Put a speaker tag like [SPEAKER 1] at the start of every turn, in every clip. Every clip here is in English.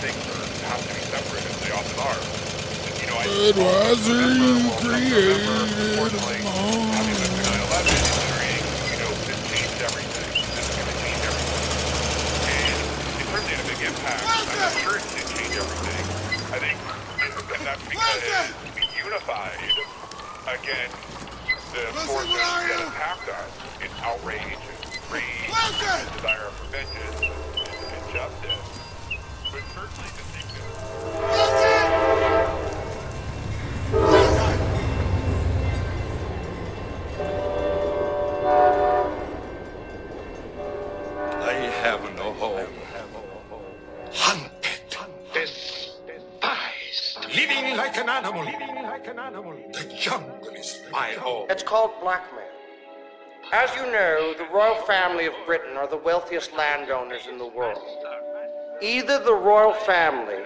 [SPEAKER 1] things are, have to be separated, as they often are. And, you know, I
[SPEAKER 2] Budweiser,
[SPEAKER 1] Remember, World
[SPEAKER 2] you
[SPEAKER 1] Cup
[SPEAKER 2] created
[SPEAKER 1] November, unfortunately,
[SPEAKER 2] mine.
[SPEAKER 1] having lived through 9/11, considering, you know, this changed everything. This is gonna change everything. And it certainly had a big impact. I'm not sure it did change everything. I think, and that's because we unified against the forces that attacked us in outrage and rage and desire for vengeance and, and justice. But certainly the thing that
[SPEAKER 3] They haven't a home.
[SPEAKER 4] hunted, despised, living like an animal. The jungle is my home.
[SPEAKER 5] It's called blackmail. As you know, the royal family of Britain are the wealthiest landowners in the world. Either the royal family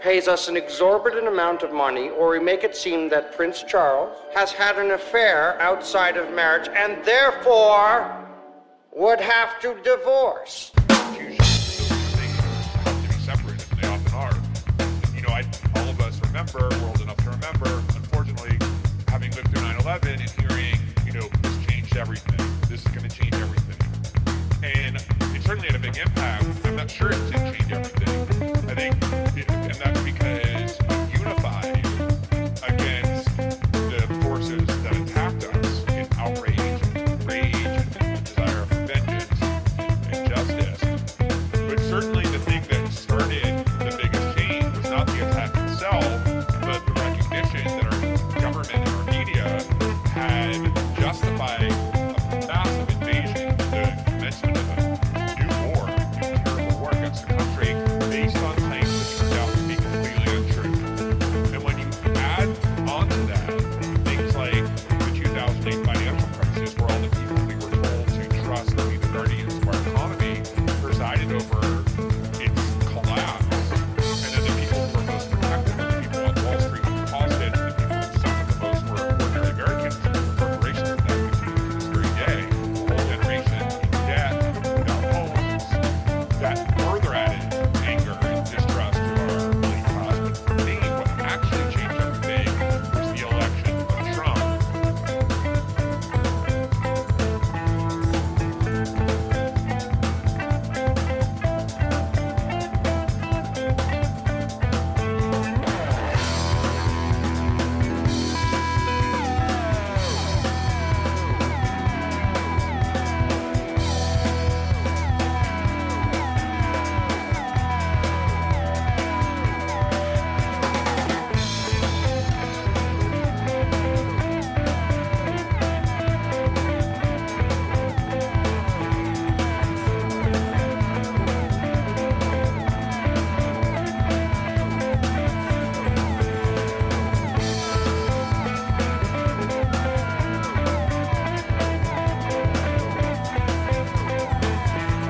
[SPEAKER 5] pays us an exorbitant amount of money, or we make it seem that Prince Charles has had an affair outside of marriage and therefore would have to divorce.
[SPEAKER 1] You know, I, all of us remember, we're old enough to remember, unfortunately, having lived through 9-11 and hearing, you know, this changed everything. This is going to change everything. And it certainly had a big impact. I'm not sure it did change everything. I think, it, and that's because we unified against the forces that attacked us in outrage, rage, and desire for vengeance and justice. But certainly the thing that started the biggest change was not the attack itself, but the recognition that our government and our media had justified a massive invasion, the commencement of a new war, a terrible war against the country, based on claims that turned out to be completely untrue. And when you add onto that things like the 2008 financial crisis, where all the people we were told to trust to be the guardians of our economy presided over its collapse, and then the people who were most protected, the people on Wall Street who caused it, the people who suffered the most were ordinary Americans, corporations that continue to this very day, a whole generation in debt, without homes, that further added anger and distrust to our middle class. But for me, what actually changed everything was the election of Trump.
[SPEAKER 2] Hello.
[SPEAKER 4] Hello.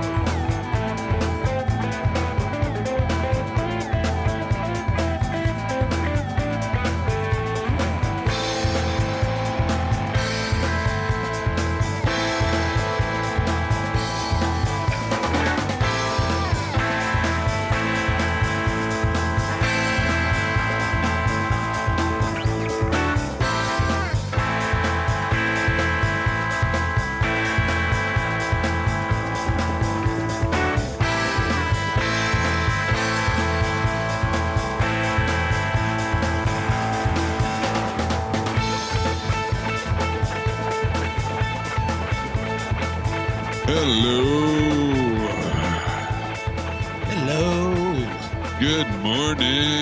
[SPEAKER 2] Good morning.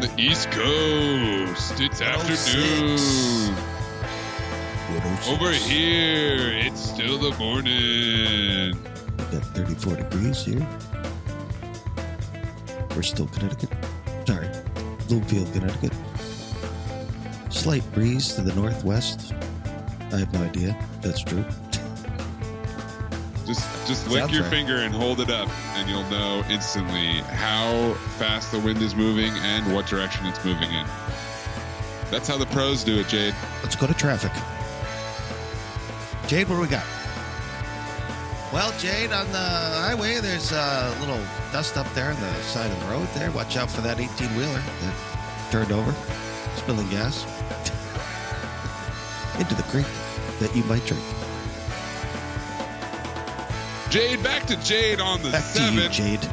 [SPEAKER 2] the East Coast. It's afternoon. Over here, it's still the morning.
[SPEAKER 6] We got 34 degrees here. We're still Connecticut. Sorry, Bloomfield, Connecticut. Slight breeze to the northwest. I have no idea. if That's true.
[SPEAKER 2] Just just lick
[SPEAKER 6] Sounds
[SPEAKER 2] your
[SPEAKER 6] right.
[SPEAKER 2] finger and hold it up, and you'll know instantly how fast the wind is moving and what direction it's moving in. That's how the pros do it, Jade.
[SPEAKER 6] Let's go to traffic. Jade, what do we got? Well, Jade, on the highway, there's a little dust up there on the side of the road there. Watch out for that 18 wheeler that turned over, spilling gas into the creek that you might drink.
[SPEAKER 2] Jade, back to Jade on the
[SPEAKER 6] Back
[SPEAKER 2] seven.
[SPEAKER 6] to you, Jade.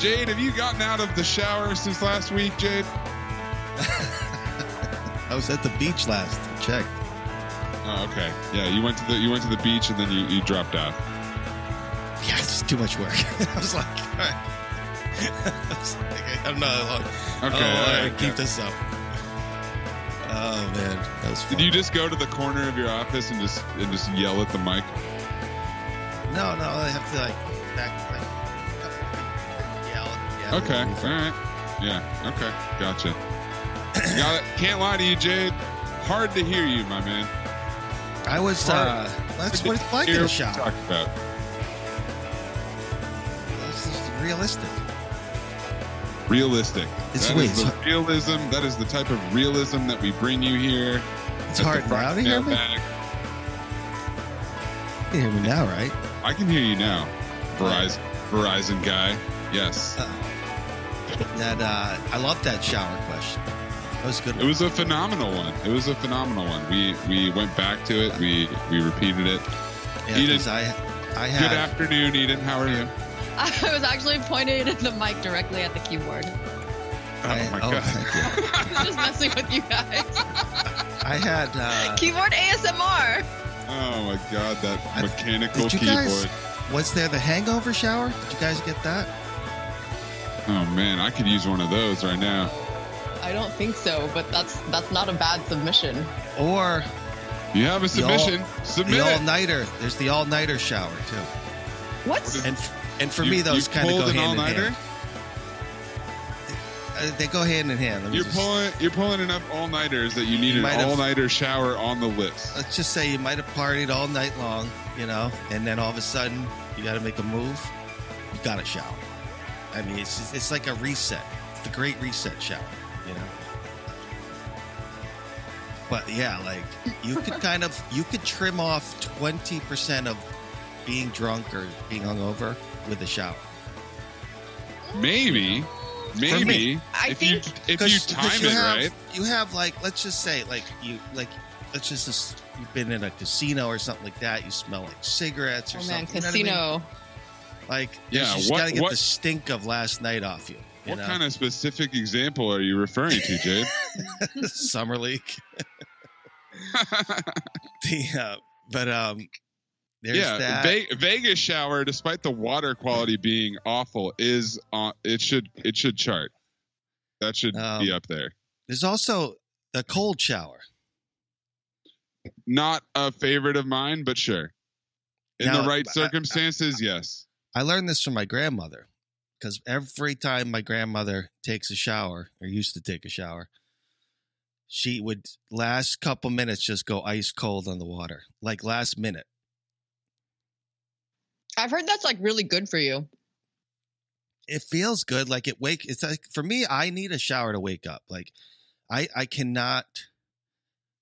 [SPEAKER 2] Jade, have you gotten out of the shower since last week, Jade?
[SPEAKER 6] I was at the beach last. Check.
[SPEAKER 2] Oh, okay. Yeah, you went to the you went to the beach and then you, you dropped out.
[SPEAKER 6] Yeah, it's too much work. I was like, all right. I was like, I don't know. how long-
[SPEAKER 2] Okay,
[SPEAKER 6] oh, all
[SPEAKER 2] all
[SPEAKER 6] right,
[SPEAKER 2] right,
[SPEAKER 6] keep
[SPEAKER 2] okay.
[SPEAKER 6] this up. Oh man, that was fun.
[SPEAKER 2] Did you just go to the corner of your office and just and just yell at the mic?
[SPEAKER 6] No, no, I have to like back, like yell. Yeah,
[SPEAKER 2] Okay. All
[SPEAKER 6] it'll be fun.
[SPEAKER 2] right. Yeah. Okay. Gotcha. You Got it. Can't lie to you, Jade. Hard to hear you, my man.
[SPEAKER 6] I was. Uh, that's what it's like in
[SPEAKER 2] Hear
[SPEAKER 6] a
[SPEAKER 2] what you
[SPEAKER 6] shop.
[SPEAKER 2] Talk about.
[SPEAKER 6] It's just realistic.
[SPEAKER 2] realistic.
[SPEAKER 6] It's
[SPEAKER 2] That
[SPEAKER 6] way-
[SPEAKER 2] is the
[SPEAKER 6] it's-
[SPEAKER 2] realism. That is the type of realism that we bring you here.
[SPEAKER 6] It's hard now to hear me. You can hear me now, right?
[SPEAKER 2] I can hear you now, Verizon. Verizon guy. Yes,
[SPEAKER 6] That uh, I love that shower question. That was a good.
[SPEAKER 2] it was a phenomenal one. It was a phenomenal one. We we went back to it. We we repeated it.
[SPEAKER 6] Yeah,
[SPEAKER 2] Eden.
[SPEAKER 6] 'cause I, I
[SPEAKER 2] Good
[SPEAKER 6] had.
[SPEAKER 2] afternoon, Eden. How are you?
[SPEAKER 7] I was actually pointing the mic directly at the keyboard.
[SPEAKER 2] Oh
[SPEAKER 6] I,
[SPEAKER 2] my
[SPEAKER 6] oh,
[SPEAKER 2] god.
[SPEAKER 6] thank you.
[SPEAKER 7] Just messing with you guys.
[SPEAKER 6] I had. Uh,
[SPEAKER 7] Keyboard ASMR.
[SPEAKER 2] Oh my god. That
[SPEAKER 6] I-
[SPEAKER 2] mechanical
[SPEAKER 6] did you
[SPEAKER 2] keyboard.
[SPEAKER 6] guys- was there the hangover shower? Did you guys get that?
[SPEAKER 2] Oh man, I could use one of those right now.
[SPEAKER 7] I don't think so, but that's that's not a bad submission.
[SPEAKER 6] Or
[SPEAKER 2] You have a
[SPEAKER 6] The all-
[SPEAKER 2] submission. Submit
[SPEAKER 6] the all
[SPEAKER 2] it.
[SPEAKER 6] nighter? There's the all nighter shower too.
[SPEAKER 7] What? Oh,
[SPEAKER 6] And and for
[SPEAKER 2] You-
[SPEAKER 6] me, those
[SPEAKER 2] you
[SPEAKER 6] kind of
[SPEAKER 2] pulled
[SPEAKER 6] go
[SPEAKER 2] an
[SPEAKER 6] hand in
[SPEAKER 2] all-nighter?
[SPEAKER 6] hand. Uh, they go hand in hand. Let me
[SPEAKER 2] You're
[SPEAKER 6] just-
[SPEAKER 2] pulling you're pulling enough all nighters that you need
[SPEAKER 6] You might
[SPEAKER 2] an
[SPEAKER 6] have- Uh,
[SPEAKER 2] all nighter shower on the list.
[SPEAKER 6] Let's just say you might have partied all night long, you know, and then all of a sudden you got to make a move. You got to shower. I mean, it's just, it's like a reset. It's the great reset shower, you know. But yeah, like you could kind of you could trim off twenty percent of being drunk or being hungover with a shower.
[SPEAKER 2] Maybe, maybe
[SPEAKER 7] I
[SPEAKER 2] if you
[SPEAKER 7] think-
[SPEAKER 2] if
[SPEAKER 6] 'Cause-
[SPEAKER 2] you
[SPEAKER 6] 'cause
[SPEAKER 2] time
[SPEAKER 6] you
[SPEAKER 2] it
[SPEAKER 6] have,
[SPEAKER 2] right,
[SPEAKER 6] You have like let's just say like you like let's just, just you've been in a casino or something like that. You smell like cigarettes or
[SPEAKER 7] Oh man,
[SPEAKER 6] something. you know what I
[SPEAKER 7] casino.
[SPEAKER 6] mean? Like
[SPEAKER 2] Yeah,
[SPEAKER 6] yeah, you just
[SPEAKER 2] what-
[SPEAKER 6] gotta get
[SPEAKER 2] what-
[SPEAKER 6] the stink of last night off you. you
[SPEAKER 2] what
[SPEAKER 6] know?
[SPEAKER 2] kind of specific example are you referring to, Jade?
[SPEAKER 6] summer league? the uh, but um, there's
[SPEAKER 2] yeah,
[SPEAKER 6] that.
[SPEAKER 2] Ve- Vegas shower, despite the water quality being awful, is on. It should it should chart. That should
[SPEAKER 6] Um,
[SPEAKER 2] be up there.
[SPEAKER 6] There's also the cold shower.
[SPEAKER 2] Not a favorite of mine, but sure. In
[SPEAKER 6] Now,
[SPEAKER 2] the right
[SPEAKER 6] I- I-
[SPEAKER 2] circumstances, yes.
[SPEAKER 6] I learned this from my grandmother because every time my grandmother takes a shower or used to take a shower, she would last couple minutes just go ice cold on the water, like last minute.
[SPEAKER 7] I've heard that's like really good for you.
[SPEAKER 6] It feels good, like it wake. It's like for me, I need a shower to wake up. Like I, I cannot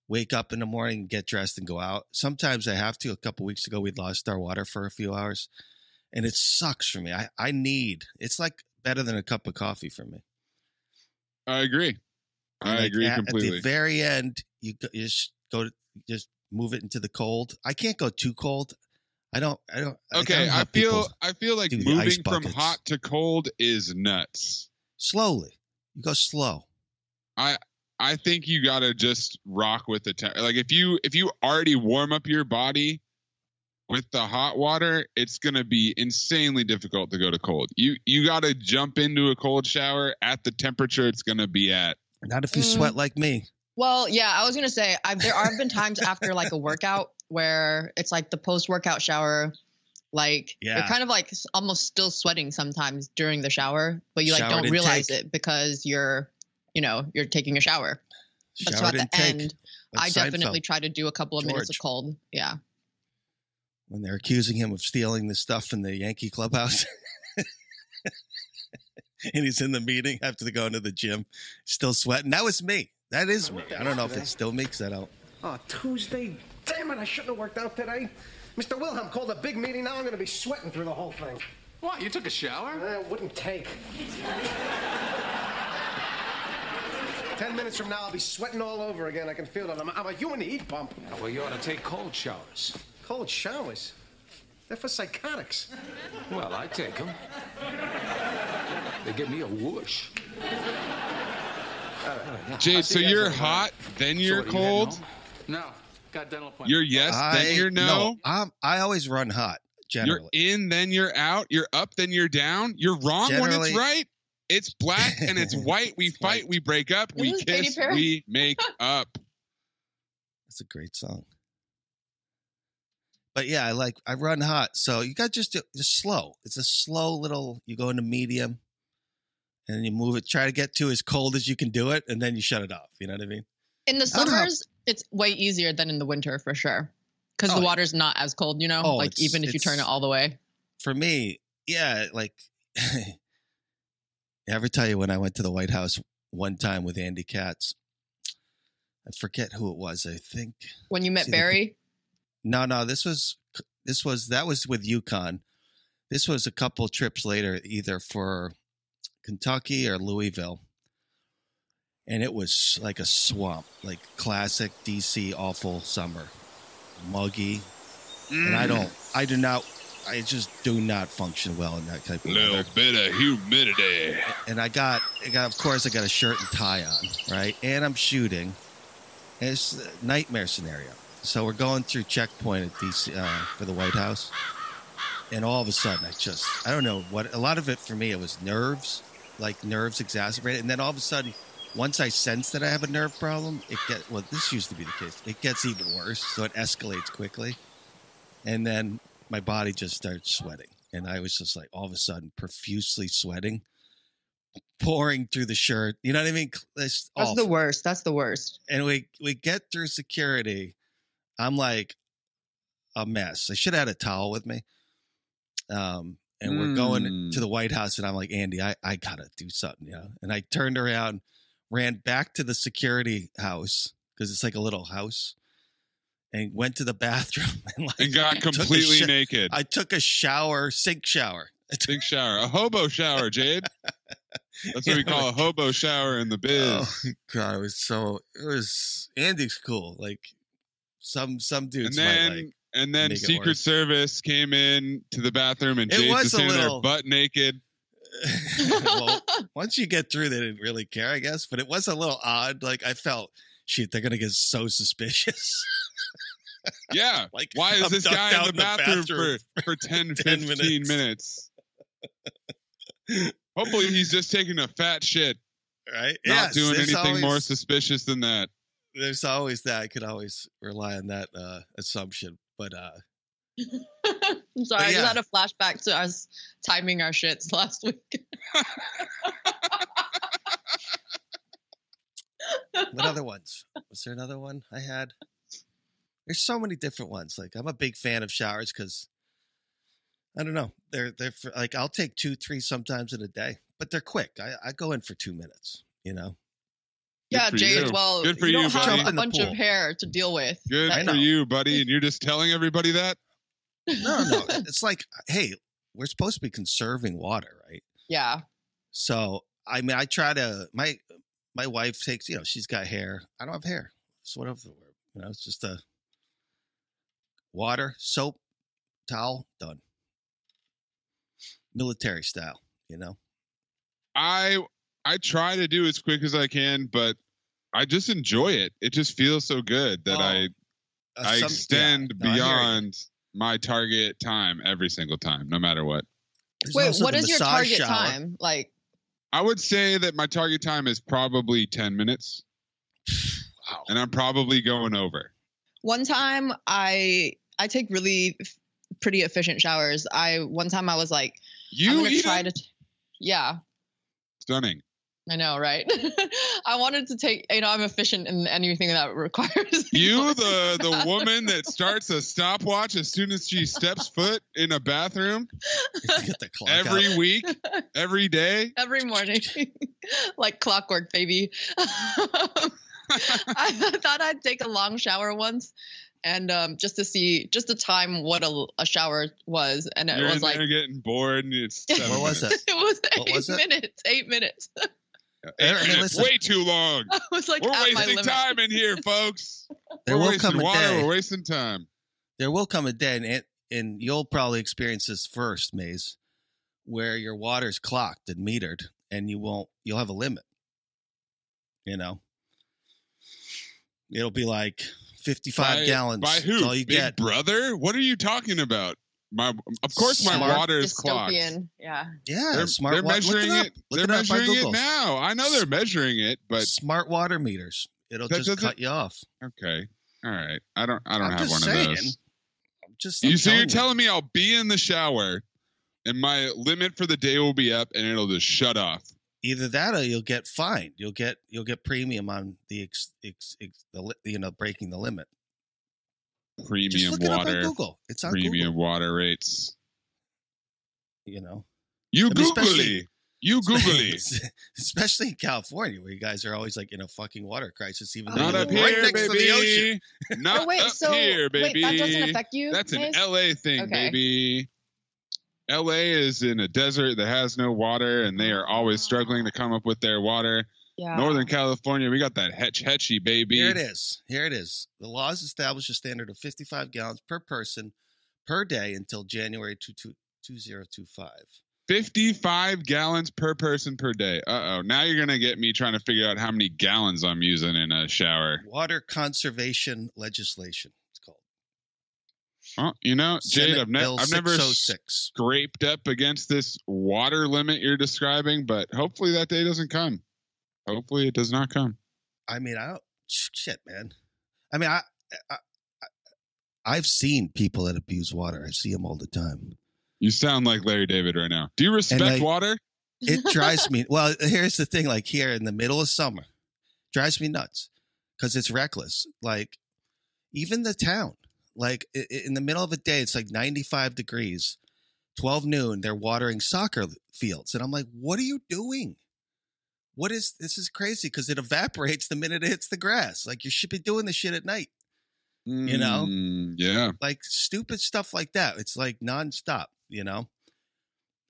[SPEAKER 6] wake up in the morning, get dressed, and go out. Sometimes I have to. A couple weeks ago, we lost our water for a few hours, and it sucks for me. I, I need. It's like better than a cup of coffee for me.
[SPEAKER 2] I agree. I
[SPEAKER 6] Like,
[SPEAKER 2] agree
[SPEAKER 6] at,
[SPEAKER 2] completely.
[SPEAKER 6] At the very end, you, go, you just go to just move it into the cold. I can't go too cold. I don't. I don't. like, I,
[SPEAKER 2] okay,
[SPEAKER 6] don't
[SPEAKER 2] I,
[SPEAKER 6] have
[SPEAKER 2] feel
[SPEAKER 6] people-
[SPEAKER 2] I feel like
[SPEAKER 6] do the ice
[SPEAKER 2] moving from
[SPEAKER 6] buckets.
[SPEAKER 2] hot to cold is nuts.
[SPEAKER 6] slowly. You go slow.
[SPEAKER 2] I think you gotta just rock with the temp. Like if you if you already warm up your body, with the hot water, it's going to be insanely difficult to go to cold. You you got to jump into a cold shower at the temperature it's going to be at.
[SPEAKER 6] Not if you
[SPEAKER 7] Mm.
[SPEAKER 6] sweat like me.
[SPEAKER 7] Well, yeah, I was gonna say I've, there have been times after like a workout where it's like the post-workout shower, like
[SPEAKER 6] Yeah.
[SPEAKER 7] you're kind of like s- almost still sweating sometimes during the shower, but you like
[SPEAKER 6] Shower
[SPEAKER 7] don't
[SPEAKER 6] intake.
[SPEAKER 7] realize it because you're, you know, you're taking a shower. But so
[SPEAKER 6] Shower
[SPEAKER 7] at the
[SPEAKER 6] didn't take.
[SPEAKER 7] end,
[SPEAKER 6] like
[SPEAKER 7] I
[SPEAKER 6] Seinfeld,
[SPEAKER 7] definitely try to do a couple of minutes of
[SPEAKER 6] George.
[SPEAKER 7] cold. Yeah,
[SPEAKER 6] when they're accusing him of stealing the stuff from the Yankee clubhouse. and he's in the meeting after going to the gym, still sweating. That was me. That is me. I don't know if it still makes that out.
[SPEAKER 4] Oh, Tuesday. Damn it, I shouldn't have worked out today. Mr. Wilhelm called a big meeting. Now I'm going to be sweating through the whole thing.
[SPEAKER 8] What? You took a shower?
[SPEAKER 4] Eh, It wouldn't take. Ten minutes from now, I'll be sweating all over again. I can feel it. I'm, I'm a human heat pump.
[SPEAKER 8] Well, you ought to take cold showers.
[SPEAKER 4] Cold showers. They're for psychotics.
[SPEAKER 8] Well, I take them. They give me a whoosh.
[SPEAKER 2] Jade, so you're hot, then you're
[SPEAKER 8] Sorry, you had
[SPEAKER 2] cold.
[SPEAKER 8] No, No. got dental appointment.
[SPEAKER 2] You're yes, then you're no.
[SPEAKER 6] I'm, I always run hot
[SPEAKER 2] You're
[SPEAKER 6] generally.
[SPEAKER 2] in, then you're out. You're up, then you're down. You're wrong when
[SPEAKER 6] Generally-
[SPEAKER 2] it's right. It's black and it's white. We
[SPEAKER 6] It's
[SPEAKER 2] fight,
[SPEAKER 6] white.
[SPEAKER 2] we break up, we
[SPEAKER 7] Isn't it Katy
[SPEAKER 2] kiss,
[SPEAKER 7] Perry?
[SPEAKER 2] we make up.
[SPEAKER 6] That's a great song. But yeah, I like I run hot, so you got just do- just slow. It's a slow little. You go into medium, and then you move it. Try to get to as cold as you can do it, and then you shut it off. You know what I mean?
[SPEAKER 7] in the
[SPEAKER 6] I don't know how-
[SPEAKER 7] summers it's way easier than in the winter for sure because
[SPEAKER 6] Oh,
[SPEAKER 7] the
[SPEAKER 6] yeah.
[SPEAKER 7] water's not as cold. You know,
[SPEAKER 6] Oh,
[SPEAKER 7] like
[SPEAKER 6] it's-
[SPEAKER 7] even if you turn it
[SPEAKER 6] it's-
[SPEAKER 7] all the way.
[SPEAKER 6] For me, yeah, like I ever tell you when I went to the White House one time with Andy Katz. I forget who it was. I think
[SPEAKER 7] When you met
[SPEAKER 6] See the-
[SPEAKER 7] Barry,
[SPEAKER 6] No, no, this was this was that was with Yukon. This was a couple trips later, either for Kentucky or Louisville. And it was like a swamp, like classic DC awful summer. Muggy. And I don't I do not I just do not function well in that type of
[SPEAKER 2] Little
[SPEAKER 6] weather.
[SPEAKER 2] bit of humidity.
[SPEAKER 6] And I got I got of course I got a shirt and tie on, right? And I'm shooting. And it's a nightmare scenario. So we're going through checkpoint at DC uh, for the White House, and all of a sudden, I just I don't know what. A lot of it for me, it was nerves, like nerves exacerbated, and then all of a sudden, once I sense that I have a nerve problem, it get well. This used to be the case. It gets even worse, so it escalates quickly, and then my body just starts sweating, and I was just like all of a sudden profusely sweating, pouring through the shirt. You know what I mean? It's
[SPEAKER 7] that's
[SPEAKER 6] awful
[SPEAKER 7] the worst. That's the worst.
[SPEAKER 6] and we we get through security. I'm like a mess. I should have had a towel with me. Um, and we're going
[SPEAKER 2] Mm.
[SPEAKER 6] to the White House, and I'm like, Andy, I, I gotta do something, you know. And I turned around, ran back to the security house because it's like a little house, and went to the bathroom and like
[SPEAKER 2] And got
[SPEAKER 6] took a
[SPEAKER 2] completely
[SPEAKER 6] sho-
[SPEAKER 2] naked.
[SPEAKER 6] I took a shower, sink shower. I took-
[SPEAKER 2] Big shower. A hobo shower, Jade. That's what we call a hobo shower in the biz.
[SPEAKER 6] Oh God, it was so it was Andy's cool. Like some some
[SPEAKER 2] and
[SPEAKER 6] dudes
[SPEAKER 2] then
[SPEAKER 6] might like
[SPEAKER 2] and then
[SPEAKER 6] make it
[SPEAKER 2] Secret
[SPEAKER 6] worse.
[SPEAKER 2] Service came in to the bathroom and
[SPEAKER 6] It
[SPEAKER 2] Jade
[SPEAKER 6] was
[SPEAKER 2] was
[SPEAKER 6] a
[SPEAKER 2] standing
[SPEAKER 6] little-
[SPEAKER 2] there butt naked.
[SPEAKER 6] well, once you get through, they didn't really care, I guess. But it was a little odd. Like I felt, shoot, they're gonna get so suspicious.
[SPEAKER 2] Yeah.
[SPEAKER 6] like,
[SPEAKER 2] Why is
[SPEAKER 6] I'm
[SPEAKER 2] this
[SPEAKER 6] ducked
[SPEAKER 2] guy in
[SPEAKER 6] out
[SPEAKER 2] the bathroom,
[SPEAKER 6] bathroom.
[SPEAKER 2] for, for 10,
[SPEAKER 6] 10
[SPEAKER 2] 15 minutes?
[SPEAKER 6] minutes.
[SPEAKER 2] Hopefully he's just taking a fat shit,
[SPEAKER 6] right?
[SPEAKER 2] not doing
[SPEAKER 6] there's
[SPEAKER 2] anything more
[SPEAKER 6] always-
[SPEAKER 2] suspicious than that.
[SPEAKER 6] There's always that. I could always rely on that uh, assumption. But uh,
[SPEAKER 7] I'm sorry, I
[SPEAKER 6] yeah.
[SPEAKER 7] just had a flashback to us timing our shits last week.
[SPEAKER 6] what other ones? Was there another one I had? There's so many different ones. Like I'm a big fan of showers because I don't know. They're they're for, like I'll take two, three sometimes in a day, but they're quick. I, I go in for two minutes. You know.
[SPEAKER 7] yeah,
[SPEAKER 2] for
[SPEAKER 7] Jade.
[SPEAKER 2] you.
[SPEAKER 7] Well,
[SPEAKER 2] Good for
[SPEAKER 7] you
[SPEAKER 2] you,
[SPEAKER 7] don't
[SPEAKER 2] buddy.
[SPEAKER 7] have
[SPEAKER 6] Jump
[SPEAKER 7] a
[SPEAKER 6] in the
[SPEAKER 7] bunch
[SPEAKER 6] pool.
[SPEAKER 7] of hair to deal with.
[SPEAKER 2] Good
[SPEAKER 6] I
[SPEAKER 2] for
[SPEAKER 6] know.
[SPEAKER 2] you, buddy. And you're just telling everybody that?
[SPEAKER 6] No, no. it's like, hey, we're supposed to be conserving water, right?
[SPEAKER 7] yeah,
[SPEAKER 6] So, I mean, I try to my my wife takes, you know, she's got hair. I don't have hair. So whatever, you know, it's just a water, soap, towel, done. Military style, you know.
[SPEAKER 2] I I try to do as quick as I can, but I just enjoy it. It just feels so good that
[SPEAKER 6] Oh,
[SPEAKER 2] I
[SPEAKER 6] Uh,
[SPEAKER 2] I
[SPEAKER 6] some- yeah,
[SPEAKER 2] extend
[SPEAKER 6] no, I hear you.
[SPEAKER 2] beyond my target time every single time, no matter what.
[SPEAKER 6] There's
[SPEAKER 7] Wait,
[SPEAKER 6] also
[SPEAKER 7] what
[SPEAKER 6] the
[SPEAKER 7] is your
[SPEAKER 6] massage
[SPEAKER 7] target
[SPEAKER 6] shower.
[SPEAKER 7] time? Like,
[SPEAKER 2] I would say that my target time is probably 10 minutes. And I'm probably going over.
[SPEAKER 7] one time i i take really f- pretty efficient showers i one time i was like i'm
[SPEAKER 2] You
[SPEAKER 7] gonna
[SPEAKER 2] eat
[SPEAKER 7] try
[SPEAKER 2] it?
[SPEAKER 7] to t- yeah
[SPEAKER 2] stunning.
[SPEAKER 7] i know right i wanted to take you know i'm efficient in anything that requires
[SPEAKER 2] You the the woman that starts a stopwatch as soon as she steps foot in a bathroom
[SPEAKER 6] Get the clock
[SPEAKER 2] every
[SPEAKER 6] out.
[SPEAKER 2] week, every day.
[SPEAKER 7] every morning like clockwork baby i thought i'd take a long shower once and um, just to see just to time what a, a shower was and it
[SPEAKER 2] You're in
[SPEAKER 7] was like
[SPEAKER 2] there getting bored and it's seven
[SPEAKER 6] What was
[SPEAKER 2] minutes.
[SPEAKER 6] it?
[SPEAKER 7] it was
[SPEAKER 6] What
[SPEAKER 7] eight
[SPEAKER 6] was it?
[SPEAKER 7] minutes eight minutes
[SPEAKER 2] Eight
[SPEAKER 6] Hey, hey,
[SPEAKER 2] minutes,
[SPEAKER 6] listen.
[SPEAKER 2] way too long.
[SPEAKER 7] i was like
[SPEAKER 2] We're
[SPEAKER 7] at my
[SPEAKER 2] wasting
[SPEAKER 7] limit.
[SPEAKER 2] time in here, folks.
[SPEAKER 6] There
[SPEAKER 2] We're
[SPEAKER 6] will
[SPEAKER 2] wasting
[SPEAKER 6] come a
[SPEAKER 2] water. We're
[SPEAKER 6] day.
[SPEAKER 2] wasting time.
[SPEAKER 6] There will come a day, and it, and you'll probably experience this first, Maze, where your water's clocked and metered, and you won't. You'll have a limit. You know, it'll be like fifty-five
[SPEAKER 2] By-
[SPEAKER 6] gallons.
[SPEAKER 2] By who?
[SPEAKER 6] That's all you
[SPEAKER 2] Big
[SPEAKER 6] get.
[SPEAKER 2] brother? What are you talking about? My, of course, my
[SPEAKER 6] Smart
[SPEAKER 2] water is clocked.
[SPEAKER 7] dystopian. Yeah.
[SPEAKER 6] Yeah,
[SPEAKER 2] They're,
[SPEAKER 6] smart.
[SPEAKER 2] they're
[SPEAKER 6] wa- look it
[SPEAKER 2] measuring
[SPEAKER 6] up.
[SPEAKER 2] it.
[SPEAKER 6] Look
[SPEAKER 2] they're
[SPEAKER 6] it up by
[SPEAKER 2] measuring it
[SPEAKER 6] Google.
[SPEAKER 2] now. I know they're measuring it, but
[SPEAKER 6] smart water meters. It'll
[SPEAKER 2] That
[SPEAKER 6] just
[SPEAKER 2] doesn't-
[SPEAKER 6] cut you off.
[SPEAKER 2] okay, all right. I don't. I don't
[SPEAKER 6] I'm
[SPEAKER 2] have one
[SPEAKER 6] just
[SPEAKER 2] of
[SPEAKER 6] saying.
[SPEAKER 2] those.
[SPEAKER 6] I'm just.
[SPEAKER 2] you
[SPEAKER 6] I'm
[SPEAKER 2] so you're
[SPEAKER 6] telling
[SPEAKER 2] telling me I'll be in the shower, and my limit for the day will be up, and it'll just shut off.
[SPEAKER 6] either that or you'll get fined. You'll get you'll get premium on the ex, ex, ex the li- you know breaking the limit. Just
[SPEAKER 2] Premium
[SPEAKER 6] look it up on
[SPEAKER 2] water,
[SPEAKER 6] Google. It's on
[SPEAKER 2] premium
[SPEAKER 6] Google.
[SPEAKER 2] water rates.
[SPEAKER 6] You know,
[SPEAKER 2] You
[SPEAKER 6] I mean,
[SPEAKER 2] googly,
[SPEAKER 6] especially-
[SPEAKER 2] you googly.
[SPEAKER 6] especially in California where you guys are always like in a fucking water crisis, even though
[SPEAKER 2] Not
[SPEAKER 6] you
[SPEAKER 2] up
[SPEAKER 6] live right
[SPEAKER 2] here,
[SPEAKER 6] next to the ocean.
[SPEAKER 2] baby. Not
[SPEAKER 7] oh wait,
[SPEAKER 2] up
[SPEAKER 7] so
[SPEAKER 2] here, baby.
[SPEAKER 7] wait, that doesn't affect you.
[SPEAKER 2] That's an
[SPEAKER 7] Maze?
[SPEAKER 2] LA thing,
[SPEAKER 7] Okay.
[SPEAKER 2] baby. LA is in a desert that has no water, and they are always struggling to come up with their water.
[SPEAKER 7] Yeah.
[SPEAKER 2] Northern California, we got that hetch hetchy, baby.
[SPEAKER 6] Here it is. Here it is. The laws establish a standard of 55 gallons per person per day until January 2, 2025.
[SPEAKER 2] 55 gallons per person per day. Uh oh. Now you're going to get me trying to figure out how many gallons I'm using in a shower.
[SPEAKER 6] Water conservation legislation. It's called
[SPEAKER 2] Well, you know, Jade,
[SPEAKER 6] Senate
[SPEAKER 2] I've, ne-
[SPEAKER 6] Bill
[SPEAKER 2] I've never
[SPEAKER 6] 606.
[SPEAKER 2] scraped up against this water limit you're describing, but hopefully that day doesn't come. Hopefully it does not come.
[SPEAKER 6] I mean, I don't shit, man. I mean, I, I, I I've seen people that abuse water. I see them all the time.
[SPEAKER 2] You sound like Larry David right now. Do you respect
[SPEAKER 6] like-
[SPEAKER 2] water?
[SPEAKER 6] It drives me. Well, here's the thing: like here in the middle of summer, drives me nuts because it's reckless. Like even the town, like i- i- in the middle of a day, it's like 95 degrees, 12 noon. They're watering soccer fields, and I'm like, what are you doing? What is this? Is crazy because it evaporates the minute it hits the grass. Like you should be doing this shit at night. you know?
[SPEAKER 2] Mm, yeah.
[SPEAKER 6] like stupid stuff like that. It's like nonstop, you know.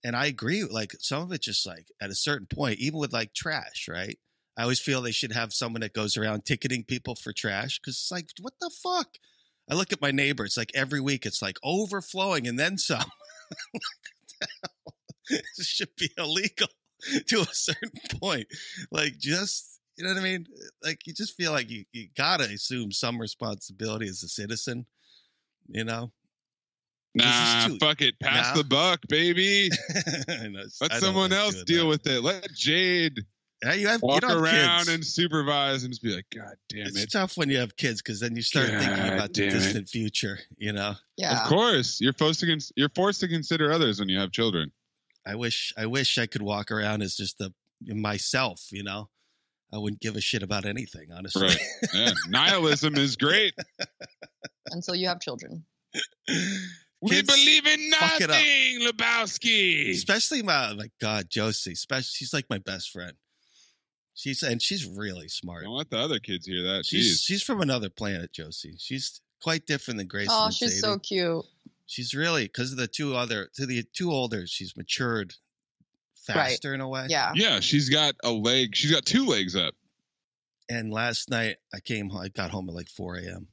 [SPEAKER 6] And I agree. Like some of it, just like at a certain point, even with like trash, right? I always feel they should have someone that goes around ticketing people for trash because it's like, what the fuck? I look at my neighbor. It's like every week, it's like overflowing and then some. this should be illegal to a certain point. Like just, you know what I mean? Like you just feel like you, you gotta assume some responsibility as a citizen, you know? This is
[SPEAKER 2] Nah,
[SPEAKER 6] too-
[SPEAKER 2] fuck it. Pass
[SPEAKER 6] Nah.
[SPEAKER 2] the buck, baby.
[SPEAKER 6] I know, it's- I
[SPEAKER 2] Let
[SPEAKER 6] don't
[SPEAKER 2] someone
[SPEAKER 6] like
[SPEAKER 2] else
[SPEAKER 6] doing
[SPEAKER 2] deal
[SPEAKER 6] that.
[SPEAKER 2] with it. Let Jade
[SPEAKER 6] Yeah, you have, you
[SPEAKER 2] walk
[SPEAKER 6] don't have
[SPEAKER 2] around
[SPEAKER 6] kids.
[SPEAKER 2] and supervise and just be like, God damn
[SPEAKER 6] it's
[SPEAKER 2] it.
[SPEAKER 6] tough when you have kids because then you start thinking
[SPEAKER 2] God
[SPEAKER 6] about the
[SPEAKER 2] damn it.
[SPEAKER 6] distant future. You know,
[SPEAKER 7] Yeah.
[SPEAKER 2] Of course, you're forced to cons- you're forced to consider others when you have children.
[SPEAKER 6] I wish I wish I could walk around as just a myself. You know, I wouldn't give a shit about anything, honestly.
[SPEAKER 2] Right. Yeah. Nihilism is great.
[SPEAKER 7] Until you have children.
[SPEAKER 2] we
[SPEAKER 6] Kids
[SPEAKER 2] believe in
[SPEAKER 6] fuck it up.
[SPEAKER 2] nothing, Lebowski.
[SPEAKER 6] especially my my God Josie. Especially she's like my best friend. She's and she's really smart.
[SPEAKER 2] Don't let the other kids hear that.
[SPEAKER 6] She's
[SPEAKER 2] Jeez.
[SPEAKER 6] she's from another planet, Josie. She's quite different than Grace.
[SPEAKER 7] Oh, she's so cute.
[SPEAKER 6] She's really because of the two other to the two older. She's matured faster in a way.
[SPEAKER 7] Yeah.
[SPEAKER 2] Yeah, she's got a leg. She's got two legs up.
[SPEAKER 6] And last night I came, ho- I got home at like 4 a.m.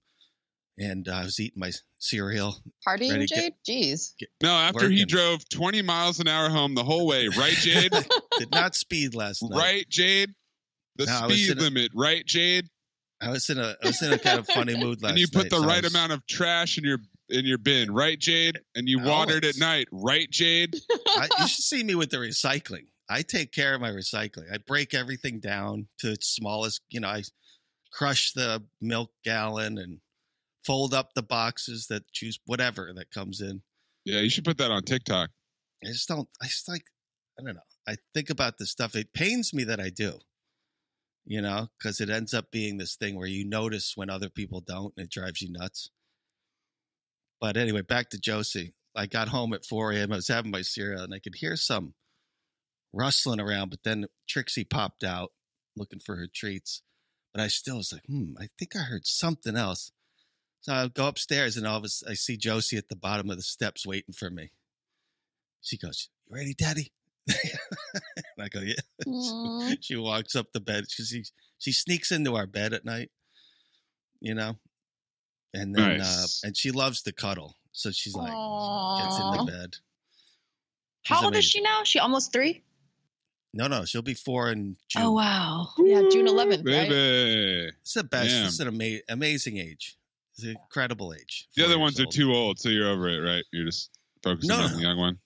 [SPEAKER 6] and uh, I was eating my cereal.
[SPEAKER 7] Partying,
[SPEAKER 6] Ready, get-
[SPEAKER 7] Jade? Jeez.
[SPEAKER 2] No, after he
[SPEAKER 6] Working.
[SPEAKER 2] drove 20 miles an hour home the whole way, right, Jade?
[SPEAKER 6] Did not speed last night.
[SPEAKER 2] right, Jade? The
[SPEAKER 6] No, I was
[SPEAKER 2] speed
[SPEAKER 6] in a-
[SPEAKER 2] limit, right, Jade?
[SPEAKER 6] I was in a I was in a kind of funny mood last
[SPEAKER 2] and
[SPEAKER 6] night.
[SPEAKER 2] you put the
[SPEAKER 6] so I
[SPEAKER 2] right
[SPEAKER 6] was-
[SPEAKER 2] amount of trash in your
[SPEAKER 3] in your bin, right, Jade? And you
[SPEAKER 6] No,
[SPEAKER 3] watered
[SPEAKER 6] it's-
[SPEAKER 3] at night, right, Jade?
[SPEAKER 6] I, you should see me with the recycling. I take care of my recycling. I break everything down to its smallest. You know, I crush the milk gallon and fold up the boxes that juice, whatever that comes in.
[SPEAKER 3] Yeah, you should put that on TikTok.
[SPEAKER 6] I just don't. I just like. I don't know. I think about this stuff. It pains me that I do. You know, because it ends up being this thing where you notice when other people don't, and it drives you nuts. But anyway, back to Josie. I got home at 4 a.m. I was having my cereal, and I could hear some rustling around. But then Trixie popped out looking for her treats. But I still was like, hmm, I think I heard something else. So I go upstairs, and all of a sudden, I see Josie at the bottom of the steps waiting for me. She goes, "You ready, Daddy?" and I go, "Yeah."
[SPEAKER 7] Aw.
[SPEAKER 6] She walks up the bed. She she, she sneaks into our bed at night, you know, and then
[SPEAKER 3] Nice.
[SPEAKER 6] uh, and she loves to cuddle, so she's like gets
[SPEAKER 7] Aw.
[SPEAKER 6] into bed.
[SPEAKER 7] How
[SPEAKER 6] She's
[SPEAKER 7] old is she now? She almost three?
[SPEAKER 6] No, no, she'll be four in June.
[SPEAKER 7] Oh wow. Yeah, June eleventh, right?
[SPEAKER 3] Baby.
[SPEAKER 6] It's the best.
[SPEAKER 3] Damn.
[SPEAKER 6] It's an ama- amazing age. It's an incredible age.
[SPEAKER 3] The
[SPEAKER 6] Four
[SPEAKER 3] other
[SPEAKER 6] years
[SPEAKER 3] ones
[SPEAKER 6] old.
[SPEAKER 3] are too old, so you're over it, right? You're just focusing
[SPEAKER 6] No,
[SPEAKER 3] on
[SPEAKER 6] no.
[SPEAKER 3] the young one.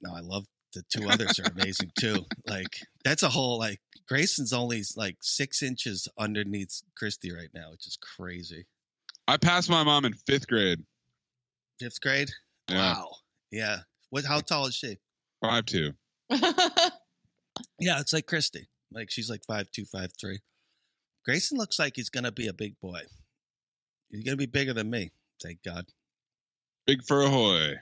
[SPEAKER 6] No, I love the two others are amazing too. Like that's a whole like Grayson's only like six inches underneath Christy right now, which is crazy.
[SPEAKER 3] I passed my mom in fifth grade.
[SPEAKER 6] Fifth grade.
[SPEAKER 3] Yeah,
[SPEAKER 6] Wow. Yeah. What? How tall is she?
[SPEAKER 3] five two.
[SPEAKER 6] Yeah, it's like Christy. Like she's like five two, five three. Grayson looks like he's gonna be a big boy. He's gonna be bigger than me. Thank God.
[SPEAKER 3] Big fur ahoy.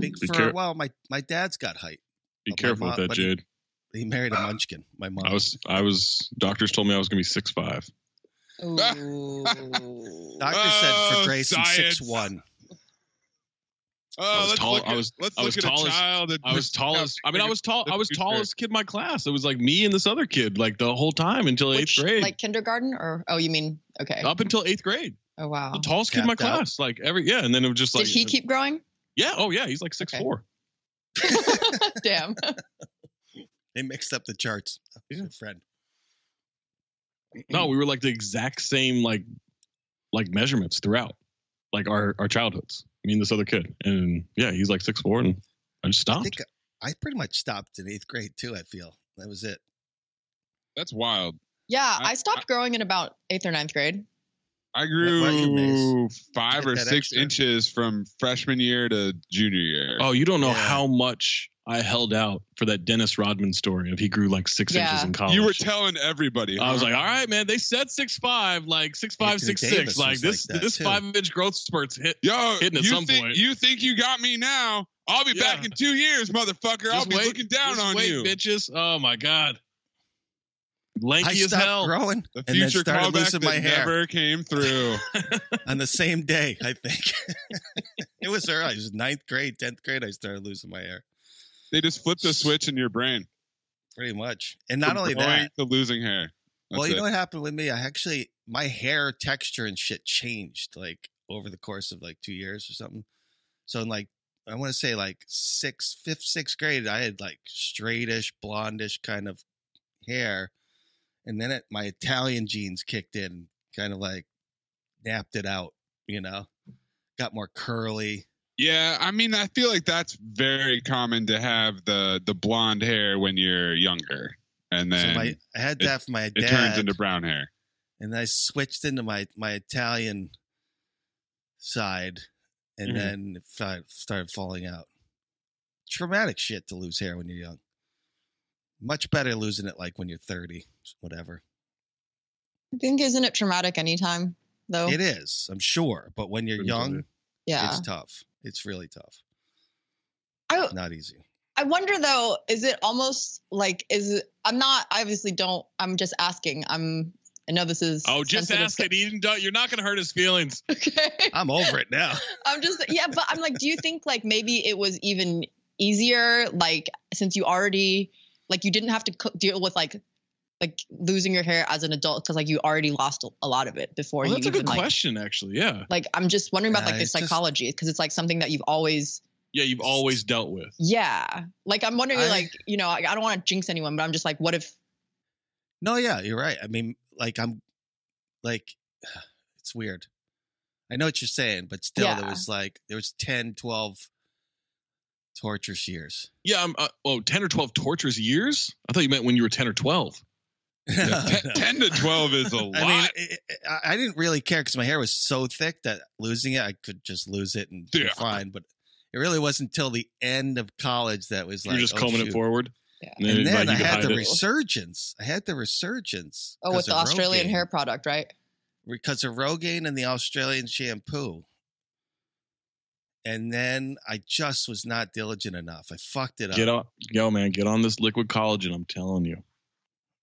[SPEAKER 6] Big
[SPEAKER 3] Be
[SPEAKER 6] for
[SPEAKER 3] care-
[SPEAKER 6] a while. My my dad's got height.
[SPEAKER 2] Be
[SPEAKER 6] But my
[SPEAKER 2] careful
[SPEAKER 6] mom-
[SPEAKER 2] with that,
[SPEAKER 6] but he-
[SPEAKER 2] Jade.
[SPEAKER 6] He married a munchkin. My mom.
[SPEAKER 2] Ah, I was, I was. Doctors told me I was gonna be six five.
[SPEAKER 7] Ooh.
[SPEAKER 6] Doctor said
[SPEAKER 3] Oh,
[SPEAKER 6] for Grayson
[SPEAKER 3] science.
[SPEAKER 6] six one.
[SPEAKER 3] Oh,
[SPEAKER 2] I was
[SPEAKER 3] let's
[SPEAKER 2] tall-
[SPEAKER 3] look at,
[SPEAKER 2] I was-
[SPEAKER 3] let's
[SPEAKER 2] I
[SPEAKER 3] look
[SPEAKER 2] was
[SPEAKER 3] at
[SPEAKER 2] tall
[SPEAKER 3] a
[SPEAKER 2] as-
[SPEAKER 3] child. and-
[SPEAKER 2] I was tall as. I mean, I was tall. I was tallest kid in my class. It was like me and this other kid, like the whole time until
[SPEAKER 7] Which,
[SPEAKER 2] eighth grade.
[SPEAKER 7] Like kindergarten or oh you mean okay.
[SPEAKER 2] up until eighth grade,
[SPEAKER 7] Oh wow.
[SPEAKER 2] the tallest kid in my
[SPEAKER 6] Tapped out.
[SPEAKER 2] class. Like every yeah, and then it was just
[SPEAKER 7] Did
[SPEAKER 2] like
[SPEAKER 7] he keep growing?
[SPEAKER 2] Yeah. Oh yeah. He's like six
[SPEAKER 7] Okay.
[SPEAKER 2] four.
[SPEAKER 7] Damn.
[SPEAKER 6] They mixed up the charts. He's a friend.
[SPEAKER 2] No, we were like the exact same like like measurements throughout, like our our childhoods. Me and this other kid, and yeah, he's like six four, and I just
[SPEAKER 6] I
[SPEAKER 2] stopped.
[SPEAKER 6] think I pretty much stopped in eighth grade too. I feel that was it.
[SPEAKER 3] That's wild.
[SPEAKER 7] Yeah,
[SPEAKER 3] I-
[SPEAKER 7] I stopped growing in about eighth or ninth grade.
[SPEAKER 3] I
[SPEAKER 6] why you
[SPEAKER 3] grew
[SPEAKER 6] miss?
[SPEAKER 3] five
[SPEAKER 6] Get
[SPEAKER 3] or
[SPEAKER 6] that
[SPEAKER 3] six
[SPEAKER 6] extra?
[SPEAKER 3] inches from freshman year to junior year.
[SPEAKER 2] Oh, you don't know
[SPEAKER 6] Yeah.
[SPEAKER 2] how much I held out for that Dennis Rodman story of he grew like six
[SPEAKER 7] Yeah.
[SPEAKER 2] inches in college.
[SPEAKER 3] you were Uh-huh. telling everybody.
[SPEAKER 2] Oh, I was
[SPEAKER 3] huh?
[SPEAKER 2] like, all right, man. They said six five, like six five,
[SPEAKER 6] Anthony
[SPEAKER 2] six
[SPEAKER 6] Davis
[SPEAKER 2] six. Like
[SPEAKER 6] was
[SPEAKER 2] this,
[SPEAKER 6] like that,
[SPEAKER 2] this
[SPEAKER 6] too.
[SPEAKER 2] five inch growth spurt's hit.
[SPEAKER 3] Yo,
[SPEAKER 2] hitting at
[SPEAKER 3] you
[SPEAKER 2] some
[SPEAKER 3] think
[SPEAKER 2] point.
[SPEAKER 3] you think you got me now? I'll be
[SPEAKER 2] Yeah.
[SPEAKER 3] back in two years, motherfucker. I'll
[SPEAKER 2] Just
[SPEAKER 3] be
[SPEAKER 2] wait,
[SPEAKER 3] looking down
[SPEAKER 2] just
[SPEAKER 3] on
[SPEAKER 2] wait,
[SPEAKER 3] you.
[SPEAKER 2] bitches. Oh my god,
[SPEAKER 6] I
[SPEAKER 2] lanky as
[SPEAKER 6] stopped
[SPEAKER 2] hell.
[SPEAKER 6] growing
[SPEAKER 3] The
[SPEAKER 6] and then
[SPEAKER 3] future
[SPEAKER 6] started
[SPEAKER 3] callback
[SPEAKER 6] losing
[SPEAKER 3] that
[SPEAKER 6] my hair
[SPEAKER 3] never came through.
[SPEAKER 6] on the same day. I think it was early. It was ninth grade, tenth grade. I started losing my hair
[SPEAKER 3] they just flipped a switch in your brain.
[SPEAKER 6] pretty much. And not
[SPEAKER 3] From
[SPEAKER 6] only
[SPEAKER 3] growing
[SPEAKER 6] that,
[SPEAKER 3] to losing hair. That's
[SPEAKER 6] well, you
[SPEAKER 3] it.
[SPEAKER 6] know what happened with me? I actually my hair texture and shit changed like over the course of like two years or something. So in like I want to say like sixth, fifth, sixth grade, I had like straightish, blondish kind of hair, and then it, my Italian genes kicked in, kind of like napped it out, you know, got more curly.
[SPEAKER 3] Yeah, I mean, I feel like that's very common to have the the blonde hair when you're younger, and
[SPEAKER 6] So
[SPEAKER 3] then
[SPEAKER 6] my, I had that for my
[SPEAKER 3] it
[SPEAKER 6] dad,
[SPEAKER 3] turns into brown hair.
[SPEAKER 6] and I switched into my my Italian side, and
[SPEAKER 3] Mm-hmm.
[SPEAKER 2] Mhm.
[SPEAKER 6] then it fi- started falling out. Traumatic shit to lose hair when you're young. Much better losing it like when you're 30, whatever.
[SPEAKER 7] I think isn't it traumatic anytime though?
[SPEAKER 6] It is, I'm sure, but when you're
[SPEAKER 2] Couldn't tell
[SPEAKER 6] young,
[SPEAKER 2] you.
[SPEAKER 7] Oh. yeah.
[SPEAKER 6] it's tough. It's really tough.
[SPEAKER 7] I,
[SPEAKER 6] Not easy.
[SPEAKER 7] I wonder though, is it almost like is it, I'm not I obviously don't I'm just asking. I'm I know this is
[SPEAKER 2] Oh, just
[SPEAKER 7] sensitive
[SPEAKER 2] ask it, Eden. Don't- You're not gonna hurt his feelings.
[SPEAKER 7] Okay.
[SPEAKER 6] I'm over it now.
[SPEAKER 7] I'm just yeah, but I'm like, do you think like maybe it was even easier like since you already like you didn't have to co- deal with like like losing your hair as an adult because like you already lost a lot of it before
[SPEAKER 2] Well,
[SPEAKER 7] you
[SPEAKER 2] that's a
[SPEAKER 7] even
[SPEAKER 2] good
[SPEAKER 7] like
[SPEAKER 2] question, actually. Yeah,
[SPEAKER 7] like I'm just wondering about
[SPEAKER 6] Yeah,
[SPEAKER 7] like the
[SPEAKER 6] it's just-
[SPEAKER 7] psychology because it's like something that you've always
[SPEAKER 2] yeah. You've always dealt with.
[SPEAKER 7] yeah like I'm wondering
[SPEAKER 6] I-
[SPEAKER 7] like you know I, I don't want to jinx anyone but I'm just like what if
[SPEAKER 6] No, yeah, you're right. I mean, like I'm like it's weird. I know what you're saying, but still,
[SPEAKER 7] Yeah.
[SPEAKER 6] there was like there was 10, 12 torturous years.
[SPEAKER 9] Yeah, I'm, uh, oh, 10 or 12 torturous years? I thought you meant when you were 10 or 12. Yeah, te-
[SPEAKER 10] 10 to 12 is a lot.
[SPEAKER 6] I mean, it, it- I- I didn't really care because my hair was so thick that losing it, I could just lose it and be
[SPEAKER 9] Yeah.
[SPEAKER 6] fine. But it really wasn't until the end of college that was like
[SPEAKER 9] You're just
[SPEAKER 6] oh,
[SPEAKER 9] combing
[SPEAKER 6] shoot.
[SPEAKER 9] it forward.
[SPEAKER 7] Yeah.
[SPEAKER 6] And
[SPEAKER 9] like,
[SPEAKER 6] then
[SPEAKER 9] you
[SPEAKER 6] I
[SPEAKER 9] can
[SPEAKER 6] had
[SPEAKER 9] hide
[SPEAKER 6] the
[SPEAKER 9] it.
[SPEAKER 6] resurgence. I had the resurgence.
[SPEAKER 7] Oh,
[SPEAKER 6] 'cause
[SPEAKER 7] with the
[SPEAKER 6] of
[SPEAKER 7] Australian
[SPEAKER 6] Rogaine.
[SPEAKER 7] hair product, right?
[SPEAKER 6] because of Rogaine and the Australian shampoo. And then I just was not diligent enough. I fucked it up.
[SPEAKER 9] Get on, yo, man, get on this liquid collagen. I'm telling you.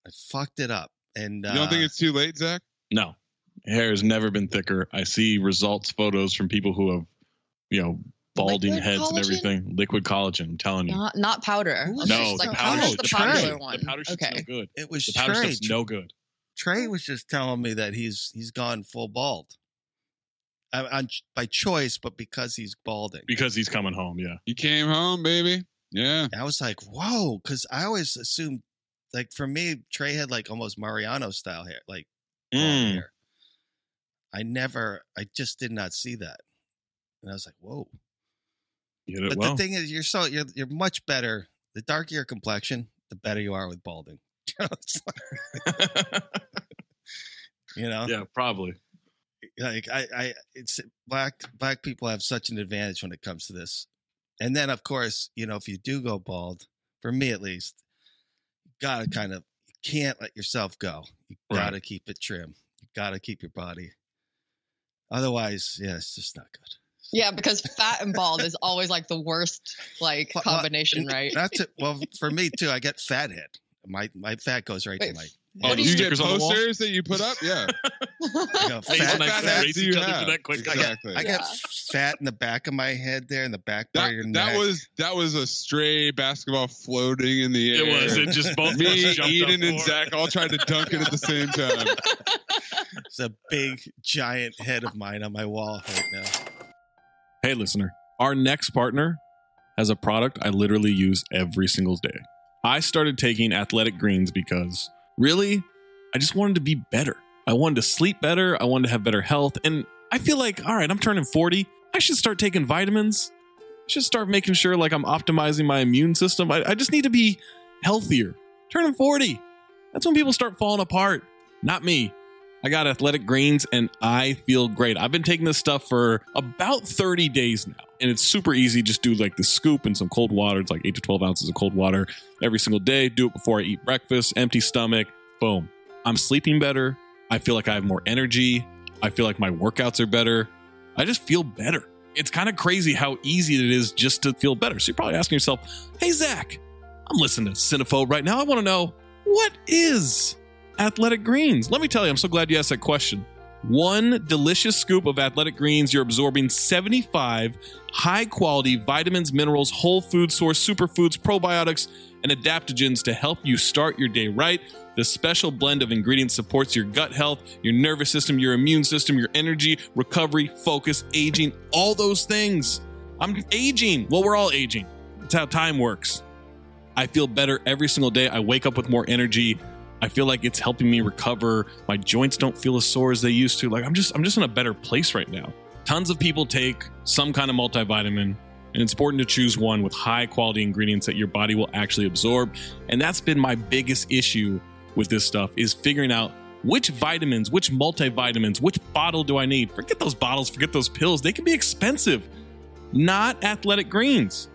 [SPEAKER 6] I fucked it up. And uh,
[SPEAKER 10] you don't think it's too late, Zach?
[SPEAKER 9] No, hair has never been thicker. I see results photos from people who have, you know, balding
[SPEAKER 7] Liquid
[SPEAKER 9] heads and
[SPEAKER 7] collagen?
[SPEAKER 9] everything. Liquid collagen. I'm telling
[SPEAKER 3] Mm.
[SPEAKER 9] you.
[SPEAKER 7] Not not powder.
[SPEAKER 6] Who
[SPEAKER 7] Let's
[SPEAKER 6] was
[SPEAKER 9] no,
[SPEAKER 7] just,
[SPEAKER 9] the
[SPEAKER 7] like,
[SPEAKER 9] powder,
[SPEAKER 7] powder's
[SPEAKER 9] the
[SPEAKER 7] the
[SPEAKER 9] powder,
[SPEAKER 7] popular
[SPEAKER 9] shit-
[SPEAKER 7] one.
[SPEAKER 9] the powder shit's
[SPEAKER 7] okay.
[SPEAKER 9] no good.
[SPEAKER 6] it was
[SPEAKER 9] The powder
[SPEAKER 6] Trey.
[SPEAKER 9] stuff's no good.
[SPEAKER 6] Trey was just telling me that he's he's gone full bald, I, on, by choice, but because he's balding.
[SPEAKER 9] Because he's coming home, yeah.
[SPEAKER 10] You came home, baby. Yeah.
[SPEAKER 6] And I was like, whoa, because I always assumed, like for me, Trey had like almost Mariano style hair, like long
[SPEAKER 9] Mm.
[SPEAKER 6] hair. I never, I just did not see that, and I was like, whoa.
[SPEAKER 9] You did it
[SPEAKER 6] But
[SPEAKER 9] well.
[SPEAKER 6] the thing is, you're so you're you're much better. The darker your complexion, the better you are with balding. It's like, you know,
[SPEAKER 9] yeah, probably.
[SPEAKER 6] like I, I, it's black black people have such an advantage when it comes to this. And then, of course, you know, if you do go bald, for me at least, you gotta kind of you can't let yourself go. You
[SPEAKER 9] Right.
[SPEAKER 6] gotta keep it trim. You gotta keep your body. Otherwise, yeah, it's just not good.
[SPEAKER 7] Yeah, because fat and bald is always like the worst like
[SPEAKER 6] Well, well,
[SPEAKER 7] combination, right?
[SPEAKER 6] That's it. Well, for me too, I get fat head. My my fat goes right to
[SPEAKER 7] Wait,
[SPEAKER 6] my
[SPEAKER 9] Oh,
[SPEAKER 10] Oh,
[SPEAKER 9] the
[SPEAKER 10] do you get
[SPEAKER 9] stickers on the wall?
[SPEAKER 10] posters that you put up? Yeah.
[SPEAKER 6] I got
[SPEAKER 9] Hey,
[SPEAKER 6] fat,
[SPEAKER 9] when I
[SPEAKER 10] fat
[SPEAKER 9] race
[SPEAKER 10] ass do you
[SPEAKER 9] each other for
[SPEAKER 10] have?
[SPEAKER 9] that quick, I got-
[SPEAKER 10] Exactly.
[SPEAKER 6] I got
[SPEAKER 7] Yeah.
[SPEAKER 6] fat in the back of my head there, in the back
[SPEAKER 10] that,
[SPEAKER 6] part of your neck.
[SPEAKER 10] that was that was a stray basketball floating in the air.
[SPEAKER 9] It was. It just both of
[SPEAKER 10] Me,
[SPEAKER 9] us jumped up
[SPEAKER 10] Eden, and
[SPEAKER 9] for it.
[SPEAKER 10] Zach all tried to dunk it at the same time.
[SPEAKER 6] It's a big, giant head of mine on my wall right now.
[SPEAKER 2] Hey, listener, our next partner has a product I literally use every single day. I started taking athletic greens because really, I just wanted to be better. I wanted to sleep better. I wanted to have better health. And I feel like, all right, I'm turning 40. I should start taking vitamins. I should start making sure like I'm optimizing my immune system. I, I just need to be healthier. Turning 40. That's when people start falling apart. Not me. I got athletic greens and I feel great. I've been taking this stuff for about 30 days now. And it's super easy. Just do like the scoop and some cold water. It's like eight to 12 ounces of cold water every single day. Do it before I eat breakfast, empty stomach. Boom. I'm sleeping better. I feel like I have more energy. I feel like my workouts are better. I just feel better. It's kind of crazy how easy it is just to feel better. So you're probably asking yourself, hey, Zach, I'm listening to Cinephobe right now. I want to know what is Athletic Greens. Let me tell you, I'm so glad you asked that question. One delicious scoop of Athletic Greens, you're absorbing 75 high quality vitamins, minerals, whole food source, superfoods, probiotics, and adaptogens to help you start your day right. The special blend of ingredients supports your gut health, your nervous system, your immune system, your energy, recovery, focus, aging, all those things. I'm aging. Well, we're all aging. That's how time works. I feel better every single day. I wake up with more energy. I feel like it's helping me recover. My joints don't feel as sore as they used to. Like I'm just I'm just in a better place right now. Tons of people take some kind of multivitamin, and it's important to choose one with high quality ingredients that your body will actually absorb. And that's been my biggest issue with this stuff is figuring out which vitamins, which multivitamins, which bottle do I need? Forget those bottles, forget those pills. They can be expensive. Not athletic greens.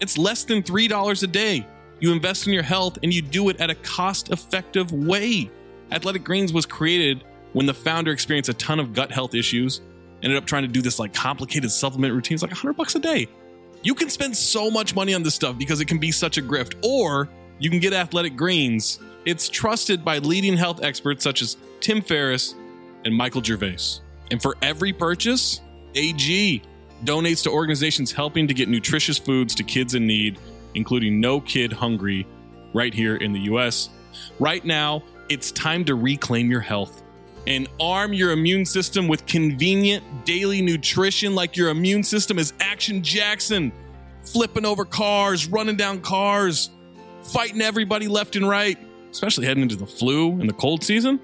[SPEAKER 2] It's less than $3 a day. You invest in your health and you do it at a cost effective way. Athletic Greens was created when the founder experienced a ton of gut health issues, ended up trying to do this like complicated supplement routines like 100 bucks a day. You can spend so much money on this stuff because it can be such a grift, or you can get Athletic Greens. It's trusted by leading health experts such as Tim Ferriss and Michael Gervais. And for every purchase, AG donates to organizations helping to get nutritious foods to kids in need, including No Kid Hungry, right here in the US. Right now, it's time to reclaim your health and arm your immune system with convenient daily nutrition like your immune system is Action Jackson, flipping over cars, running down cars, fighting everybody left and right, especially heading into the flu and the cold season.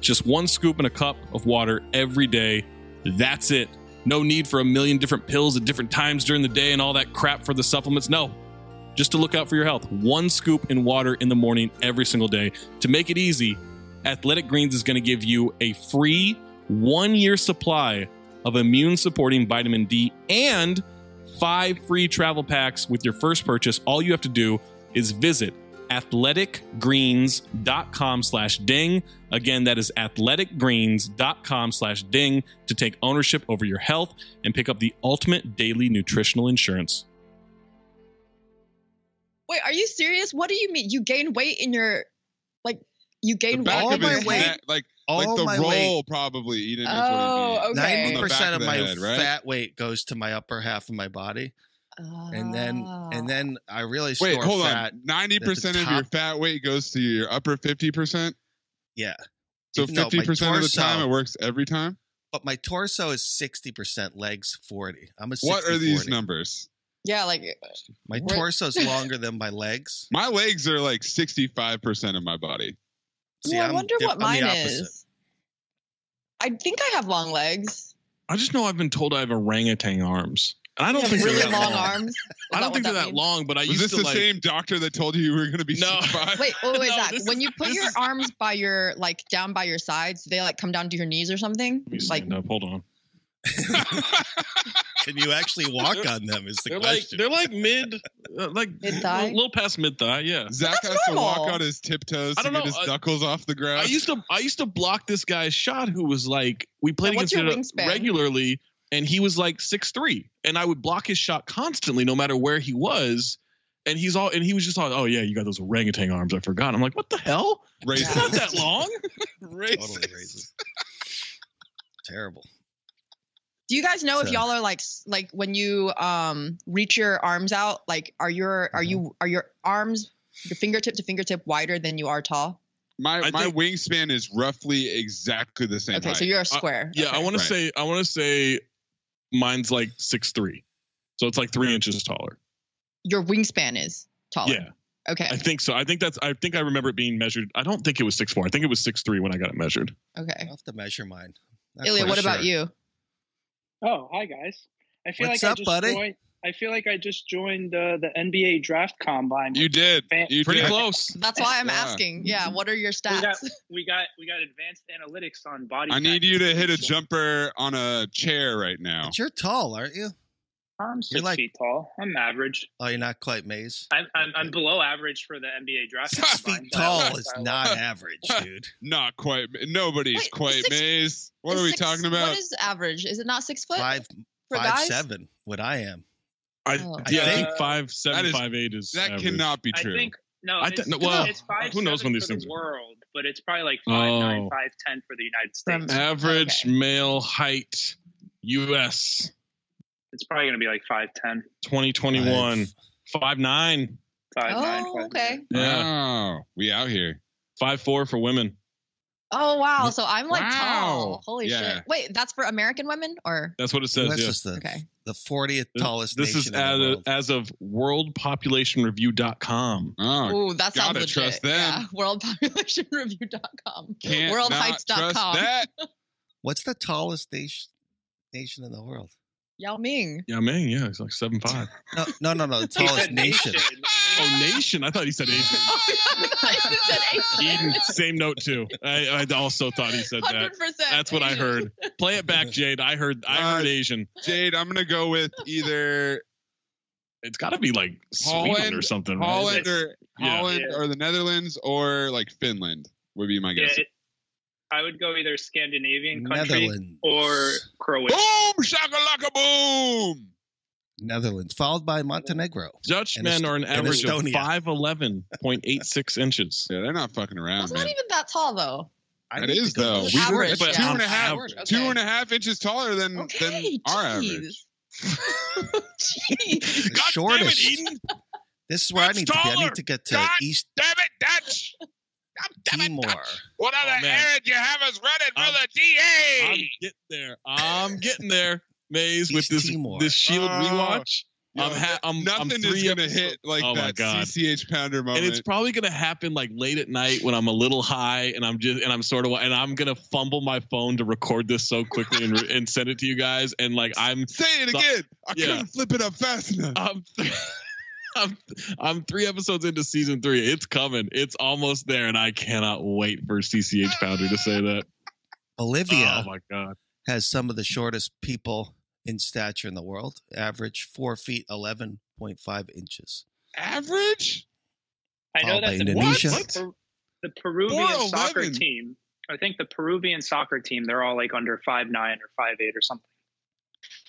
[SPEAKER 2] Just one scoop and a cup of water every day That's it. No need for a million different pills at different times during the day and all that crap for the supplements. No. Just to look out for your health. One scoop in water in the morning every single day. To make it easy, Athletic Greens is going to give you a free one year supply of immune supporting vitamin D and five free travel packs with your first purchase. All you have to do is visit athleticgreens.com slash ding. Again, that is athleticgreens.com slash ding to take ownership over your health and pick up the ultimate daily nutritional insurance.
[SPEAKER 7] Wait, are you serious? What do you mean? You gain weight in your like you gain weight
[SPEAKER 3] Back
[SPEAKER 7] in
[SPEAKER 3] of
[SPEAKER 7] your
[SPEAKER 3] his
[SPEAKER 7] weight?
[SPEAKER 3] neck, like
[SPEAKER 6] All
[SPEAKER 3] like the
[SPEAKER 6] my
[SPEAKER 3] roll
[SPEAKER 6] weight-
[SPEAKER 3] probably eating.
[SPEAKER 7] Oh,
[SPEAKER 3] is what
[SPEAKER 7] okay.
[SPEAKER 3] On
[SPEAKER 6] Ninety
[SPEAKER 3] the back
[SPEAKER 6] percent
[SPEAKER 3] of
[SPEAKER 6] of
[SPEAKER 3] the
[SPEAKER 6] my
[SPEAKER 3] head, right?
[SPEAKER 6] fat weight goes to my upper half of my body, and then
[SPEAKER 7] Ah.
[SPEAKER 6] and then I really
[SPEAKER 3] it would be. Wait,
[SPEAKER 6] store
[SPEAKER 3] hold
[SPEAKER 6] fat.
[SPEAKER 3] on. Ninety percent
[SPEAKER 6] at
[SPEAKER 3] of
[SPEAKER 6] the
[SPEAKER 3] your
[SPEAKER 6] top.
[SPEAKER 3] fat weight goes to your upper fifty percent.
[SPEAKER 6] Yeah,
[SPEAKER 3] So
[SPEAKER 6] Even though my
[SPEAKER 3] fifty percent of the
[SPEAKER 6] torso-
[SPEAKER 3] time it works every time.
[SPEAKER 6] but my torso is sixty percent, legs forty. I'm a 60,
[SPEAKER 3] What are these
[SPEAKER 6] 40.
[SPEAKER 3] numbers?
[SPEAKER 7] yeah, like
[SPEAKER 6] My
[SPEAKER 7] What-
[SPEAKER 6] torso's longer than my legs.
[SPEAKER 3] My legs are like sixty-five percent of my body.
[SPEAKER 6] See,
[SPEAKER 7] Ooh, I
[SPEAKER 6] I'm
[SPEAKER 7] wonder
[SPEAKER 6] diff-
[SPEAKER 7] what
[SPEAKER 6] I'm the
[SPEAKER 7] mine
[SPEAKER 6] opposite.
[SPEAKER 7] is. I think I have long legs.
[SPEAKER 2] I just know I've been told I have orangutan arms. And I don't
[SPEAKER 7] You have
[SPEAKER 2] think they're
[SPEAKER 7] really
[SPEAKER 2] that
[SPEAKER 7] long
[SPEAKER 2] long.
[SPEAKER 7] arms. Is
[SPEAKER 2] I
[SPEAKER 7] that
[SPEAKER 2] don't
[SPEAKER 7] what
[SPEAKER 2] think they're that
[SPEAKER 7] means?
[SPEAKER 2] long, but I
[SPEAKER 3] Was
[SPEAKER 2] used
[SPEAKER 3] this
[SPEAKER 2] to
[SPEAKER 3] the
[SPEAKER 2] like
[SPEAKER 3] same doctor that told you you were going to be
[SPEAKER 2] No.
[SPEAKER 3] 65?
[SPEAKER 7] Wait, wait, wait,
[SPEAKER 2] No,
[SPEAKER 7] Zach.
[SPEAKER 2] this
[SPEAKER 7] When
[SPEAKER 2] is-
[SPEAKER 7] you put
[SPEAKER 2] this
[SPEAKER 7] your
[SPEAKER 2] is-
[SPEAKER 7] arms by your like down by your sides, do they like come down to your knees or something?
[SPEAKER 2] Let me
[SPEAKER 7] Like
[SPEAKER 2] stand up. Hold on.
[SPEAKER 6] Can you actually walk on them? Is the
[SPEAKER 2] They're like
[SPEAKER 6] question.
[SPEAKER 2] they're like mid, uh, like
[SPEAKER 7] Mid-thigh?
[SPEAKER 2] a little past mid thigh. Yeah.
[SPEAKER 3] Zach
[SPEAKER 7] That's
[SPEAKER 3] has to walk
[SPEAKER 7] normal.
[SPEAKER 3] on his tiptoes
[SPEAKER 2] I
[SPEAKER 3] to
[SPEAKER 2] don't
[SPEAKER 3] get
[SPEAKER 2] know,
[SPEAKER 3] his
[SPEAKER 2] uh,
[SPEAKER 3] knuckles off the ground.
[SPEAKER 2] I used to I used to block this guy's shot who was like we played
[SPEAKER 7] Yeah, what's
[SPEAKER 2] against
[SPEAKER 7] your
[SPEAKER 2] him
[SPEAKER 7] wingspan?
[SPEAKER 2] regularly and he was like six three and I would block his shot constantly no matter where he was and he's all and he was just all oh yeah you got those orangutan arms I forgot I'm like what the hell it's
[SPEAKER 3] racist.
[SPEAKER 2] not that long
[SPEAKER 6] totally racist. Terrible.
[SPEAKER 7] Do you guys know if
[SPEAKER 6] So-
[SPEAKER 7] y'all are like s- like when you um reach your arms out, like are your are
[SPEAKER 6] Mm-hmm.
[SPEAKER 7] you are your arms your fingertip to fingertip wider than you are tall?
[SPEAKER 3] My
[SPEAKER 2] I
[SPEAKER 3] my
[SPEAKER 2] think-
[SPEAKER 3] wingspan is roughly exactly the same
[SPEAKER 7] Okay,
[SPEAKER 3] height.
[SPEAKER 7] so you're a square.
[SPEAKER 2] Uh, yeah I want
[SPEAKER 3] Right.
[SPEAKER 2] to say I want to say mine's like six three so it's like three inches taller
[SPEAKER 7] Your wingspan is taller.
[SPEAKER 2] yeah
[SPEAKER 7] Okay.
[SPEAKER 2] I think so I think that's I think I remember it being measured I don't think it was six four I think it was six three when I got it measured
[SPEAKER 7] okay.
[SPEAKER 6] I'll have to measure mine. Not
[SPEAKER 7] Ilya,
[SPEAKER 6] quite
[SPEAKER 7] what about
[SPEAKER 6] sure.
[SPEAKER 7] you?
[SPEAKER 1] Oh, hi guys. I feel
[SPEAKER 6] What's
[SPEAKER 1] like
[SPEAKER 6] up,
[SPEAKER 1] I just
[SPEAKER 6] buddy?
[SPEAKER 1] joined. I feel like I just joined uh, the NBA draft combine.
[SPEAKER 3] you did.
[SPEAKER 1] Fan-
[SPEAKER 3] You
[SPEAKER 2] pretty
[SPEAKER 3] did.
[SPEAKER 2] close
[SPEAKER 7] That's why I'm
[SPEAKER 3] Yeah.
[SPEAKER 7] asking.
[SPEAKER 6] Mm-hmm.
[SPEAKER 7] Yeah, what are your
[SPEAKER 1] We got
[SPEAKER 7] stats?
[SPEAKER 1] we got we got advanced analytics on body.
[SPEAKER 3] I need
[SPEAKER 1] fat
[SPEAKER 3] you to hit a
[SPEAKER 1] distribution.
[SPEAKER 3] jumper on a chair right now.
[SPEAKER 6] But you're tall, aren't you?
[SPEAKER 1] I'm 6
[SPEAKER 6] You're like-
[SPEAKER 1] feet tall. I'm average.
[SPEAKER 6] Oh, you're not quite Maze.
[SPEAKER 1] I'm I'm, I'm below average for the NBA draft.
[SPEAKER 6] Six
[SPEAKER 1] combine,
[SPEAKER 6] feet
[SPEAKER 1] but I
[SPEAKER 6] tall
[SPEAKER 1] was-
[SPEAKER 6] is
[SPEAKER 1] I was-
[SPEAKER 6] not average, dude.
[SPEAKER 3] Not quite. Nobody's
[SPEAKER 7] Wait,
[SPEAKER 3] quite
[SPEAKER 7] six-
[SPEAKER 3] Maze. What
[SPEAKER 7] Is
[SPEAKER 3] are we
[SPEAKER 7] six-
[SPEAKER 3] talking about?
[SPEAKER 7] What is average? Is it not six foot?
[SPEAKER 6] Five,
[SPEAKER 7] for
[SPEAKER 6] five,
[SPEAKER 7] guys?
[SPEAKER 6] seven. What I am.
[SPEAKER 2] I,
[SPEAKER 7] Oh.
[SPEAKER 6] I
[SPEAKER 2] yeah, I think
[SPEAKER 1] think-
[SPEAKER 2] five seven
[SPEAKER 3] That is-
[SPEAKER 2] five eight is
[SPEAKER 3] that
[SPEAKER 2] average.
[SPEAKER 3] cannot be
[SPEAKER 1] I
[SPEAKER 3] true.
[SPEAKER 1] think no.
[SPEAKER 2] I
[SPEAKER 1] it's,
[SPEAKER 2] don't know- well,
[SPEAKER 1] it's five,
[SPEAKER 2] who knows
[SPEAKER 1] seven
[SPEAKER 2] when these
[SPEAKER 1] for
[SPEAKER 2] things
[SPEAKER 1] the
[SPEAKER 2] are.
[SPEAKER 1] world, but it's probably like five nine,
[SPEAKER 2] Oh.
[SPEAKER 1] five ten for the United States.
[SPEAKER 2] average
[SPEAKER 7] Okay.
[SPEAKER 2] male height U.S.
[SPEAKER 1] It's probably gonna be like five ten,
[SPEAKER 2] 2021
[SPEAKER 6] Five.
[SPEAKER 2] five nine
[SPEAKER 1] five
[SPEAKER 3] mm,
[SPEAKER 1] nine.
[SPEAKER 7] oh, okay.
[SPEAKER 2] yeah
[SPEAKER 3] Wow. Oh, We out here.
[SPEAKER 2] five four for women.
[SPEAKER 7] Oh wow. So I'm like
[SPEAKER 3] Wow.
[SPEAKER 7] tall. Holy
[SPEAKER 3] Yeah.
[SPEAKER 7] shit. Wait, that's for American women or
[SPEAKER 2] That's what it
[SPEAKER 6] So
[SPEAKER 2] says.
[SPEAKER 6] that's
[SPEAKER 2] yeah.
[SPEAKER 6] just the
[SPEAKER 7] Okay.
[SPEAKER 6] the 40th
[SPEAKER 2] This-
[SPEAKER 6] tallest
[SPEAKER 2] This is
[SPEAKER 6] nation in the
[SPEAKER 2] as,
[SPEAKER 6] world.
[SPEAKER 2] as of worldpopulationreview.com.
[SPEAKER 3] Oh,
[SPEAKER 7] Ooh, that sounds
[SPEAKER 3] gotta
[SPEAKER 7] legit.
[SPEAKER 3] trust them.
[SPEAKER 7] Yeah. Worldpopulationreview.com.
[SPEAKER 3] can't not trust
[SPEAKER 7] Worldheights.com.
[SPEAKER 3] that.
[SPEAKER 6] What's the tallest nation nation in the world?
[SPEAKER 7] Yao Ming.
[SPEAKER 2] Yeah, man. Yeah, it's like seven five.
[SPEAKER 6] No, no, no, no. The
[SPEAKER 1] He said
[SPEAKER 6] tallest nation.
[SPEAKER 2] oh, nation. I thought he said Asian. Eden, same note too. I, I also thought he said that.
[SPEAKER 7] Hundred percent.
[SPEAKER 2] That's what I heard. Play it back, Jade. I heard. I heard Asian.
[SPEAKER 3] Jade, I'm gonna go with either
[SPEAKER 2] It's got to be like Sweden
[SPEAKER 3] Holland-
[SPEAKER 2] or something. right?
[SPEAKER 3] Holland or
[SPEAKER 2] Yeah.
[SPEAKER 3] Holland
[SPEAKER 1] Yeah.
[SPEAKER 3] or the Netherlands or like Finland would be my
[SPEAKER 1] Yeah,
[SPEAKER 3] guess.
[SPEAKER 1] it, I would go either Scandinavian country
[SPEAKER 6] Netherlands.
[SPEAKER 1] or Croatia.
[SPEAKER 2] Oh,
[SPEAKER 3] boom! Shakalaka boom!
[SPEAKER 6] Netherlands, followed by Montenegro.
[SPEAKER 2] Dutch
[SPEAKER 6] And
[SPEAKER 2] men
[SPEAKER 6] Est-
[SPEAKER 2] are an
[SPEAKER 6] and
[SPEAKER 2] average of
[SPEAKER 6] Estonia.
[SPEAKER 2] five eleven point eight six inches.
[SPEAKER 3] Yeah, they're not fucking around,
[SPEAKER 7] That's not
[SPEAKER 3] man. Oh,
[SPEAKER 7] even that tall though.
[SPEAKER 6] I
[SPEAKER 3] That
[SPEAKER 6] need to
[SPEAKER 3] is,
[SPEAKER 6] go to
[SPEAKER 3] though.
[SPEAKER 6] the
[SPEAKER 7] We
[SPEAKER 6] shore.
[SPEAKER 7] were-
[SPEAKER 6] It's
[SPEAKER 7] but
[SPEAKER 6] just
[SPEAKER 3] two and a
[SPEAKER 6] short.
[SPEAKER 3] half-
[SPEAKER 6] Short.
[SPEAKER 7] Okay.
[SPEAKER 3] Two and a half inches taller than
[SPEAKER 7] Okay.
[SPEAKER 3] than our average.
[SPEAKER 7] Jeez. Jeez.
[SPEAKER 6] The shortest.
[SPEAKER 2] Eden.
[SPEAKER 6] This is where I
[SPEAKER 3] It's
[SPEAKER 6] need to be. I
[SPEAKER 3] taller.
[SPEAKER 6] need to get to
[SPEAKER 3] God
[SPEAKER 6] East
[SPEAKER 3] Damn it, Dutch!
[SPEAKER 6] Timor.
[SPEAKER 3] What
[SPEAKER 2] other Oh, man.
[SPEAKER 3] you have us running
[SPEAKER 2] for I'm-
[SPEAKER 3] the
[SPEAKER 2] I'm getting there. I'm getting there. Maze with
[SPEAKER 6] East
[SPEAKER 2] this
[SPEAKER 6] Timor.
[SPEAKER 2] this shield
[SPEAKER 3] Oh.
[SPEAKER 2] rewatch. I'm, ha- I'm
[SPEAKER 3] nothing
[SPEAKER 2] I'm
[SPEAKER 3] is
[SPEAKER 2] three
[SPEAKER 3] gonna
[SPEAKER 2] episodes-
[SPEAKER 3] hit like
[SPEAKER 2] Oh my
[SPEAKER 3] that
[SPEAKER 2] God.
[SPEAKER 3] CCH Pounder moment.
[SPEAKER 2] and it's probably gonna happen like late at night when I'm a little high and I'm just and I'm sort of and I'm gonna fumble my phone to record this so quickly and, and send it to you guys and like I'm
[SPEAKER 3] Say it
[SPEAKER 2] so-
[SPEAKER 3] again. I
[SPEAKER 2] yeah.
[SPEAKER 3] couldn't flip it up fast enough.
[SPEAKER 2] I'm I'm I'm three episodes into season three. It's coming. It's almost there, and I cannot wait for CCH Pounder to say that.
[SPEAKER 6] Bolivia
[SPEAKER 2] Oh my god.
[SPEAKER 6] has some of the shortest people in stature in the world, average four feet eleven point five inches.
[SPEAKER 3] Average?
[SPEAKER 1] I know
[SPEAKER 6] Oh,
[SPEAKER 1] that
[SPEAKER 6] by
[SPEAKER 1] the,
[SPEAKER 6] Indonesia?
[SPEAKER 1] the Per- the Peruvian
[SPEAKER 3] 4'11.
[SPEAKER 1] soccer team. I think the Peruvian soccer team. They're all like under five nine or five eight or something.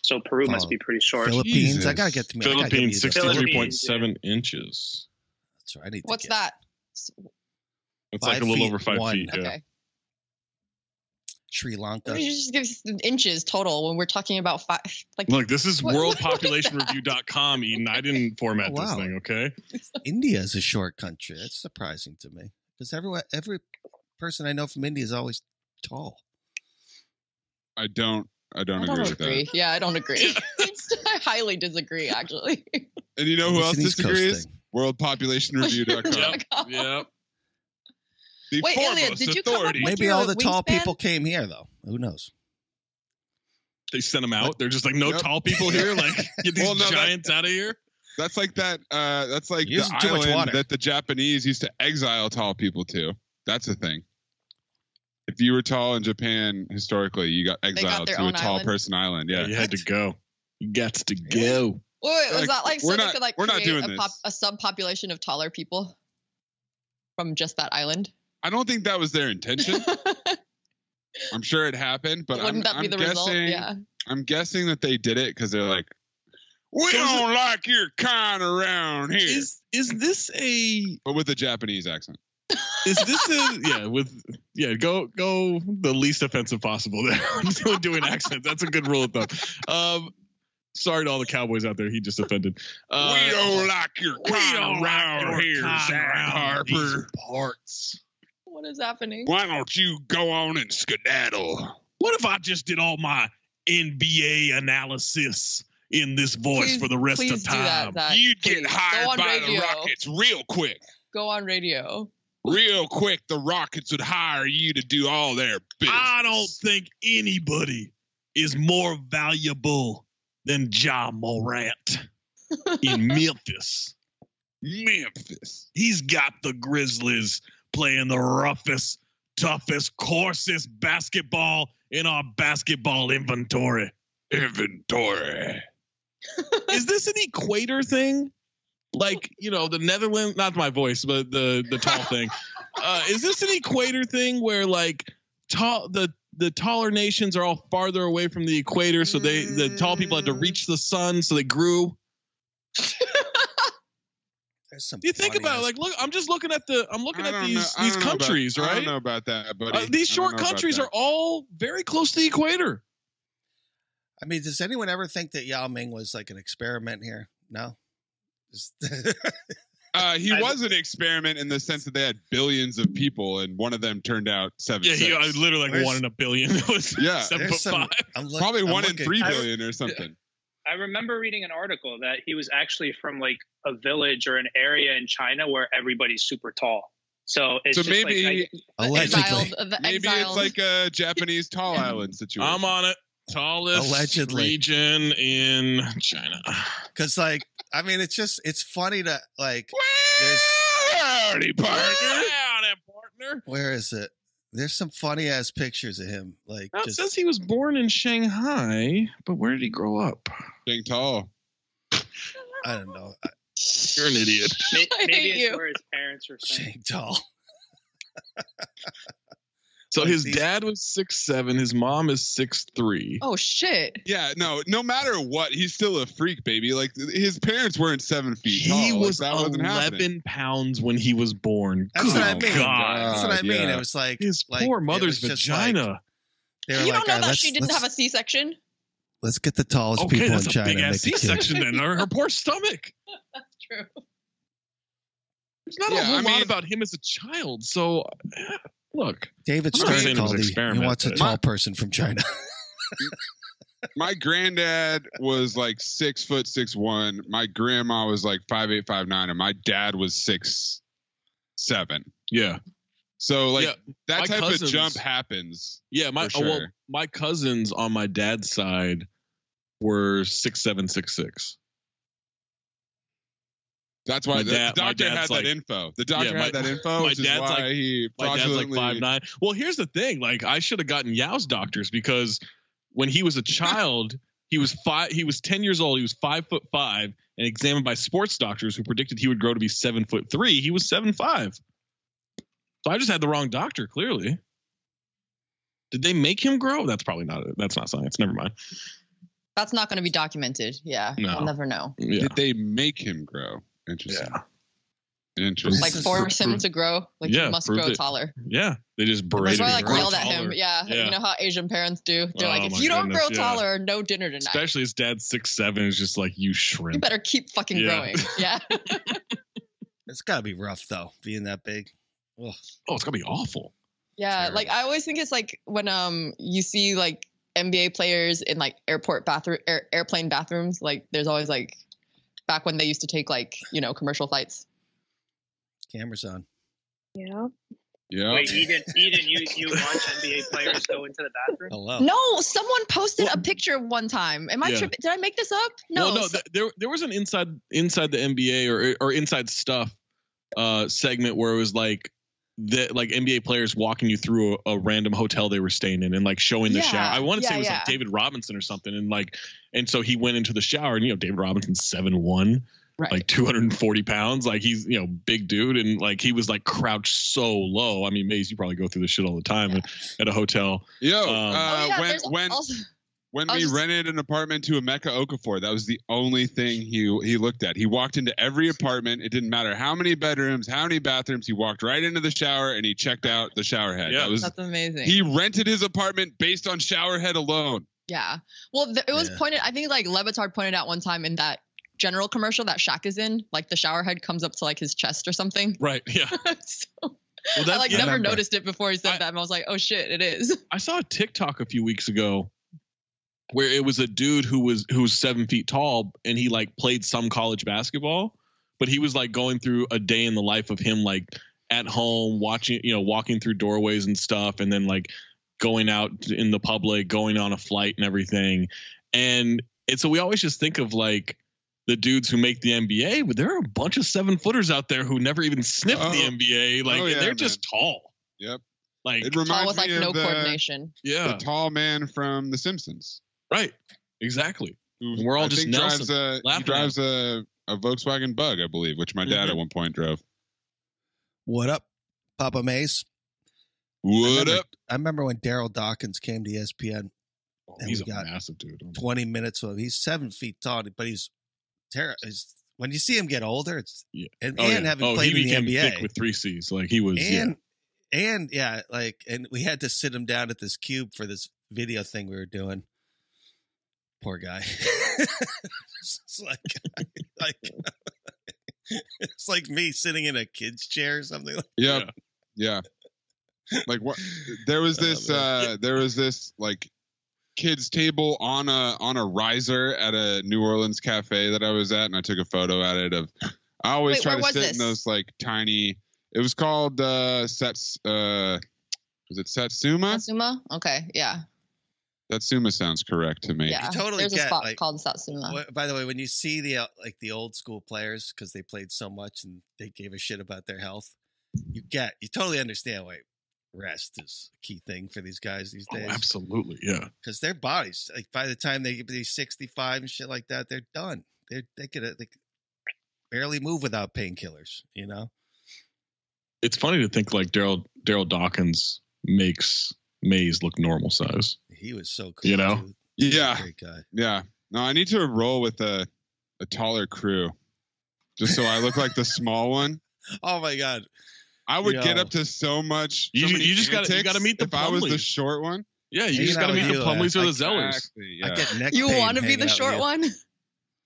[SPEAKER 1] So Peru must
[SPEAKER 6] Oh,
[SPEAKER 1] be pretty short.
[SPEAKER 6] Philippines. I gotta get to me. I gotta get me
[SPEAKER 2] Philippines,
[SPEAKER 6] those.
[SPEAKER 2] sixty-three point seven inches.
[SPEAKER 6] That's right. I need to
[SPEAKER 7] What's
[SPEAKER 6] get-
[SPEAKER 7] that?
[SPEAKER 2] It's like
[SPEAKER 6] Five
[SPEAKER 2] a little
[SPEAKER 6] feet,
[SPEAKER 2] over five
[SPEAKER 6] one.
[SPEAKER 2] feet. Yeah.
[SPEAKER 7] Okay.
[SPEAKER 6] Sri Lanka.
[SPEAKER 7] Maybe you just give us inches total when we're talking about five. Like
[SPEAKER 2] Look, this is
[SPEAKER 7] What- what was
[SPEAKER 2] worldpopulationreview.com, Eden. I didn't format
[SPEAKER 6] Oh, wow.
[SPEAKER 2] this thing, okay?
[SPEAKER 6] India is a short country. That's surprising to me because everyone, every person I know from India is always tall.
[SPEAKER 3] I don't. I don't
[SPEAKER 7] I
[SPEAKER 3] agree
[SPEAKER 7] don't
[SPEAKER 3] with
[SPEAKER 7] agree. Yeah, I don't agree. I highly disagree, actually.
[SPEAKER 3] that. And you know who
[SPEAKER 6] It's
[SPEAKER 3] else
[SPEAKER 6] an East Coast
[SPEAKER 3] disagrees?
[SPEAKER 6] thing.
[SPEAKER 7] Oh
[SPEAKER 3] WorldPopulationReview.com.
[SPEAKER 2] Yep. yep.
[SPEAKER 3] the
[SPEAKER 7] Wait,
[SPEAKER 3] foremost
[SPEAKER 7] Elliot, did you come up
[SPEAKER 3] authority.
[SPEAKER 7] with-
[SPEAKER 6] Maybe
[SPEAKER 7] your
[SPEAKER 6] all the tall
[SPEAKER 7] wingspan?
[SPEAKER 6] people came here though. Who knows?
[SPEAKER 2] They sent them out. They're just like, no
[SPEAKER 3] Yep.
[SPEAKER 2] tall people here. Like, get these
[SPEAKER 3] Well, no, that-
[SPEAKER 2] giants out of here.
[SPEAKER 3] That's like that. Uh, that's like the
[SPEAKER 6] Using too much
[SPEAKER 3] island
[SPEAKER 6] water.
[SPEAKER 3] that the Japanese used to exile tall people to. That's a thing. If you were tall in Japan historically, you got
[SPEAKER 7] got
[SPEAKER 3] exiled
[SPEAKER 7] their
[SPEAKER 3] to a
[SPEAKER 7] own
[SPEAKER 3] tall
[SPEAKER 7] island?
[SPEAKER 3] person island. Yeah,
[SPEAKER 2] You had to go. You got to go.
[SPEAKER 7] Wait, wait, was
[SPEAKER 3] Like,
[SPEAKER 7] that like so
[SPEAKER 3] we're
[SPEAKER 7] they
[SPEAKER 3] not-
[SPEAKER 7] could like
[SPEAKER 3] we're not
[SPEAKER 7] create
[SPEAKER 3] doing
[SPEAKER 7] a, pop,
[SPEAKER 3] this.
[SPEAKER 7] a subpopulation of taller people from just that island?
[SPEAKER 3] I don't think that was their intention. I'm sure it happened, but
[SPEAKER 7] Wouldn't
[SPEAKER 3] I'm,
[SPEAKER 7] that be
[SPEAKER 3] I'm
[SPEAKER 7] the result?
[SPEAKER 3] guessing.
[SPEAKER 7] Yeah.
[SPEAKER 3] I'm guessing that they did it because they're like, we
[SPEAKER 2] So is
[SPEAKER 3] don't like your kind around here,
[SPEAKER 2] Is is this a
[SPEAKER 3] but with a Japanese accent.
[SPEAKER 2] is this a yeah with yeah go go the least offensive possible there When doing accents that's a good rule of thumb um sorry to all the cowboys out there he just offended uh,
[SPEAKER 3] we don't like your
[SPEAKER 2] we
[SPEAKER 3] kind
[SPEAKER 2] don't like
[SPEAKER 3] around
[SPEAKER 2] your
[SPEAKER 3] here,
[SPEAKER 2] kind
[SPEAKER 3] Zach
[SPEAKER 2] around these
[SPEAKER 3] Harper.
[SPEAKER 2] parts
[SPEAKER 7] What is happening?
[SPEAKER 3] Why don't you go on and skedaddle?
[SPEAKER 2] what if i just did all my nba analysis in this voice
[SPEAKER 7] Please-
[SPEAKER 2] for the rest
[SPEAKER 7] please
[SPEAKER 2] of
[SPEAKER 7] do that,
[SPEAKER 2] time
[SPEAKER 7] Zach.
[SPEAKER 3] You'd
[SPEAKER 7] Please,
[SPEAKER 3] get
[SPEAKER 7] go
[SPEAKER 3] hired
[SPEAKER 7] on
[SPEAKER 3] by the
[SPEAKER 7] radio.
[SPEAKER 3] Rockets real quick.
[SPEAKER 7] Go on radio.
[SPEAKER 3] Real quick, the Rockets would hire you to do all their business.
[SPEAKER 2] i don't think anybody is more valuable than ja morant in memphis
[SPEAKER 3] Memphis.
[SPEAKER 2] He's got the Grizzlies playing the roughest, toughest, coarsest basketball in our basketball inventory.
[SPEAKER 3] Inventory.
[SPEAKER 2] Is this an equator thing? Like, you know, the Netherlands, not my voice, but the the tall thing. Uh, is this an equator thing where like tall the the taller nations are all farther away from the equator, so they the tall people
[SPEAKER 6] Mm.
[SPEAKER 2] had to reach the sun, so they grew.
[SPEAKER 6] There's some.
[SPEAKER 2] You think
[SPEAKER 6] funny
[SPEAKER 2] about it,
[SPEAKER 6] ass-
[SPEAKER 2] like look, I'm just looking at the I'm looking
[SPEAKER 3] I
[SPEAKER 2] at
[SPEAKER 3] don't
[SPEAKER 2] these
[SPEAKER 3] know- I
[SPEAKER 2] these
[SPEAKER 3] don't know about-
[SPEAKER 2] countries,
[SPEAKER 3] I
[SPEAKER 2] right?
[SPEAKER 3] don't know about that, buddy.
[SPEAKER 2] Uh, these
[SPEAKER 3] I don't
[SPEAKER 2] short
[SPEAKER 3] know about
[SPEAKER 2] countries
[SPEAKER 3] that.
[SPEAKER 2] are all very close to the equator.
[SPEAKER 6] I mean, does anyone ever think that Yao Ming was like an experiment here? No. Just-
[SPEAKER 3] Uh, he
[SPEAKER 1] I-
[SPEAKER 3] was an experiment in the sense that they had billions of people, and one of them turned out seven.
[SPEAKER 2] Yeah, he,
[SPEAKER 3] six.
[SPEAKER 2] uh, I was literally like
[SPEAKER 6] Where's-
[SPEAKER 2] one in a billion. It was
[SPEAKER 3] Yeah.
[SPEAKER 2] seven foot
[SPEAKER 6] There's some-
[SPEAKER 2] five.
[SPEAKER 6] I'm look-
[SPEAKER 3] probably
[SPEAKER 6] I'm
[SPEAKER 3] one in
[SPEAKER 6] looking-
[SPEAKER 3] three
[SPEAKER 1] I-
[SPEAKER 3] billion or something.
[SPEAKER 1] I remember reading an article that he was actually from like a village or an area in China where everybody's super tall. So it's
[SPEAKER 3] So
[SPEAKER 1] just
[SPEAKER 3] maybe-
[SPEAKER 1] like I,
[SPEAKER 6] Allegedly.
[SPEAKER 7] Exiled, uh, the
[SPEAKER 3] Maybe
[SPEAKER 7] exiled.
[SPEAKER 3] it's like a Japanese tall island situation.
[SPEAKER 2] I'm on it. Tallest
[SPEAKER 6] Allegedly.
[SPEAKER 2] region in China.
[SPEAKER 6] Because like, I mean, it's just it's funny to like.
[SPEAKER 3] Howdy, partner.
[SPEAKER 2] Howdy, partner.
[SPEAKER 6] Where is it? There's some funny ass pictures of him. Like,
[SPEAKER 2] Now, it
[SPEAKER 6] just
[SPEAKER 2] says he was born in Shanghai, but where did he grow up?
[SPEAKER 3] Being tall.
[SPEAKER 6] I don't know, uh,
[SPEAKER 2] You're an idiot.
[SPEAKER 1] may-
[SPEAKER 7] I
[SPEAKER 1] maybe
[SPEAKER 7] hate
[SPEAKER 1] it's
[SPEAKER 7] you.
[SPEAKER 1] where his parents are from.
[SPEAKER 6] Shang Tall.
[SPEAKER 2] So
[SPEAKER 6] Like
[SPEAKER 2] his
[SPEAKER 6] these-
[SPEAKER 2] dad was six seven. His mom is six three.
[SPEAKER 7] Oh shit.
[SPEAKER 3] Yeah, no, no matter what, he's still a freak, baby. Like his parents weren't seven feet tall.
[SPEAKER 2] He
[SPEAKER 3] Like,
[SPEAKER 2] was
[SPEAKER 3] that wasn't happening.
[SPEAKER 2] eleven pounds when he was born.
[SPEAKER 6] That's what I
[SPEAKER 2] Good
[SPEAKER 6] mean.
[SPEAKER 2] Oh, God.
[SPEAKER 6] That's what I mean.
[SPEAKER 3] yeah.
[SPEAKER 6] It was like
[SPEAKER 2] His
[SPEAKER 6] like,
[SPEAKER 2] poor
[SPEAKER 6] it
[SPEAKER 2] mother's
[SPEAKER 6] was just like-
[SPEAKER 2] vagina.
[SPEAKER 6] they
[SPEAKER 7] You
[SPEAKER 6] were like, uh,
[SPEAKER 7] don't know
[SPEAKER 6] "All right,
[SPEAKER 7] that
[SPEAKER 6] let's-
[SPEAKER 7] she didn't
[SPEAKER 6] let's-
[SPEAKER 7] have a C-section?
[SPEAKER 6] Let's get the tallest
[SPEAKER 2] okay,
[SPEAKER 6] people in
[SPEAKER 2] that's a
[SPEAKER 6] China.
[SPEAKER 2] big
[SPEAKER 6] and
[SPEAKER 2] ass
[SPEAKER 6] make a kid.
[SPEAKER 2] C-section then. Her, her poor stomach.
[SPEAKER 7] True.
[SPEAKER 2] There's not
[SPEAKER 3] Yeah,
[SPEAKER 2] a whole
[SPEAKER 3] I
[SPEAKER 2] lot
[SPEAKER 3] mean-
[SPEAKER 2] about him as a child. So, eh, look,
[SPEAKER 6] David
[SPEAKER 2] I'm not saying
[SPEAKER 6] Stern
[SPEAKER 2] it was
[SPEAKER 6] called
[SPEAKER 2] an
[SPEAKER 6] he, he
[SPEAKER 2] experiment,
[SPEAKER 6] wants a
[SPEAKER 2] but-
[SPEAKER 6] tall person from China.
[SPEAKER 3] my granddad was like six foot six one. My grandma was like five eight five nine, and my dad was six seven.
[SPEAKER 11] Yeah.
[SPEAKER 3] So like
[SPEAKER 2] Yeah,
[SPEAKER 3] that
[SPEAKER 2] my
[SPEAKER 3] type
[SPEAKER 2] cousins-
[SPEAKER 3] of jump happens.
[SPEAKER 11] Yeah,
[SPEAKER 2] my
[SPEAKER 3] for
[SPEAKER 2] oh, well,
[SPEAKER 3] sure.
[SPEAKER 2] my cousins on my dad's side were six seven six six.
[SPEAKER 3] That's why
[SPEAKER 2] My
[SPEAKER 3] the
[SPEAKER 2] dad- my
[SPEAKER 3] doctor
[SPEAKER 2] dad's
[SPEAKER 3] had that
[SPEAKER 2] like-
[SPEAKER 3] info. The doctor
[SPEAKER 2] Yeah, my-
[SPEAKER 3] had that info,
[SPEAKER 2] my
[SPEAKER 3] which is why
[SPEAKER 2] dad's like-
[SPEAKER 3] he
[SPEAKER 2] My dad's like
[SPEAKER 3] fraudulently-
[SPEAKER 2] five nine. Well, here's the thing: like I should have gotten Yao's doctors because when he was a child, he was five. He was ten years old. He was five foot five, and examined by sports doctors who predicted he would grow to be seven foot three. He was seven five. So I just had the wrong doctor. Clearly, did they make him grow? That's probably not. That's not science. Never mind.
[SPEAKER 7] That's not going to be documented. Yeah,
[SPEAKER 2] No.
[SPEAKER 7] we'll never know.
[SPEAKER 2] Yeah.
[SPEAKER 3] Did they make him grow? Interesting. Interesting.
[SPEAKER 7] Like force him to grow. Like
[SPEAKER 2] Yeah,
[SPEAKER 7] he must
[SPEAKER 2] prove
[SPEAKER 7] grow
[SPEAKER 2] it.
[SPEAKER 7] taller.
[SPEAKER 2] Yeah, they just
[SPEAKER 7] That's
[SPEAKER 2] berated
[SPEAKER 7] why I
[SPEAKER 2] him.
[SPEAKER 7] like
[SPEAKER 2] Grow
[SPEAKER 7] yelled at him.
[SPEAKER 2] taller.
[SPEAKER 7] Yeah. you know how Asian parents do. They're
[SPEAKER 2] Oh,
[SPEAKER 7] like, if
[SPEAKER 2] my
[SPEAKER 7] you don't
[SPEAKER 2] goodness,
[SPEAKER 7] grow
[SPEAKER 2] yeah.
[SPEAKER 7] taller, no dinner tonight.
[SPEAKER 2] Especially his dad's six seven is just like you shrimp.
[SPEAKER 7] you better keep fucking
[SPEAKER 2] Yeah.
[SPEAKER 7] growing. Yeah.
[SPEAKER 6] It's got to be rough though, being that big. Ugh.
[SPEAKER 2] Oh, it's gonna be awful.
[SPEAKER 7] Yeah, like I always think it's like when um you see like NBA players in like airport bathroom air, airplane bathrooms like there's always like back when they used to take like you know commercial flights.
[SPEAKER 6] Cameras on.
[SPEAKER 7] Yeah.
[SPEAKER 3] Yeah.
[SPEAKER 1] Wait, Eden, Eden, you you watch NBA players go into the bathroom?
[SPEAKER 6] Hello.
[SPEAKER 7] No, someone posted a picture one time. Am I
[SPEAKER 2] Yeah.
[SPEAKER 7] tripping? Did I make this up? No.
[SPEAKER 2] Well, no, th- there there was an inside inside the NBA or or inside stuff uh segment where it was like that like NBA players walking you through a, a random hotel they were staying in and like showing the
[SPEAKER 7] Yeah,
[SPEAKER 2] shower. I want to say
[SPEAKER 7] yeah,
[SPEAKER 2] it was
[SPEAKER 7] yeah.
[SPEAKER 2] like David Robinson or something and like and so he went into the shower and you know David Robinson's seven one.
[SPEAKER 7] Right.
[SPEAKER 2] Like 240 pounds, like he's you know big dude, and like he was like crouched so low. I mean, Maze, you probably go through this shit all the time at a hotel.
[SPEAKER 3] Yo,
[SPEAKER 2] Um,
[SPEAKER 3] uh,
[SPEAKER 7] oh, yeah,
[SPEAKER 3] when
[SPEAKER 7] there's
[SPEAKER 3] when
[SPEAKER 7] also-
[SPEAKER 3] when
[SPEAKER 7] I was
[SPEAKER 3] we
[SPEAKER 7] just-
[SPEAKER 3] rented an apartment to Emeka Okafor, that was the only thing he he looked at. He walked into every apartment. It didn't matter how many bedrooms, how many bathrooms. He walked right into the shower and he checked out the shower head.
[SPEAKER 2] Yeah.
[SPEAKER 3] That was
[SPEAKER 7] that's amazing.
[SPEAKER 3] he rented his apartment based on shower head alone.
[SPEAKER 7] Yeah. Well, th- it was
[SPEAKER 6] Yeah.
[SPEAKER 7] pointed. I think like Levitard pointed out one time in that general commercial that Shaq is in, like the shower head comes up to like his chest or something.
[SPEAKER 2] Right. Yeah.
[SPEAKER 7] so,
[SPEAKER 2] Well,
[SPEAKER 7] I
[SPEAKER 2] that-
[SPEAKER 7] like
[SPEAKER 2] yeah.
[SPEAKER 7] never
[SPEAKER 2] Remember.
[SPEAKER 7] noticed it before he said that, and I was like, oh shit, it is.
[SPEAKER 2] I saw a TikTok a few weeks ago where it was a dude who was who was seven feet tall and he like played some college basketball, but he was like going through a day in the life of him like at home watching you know walking through doorways and stuff and then like going out in the public going on a flight and everything and and so we always just think of like the dudes who make the NBA but there are a bunch of seven footers out there who never even sniff
[SPEAKER 3] Oh.
[SPEAKER 2] the NBA like
[SPEAKER 3] Oh,
[SPEAKER 2] and
[SPEAKER 3] yeah,
[SPEAKER 2] they're
[SPEAKER 3] man.
[SPEAKER 2] just tall
[SPEAKER 3] Yep.
[SPEAKER 2] like
[SPEAKER 3] It
[SPEAKER 7] Tall
[SPEAKER 3] reminds
[SPEAKER 7] with like
[SPEAKER 3] me
[SPEAKER 7] no
[SPEAKER 3] of the,
[SPEAKER 7] coordination.
[SPEAKER 2] yeah
[SPEAKER 3] the tall man from The Simpsons.
[SPEAKER 2] Right. Exactly.
[SPEAKER 3] who
[SPEAKER 2] And we're all
[SPEAKER 3] I
[SPEAKER 2] just
[SPEAKER 3] think
[SPEAKER 2] Nelson
[SPEAKER 3] drives a he
[SPEAKER 2] laughing
[SPEAKER 3] drives a, a Volkswagen Bug, I believe, which my dad
[SPEAKER 2] Mhm.
[SPEAKER 3] at one point drove.
[SPEAKER 6] What up, Papa Mace? I
[SPEAKER 3] What
[SPEAKER 6] remember-
[SPEAKER 3] up?
[SPEAKER 6] I remember when Daryl Dawkins came to E ESPN.
[SPEAKER 2] Oh,
[SPEAKER 6] And
[SPEAKER 2] he's
[SPEAKER 6] we
[SPEAKER 2] a
[SPEAKER 6] got-
[SPEAKER 2] massive dude. Oh,
[SPEAKER 6] Twenty minutes of him. He's seven feet tall, but he's terrible. When you see him get older, it's
[SPEAKER 2] Yeah.
[SPEAKER 6] and,
[SPEAKER 2] yeah.
[SPEAKER 6] and having
[SPEAKER 2] oh,
[SPEAKER 6] played
[SPEAKER 2] he became
[SPEAKER 6] in the NBA,
[SPEAKER 2] thick with three C's. Like he was. yeah.
[SPEAKER 6] and and yeah, like and we had to sit him down at this cube for this video thing we were doing. Poor guy. it's like like it's like me sitting in a kid's chair or something. Like,
[SPEAKER 3] Yep. Yeah. Like what? There was
[SPEAKER 2] Oh,
[SPEAKER 3] this.
[SPEAKER 2] man.
[SPEAKER 3] uh There was this like kids table on a on a riser at a New Orleans cafe that I was at, and I took a photo at it of. I always
[SPEAKER 7] Wait,
[SPEAKER 3] try
[SPEAKER 7] where
[SPEAKER 3] to
[SPEAKER 7] was
[SPEAKER 3] sit in
[SPEAKER 7] this?
[SPEAKER 3] those like tiny. It was called uh Sats. Uh, was it Satsuma?
[SPEAKER 7] Satsuma? Okay, yeah.
[SPEAKER 3] Satsuma sounds correct to me.
[SPEAKER 7] Yeah.
[SPEAKER 6] totally
[SPEAKER 7] There's
[SPEAKER 6] get,
[SPEAKER 7] a spot
[SPEAKER 6] like,
[SPEAKER 7] called Satsuma.
[SPEAKER 6] Wh- By the way, when you see the uh, like the old school players because they played so much and they gave a shit about their health, you get you totally understand why rest is a key thing for these guys these
[SPEAKER 2] Oh,
[SPEAKER 6] days
[SPEAKER 2] absolutely. Yeah.
[SPEAKER 6] because their bodies like by the time they get to be 65 and shit like that they're done they're they could uh, like barely move without painkillers you know
[SPEAKER 2] It's funny to think like Daryl Daryl Dawkins makes Maze look normal size.
[SPEAKER 6] he was so cool
[SPEAKER 2] You know?
[SPEAKER 6] dude. He was a
[SPEAKER 3] Yeah.
[SPEAKER 6] great guy
[SPEAKER 3] Yeah. No, I need to roll with a a taller crew, just so I look like the small one.
[SPEAKER 6] oh my god
[SPEAKER 3] I would get
[SPEAKER 6] Yo.
[SPEAKER 3] up to so much.
[SPEAKER 2] You-
[SPEAKER 3] so many
[SPEAKER 2] you just gotta- you
[SPEAKER 3] antics
[SPEAKER 2] gotta meet the
[SPEAKER 3] If I was the
[SPEAKER 2] Plumleys.
[SPEAKER 3] short one,
[SPEAKER 2] Yeah. You
[SPEAKER 6] Hanging
[SPEAKER 2] just
[SPEAKER 6] out
[SPEAKER 2] got to
[SPEAKER 6] with
[SPEAKER 2] meet the
[SPEAKER 6] you,
[SPEAKER 2] Plumleys or
[SPEAKER 6] uh,
[SPEAKER 2] the Zellers.
[SPEAKER 3] Exactly,
[SPEAKER 6] i
[SPEAKER 3] yeah.
[SPEAKER 6] get neck
[SPEAKER 7] You
[SPEAKER 6] pain
[SPEAKER 7] want to be
[SPEAKER 6] hanging out
[SPEAKER 7] the
[SPEAKER 6] with
[SPEAKER 7] short
[SPEAKER 6] you.
[SPEAKER 7] one?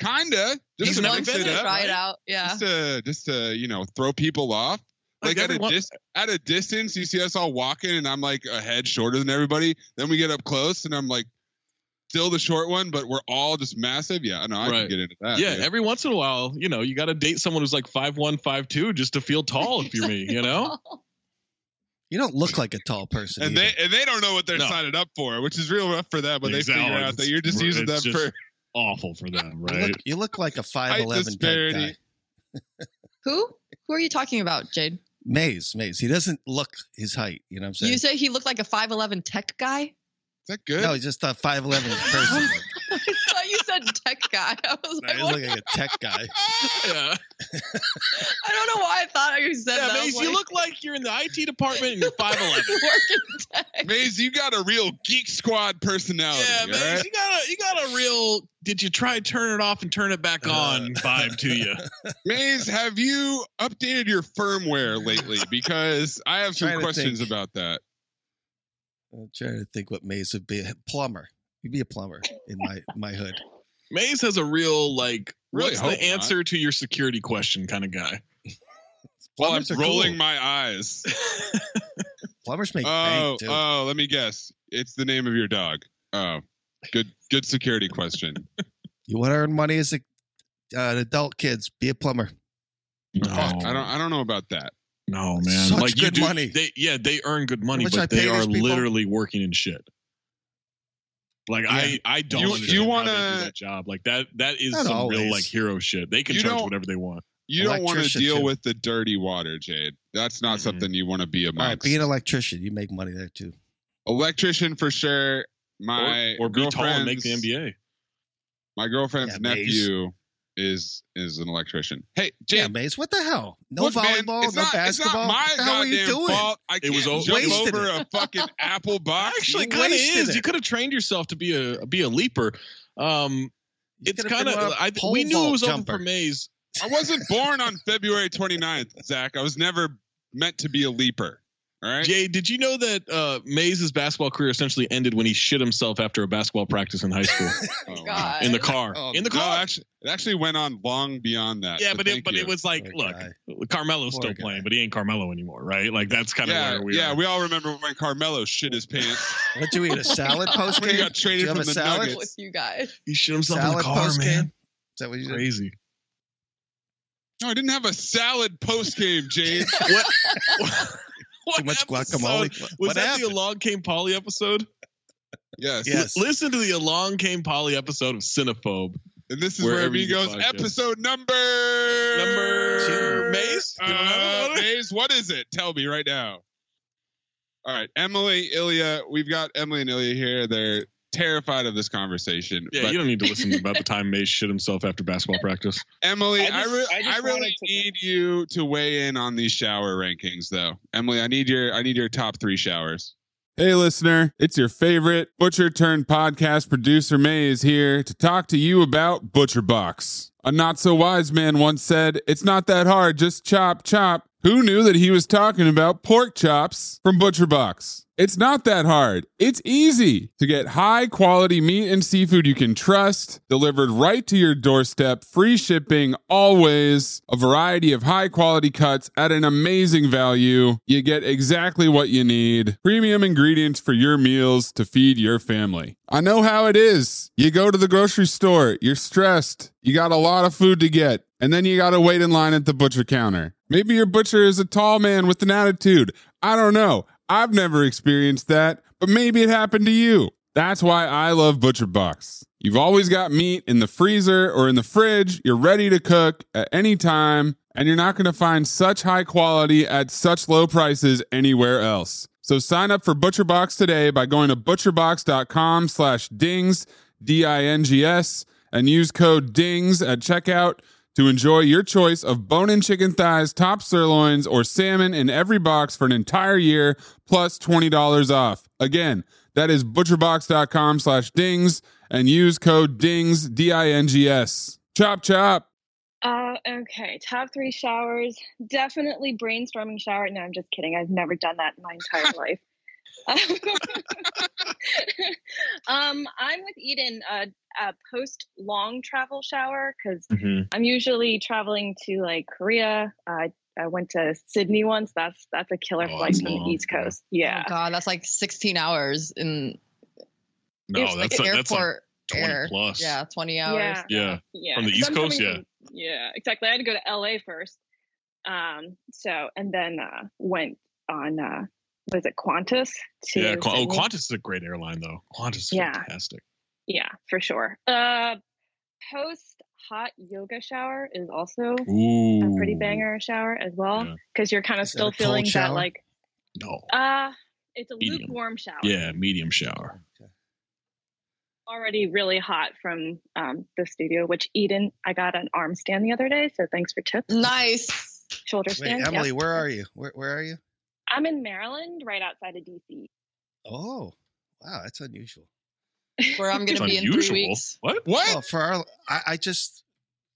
[SPEAKER 3] kinda just
[SPEAKER 2] He's
[SPEAKER 3] to
[SPEAKER 2] not
[SPEAKER 3] mix
[SPEAKER 2] been
[SPEAKER 3] it
[SPEAKER 2] there.
[SPEAKER 3] up,
[SPEAKER 7] Try
[SPEAKER 3] right?
[SPEAKER 7] it out. Yeah.
[SPEAKER 3] Just to just to you know throw people off. Like, at,
[SPEAKER 2] everyone-
[SPEAKER 3] a dis- at a distance, you see us all walking, and I'm like a head shorter than everybody. Then we get up close, and I'm like, still the short one, but we're all just massive. Yeah, I know I can
[SPEAKER 2] Right.
[SPEAKER 3] get into that.
[SPEAKER 2] yeah,
[SPEAKER 3] dude.
[SPEAKER 2] every once in a while, you know, you got to date someone who's like five one, five two, just to feel tall. If you're me, you know.
[SPEAKER 6] You don't look like a tall person.
[SPEAKER 3] and
[SPEAKER 6] either.
[SPEAKER 3] they and they don't know what they're
[SPEAKER 2] No.
[SPEAKER 3] signing up for, which is real rough for them. But
[SPEAKER 2] Exactly.
[SPEAKER 3] they figure out that you're just
[SPEAKER 2] It's-
[SPEAKER 3] using them
[SPEAKER 2] it's
[SPEAKER 3] for
[SPEAKER 2] just awful for them,
[SPEAKER 6] you,
[SPEAKER 2] right?
[SPEAKER 6] look, you look like a five eleven type
[SPEAKER 3] disparity.
[SPEAKER 6] guy.
[SPEAKER 7] Who? Who are you talking about, Jade?
[SPEAKER 6] Maze, Maze. He doesn't look his height. You know what I'm saying?
[SPEAKER 7] You say he looked like a 5'11 tech guy?
[SPEAKER 3] Is that good?
[SPEAKER 6] No, he's just a five eleven person. Like,
[SPEAKER 7] I thought you said tech guy. I was
[SPEAKER 6] he
[SPEAKER 7] like,
[SPEAKER 6] looks
[SPEAKER 7] what?
[SPEAKER 6] like a tech guy.
[SPEAKER 2] yeah.
[SPEAKER 7] I don't know why I thought you said
[SPEAKER 2] Yeah,
[SPEAKER 7] that. I was
[SPEAKER 2] Maze, you
[SPEAKER 7] like,
[SPEAKER 2] look like you're in the IT department and you're five eleven.
[SPEAKER 7] working tech.
[SPEAKER 3] Maze, you got a real geek squad personality.
[SPEAKER 2] Yeah,
[SPEAKER 3] all
[SPEAKER 2] Maze,
[SPEAKER 3] right?
[SPEAKER 2] you got a you got a real. Did you try turn it off and turn it
[SPEAKER 3] Uh,
[SPEAKER 2] back on vibe to you?
[SPEAKER 3] Maze, have you updated your firmware lately? Because I have some
[SPEAKER 6] Trying to
[SPEAKER 3] questions
[SPEAKER 6] think.
[SPEAKER 3] about that.
[SPEAKER 6] I'm trying to think what Maze would be. Plumber. He'd be a plumber in my my hood.
[SPEAKER 2] Maze has a real like.
[SPEAKER 3] Really
[SPEAKER 2] what's
[SPEAKER 3] hope
[SPEAKER 2] the
[SPEAKER 3] not.
[SPEAKER 2] answer to your security question kind of guy?
[SPEAKER 3] Well, I'm
[SPEAKER 6] Plumbers are
[SPEAKER 3] rolling
[SPEAKER 6] cool.
[SPEAKER 3] my eyes.
[SPEAKER 6] Plumbers make
[SPEAKER 3] Oh,
[SPEAKER 6] bank too.
[SPEAKER 2] uh,
[SPEAKER 3] oh, let me guess. It's the name of your dog. Oh, good, good security question.
[SPEAKER 6] you want to earn money as a, uh, an adult, kids? Be a plumber.
[SPEAKER 2] No,
[SPEAKER 3] I don't, I don't know about that.
[SPEAKER 2] no, man.
[SPEAKER 6] Such
[SPEAKER 2] like you
[SPEAKER 6] good
[SPEAKER 2] do,
[SPEAKER 6] money.
[SPEAKER 2] They, yeah, they earn good money,
[SPEAKER 6] much I
[SPEAKER 2] but
[SPEAKER 6] pay
[SPEAKER 2] they are
[SPEAKER 6] these people?
[SPEAKER 2] literally working in shit. Like
[SPEAKER 6] Yeah.
[SPEAKER 2] I, I don't.
[SPEAKER 3] You-
[SPEAKER 2] understand
[SPEAKER 3] you
[SPEAKER 2] how
[SPEAKER 3] wanna-
[SPEAKER 2] they do that job like that? That is
[SPEAKER 6] Not
[SPEAKER 2] some real
[SPEAKER 6] always.
[SPEAKER 2] like hero shit. They can
[SPEAKER 3] You
[SPEAKER 2] charge
[SPEAKER 3] don't-
[SPEAKER 2] whatever they want.
[SPEAKER 3] You don't want to
[SPEAKER 6] Electrician,
[SPEAKER 3] deal
[SPEAKER 6] too.
[SPEAKER 3] with the dirty water, Jade. That's not
[SPEAKER 2] Mhm.
[SPEAKER 3] something you want to be
[SPEAKER 6] All right,
[SPEAKER 3] amongst.
[SPEAKER 6] be an electrician. You make money there too.
[SPEAKER 3] Electrician for sure. My
[SPEAKER 2] or, or be tall and make the
[SPEAKER 3] girlfriend's-
[SPEAKER 2] NBA.
[SPEAKER 3] My girlfriend's
[SPEAKER 6] Yeah, Maze.
[SPEAKER 3] nephew is is an electrician. Hey, Jade,
[SPEAKER 6] yeah, Maze. What the hell? No
[SPEAKER 3] Look, man,
[SPEAKER 6] volleyball,
[SPEAKER 3] it's
[SPEAKER 6] no
[SPEAKER 3] not- it's not
[SPEAKER 6] basketball.
[SPEAKER 3] my
[SPEAKER 6] What the hell are you
[SPEAKER 3] goddamn
[SPEAKER 6] doing?
[SPEAKER 3] fault. I
[SPEAKER 2] It
[SPEAKER 3] can't
[SPEAKER 2] was o-
[SPEAKER 3] jump
[SPEAKER 6] wasted
[SPEAKER 3] over a fucking apple box.
[SPEAKER 2] Actually,
[SPEAKER 6] You
[SPEAKER 2] kind of
[SPEAKER 6] wasted
[SPEAKER 2] is.
[SPEAKER 6] it.
[SPEAKER 2] You could have trained yourself to be a be a leaper. Um,
[SPEAKER 6] You
[SPEAKER 2] it's
[SPEAKER 6] could have
[SPEAKER 2] kind
[SPEAKER 6] been
[SPEAKER 2] of.
[SPEAKER 6] a
[SPEAKER 2] I
[SPEAKER 6] pole
[SPEAKER 2] we knew
[SPEAKER 6] vault
[SPEAKER 2] it was open
[SPEAKER 6] jumper.
[SPEAKER 2] for Maze.
[SPEAKER 3] I wasn't born on February 29th, Zach. I was never meant to be a leaper. All right.
[SPEAKER 2] Jay, did you know that uh, Maze's basketball career essentially ended when he shit himself after a basketball practice in high school
[SPEAKER 3] Oh, wow.
[SPEAKER 7] God.
[SPEAKER 2] in the car?
[SPEAKER 6] Oh,
[SPEAKER 2] in the
[SPEAKER 3] No,
[SPEAKER 2] car.
[SPEAKER 3] actually, it actually went on long beyond that.
[SPEAKER 2] yeah,
[SPEAKER 3] so
[SPEAKER 2] but it,
[SPEAKER 3] thank
[SPEAKER 2] but
[SPEAKER 3] you.
[SPEAKER 2] it was like,
[SPEAKER 6] Poor
[SPEAKER 2] look,
[SPEAKER 6] guy.
[SPEAKER 2] Carmelo's
[SPEAKER 6] Poor
[SPEAKER 2] still
[SPEAKER 6] guy.
[SPEAKER 2] playing, but he ain't Carmelo anymore, right? Like that's kind of
[SPEAKER 3] yeah,
[SPEAKER 2] where we
[SPEAKER 3] yeah.
[SPEAKER 2] are.
[SPEAKER 3] We all remember when Carmelo shit his pants
[SPEAKER 6] What do you eat? A salad post
[SPEAKER 3] when he
[SPEAKER 6] game?
[SPEAKER 3] got traded
[SPEAKER 6] you have
[SPEAKER 3] from
[SPEAKER 6] a
[SPEAKER 3] the
[SPEAKER 6] salad?
[SPEAKER 3] Nuggets.
[SPEAKER 7] with you guys.
[SPEAKER 2] He shit himself in the
[SPEAKER 6] Salad
[SPEAKER 2] car,
[SPEAKER 6] post game?
[SPEAKER 2] man.
[SPEAKER 6] Is that what you did?
[SPEAKER 2] Crazy.
[SPEAKER 3] No, I didn't have a salad post game, Jade.
[SPEAKER 2] What?
[SPEAKER 6] Too
[SPEAKER 2] what
[SPEAKER 6] much
[SPEAKER 2] episode?
[SPEAKER 6] guacamole. What,
[SPEAKER 2] Was
[SPEAKER 6] what
[SPEAKER 2] that the
[SPEAKER 6] happened?
[SPEAKER 2] Along Came Polly episode?
[SPEAKER 3] yes.
[SPEAKER 6] Yes.
[SPEAKER 2] Listen to the Along Came Polly episode of Cinephobe.
[SPEAKER 3] And this is
[SPEAKER 2] Wherever
[SPEAKER 3] where
[SPEAKER 2] you
[SPEAKER 3] we
[SPEAKER 2] get
[SPEAKER 3] goes
[SPEAKER 2] podcasts.
[SPEAKER 3] episode number
[SPEAKER 2] Number
[SPEAKER 6] Two.
[SPEAKER 2] Maze.
[SPEAKER 3] Uh,
[SPEAKER 2] You know?
[SPEAKER 3] Maze, what is it? Tell me right now. All right, Emily, Ilya, we've got Emily and Ilya here. They're terrified of this conversation.
[SPEAKER 2] Yeah,
[SPEAKER 3] but
[SPEAKER 2] you don't need to listen about the time Mace shit himself after basketball practice.
[SPEAKER 3] Emily,
[SPEAKER 1] I
[SPEAKER 3] I,
[SPEAKER 1] just-
[SPEAKER 3] re-
[SPEAKER 1] I
[SPEAKER 3] I,
[SPEAKER 1] just wanted
[SPEAKER 3] really
[SPEAKER 1] to-
[SPEAKER 3] need you to weigh in on these shower rankings, though. Emily, I need your I need your top three showers. Hey, listener, it's your favorite Butcher Turn podcast producer Mays here to talk to you about Butcher Box. A not so wise man once said, "It's not that hard, just chop, chop." Who knew that he was talking about pork chops from Butcher Box? It's not that hard. It's easy to get high quality meat and seafood you can trust delivered right to your doorstep, free shipping always, a variety of high quality cuts at an amazing value. You get exactly what you need premium ingredients for your meals to feed your family. I know how it is. You go to the grocery store, you're stressed, you got a lot of food to get, and then you got to wait in line at the butcher counter. Maybe your butcher is a tall man with an attitude. I don't know. I've never experienced that, but maybe it happened to you. That's why I love Butcher Box. You've always got meat in the freezer or in the fridge. You're ready to cook at any time, and you're not going to find such high quality at such low prices anywhere else. So sign up for Butcher Box today by going to butcherbox.com/dings slash dings, D I N G S and use code DINGS at checkout to enjoy your choice of bone in chicken thighs, top sirloins, or salmon in every box for an entire year, plus $20 off. Again, that is butcherbox.com slash dings and use code DINGS, D I N G S. Chop, chop.
[SPEAKER 12] Uh, okay, top three showers. Definitely brainstorming shower. No, I'm just kidding. I've never done that in my entire life. um, I'm with Eden. Uh, a post long travel
[SPEAKER 7] Oh
[SPEAKER 12] shower because I'm usually traveling to like Korea. Uh, I went to Sydney once. That's that's a killer
[SPEAKER 2] Oh,
[SPEAKER 12] flight
[SPEAKER 2] that's
[SPEAKER 12] from
[SPEAKER 2] long,
[SPEAKER 12] the East
[SPEAKER 2] yeah.
[SPEAKER 12] Coast.
[SPEAKER 7] Oh
[SPEAKER 12] Yeah.
[SPEAKER 7] God, that's like 16 hours in
[SPEAKER 2] No,
[SPEAKER 7] it's
[SPEAKER 2] that's
[SPEAKER 7] like
[SPEAKER 2] a-
[SPEAKER 7] an
[SPEAKER 2] that's like
[SPEAKER 7] airport
[SPEAKER 2] 20
[SPEAKER 7] air.
[SPEAKER 2] plus.
[SPEAKER 7] Yeah, twenty hours.
[SPEAKER 12] Yeah.
[SPEAKER 2] Yeah.
[SPEAKER 12] yeah.
[SPEAKER 2] From the
[SPEAKER 12] 'cause
[SPEAKER 2] East
[SPEAKER 12] I'm
[SPEAKER 2] Coast,
[SPEAKER 12] coming
[SPEAKER 2] yeah.
[SPEAKER 12] from- yeah, exactly. I had to go to LA first. Um, so and then uh, went on uh, was it Qantas to
[SPEAKER 2] yeah. Qu- oh,
[SPEAKER 12] Sydney?
[SPEAKER 2] Qantas is a great airline though. Qantas is
[SPEAKER 12] Yeah.
[SPEAKER 2] fantastic.
[SPEAKER 12] Yeah, for sure. Uh, post hot yoga shower is also a pretty
[SPEAKER 2] Ooh.
[SPEAKER 12] banger shower as well because you're kind of
[SPEAKER 2] Is that a
[SPEAKER 12] still
[SPEAKER 2] cold
[SPEAKER 12] feeling that
[SPEAKER 2] shower?
[SPEAKER 12] like
[SPEAKER 2] No.
[SPEAKER 12] uh it's a
[SPEAKER 2] Medium.
[SPEAKER 12] lukewarm shower.
[SPEAKER 2] Yeah, medium shower.
[SPEAKER 12] already really hot from um, the studio, which Eden, I got an arm stand the other day, so thanks for tips.
[SPEAKER 7] Nice.
[SPEAKER 12] Shoulder
[SPEAKER 6] Wait,
[SPEAKER 12] stand.
[SPEAKER 6] Emily,
[SPEAKER 12] yep.
[SPEAKER 6] where are you? Where, where are you?
[SPEAKER 12] I'm in Maryland, right outside of DC.
[SPEAKER 6] Oh, wow, that's unusual.
[SPEAKER 7] Where I'm gonna be in three weeks.
[SPEAKER 2] What?
[SPEAKER 6] What? Well, for our, I, I just,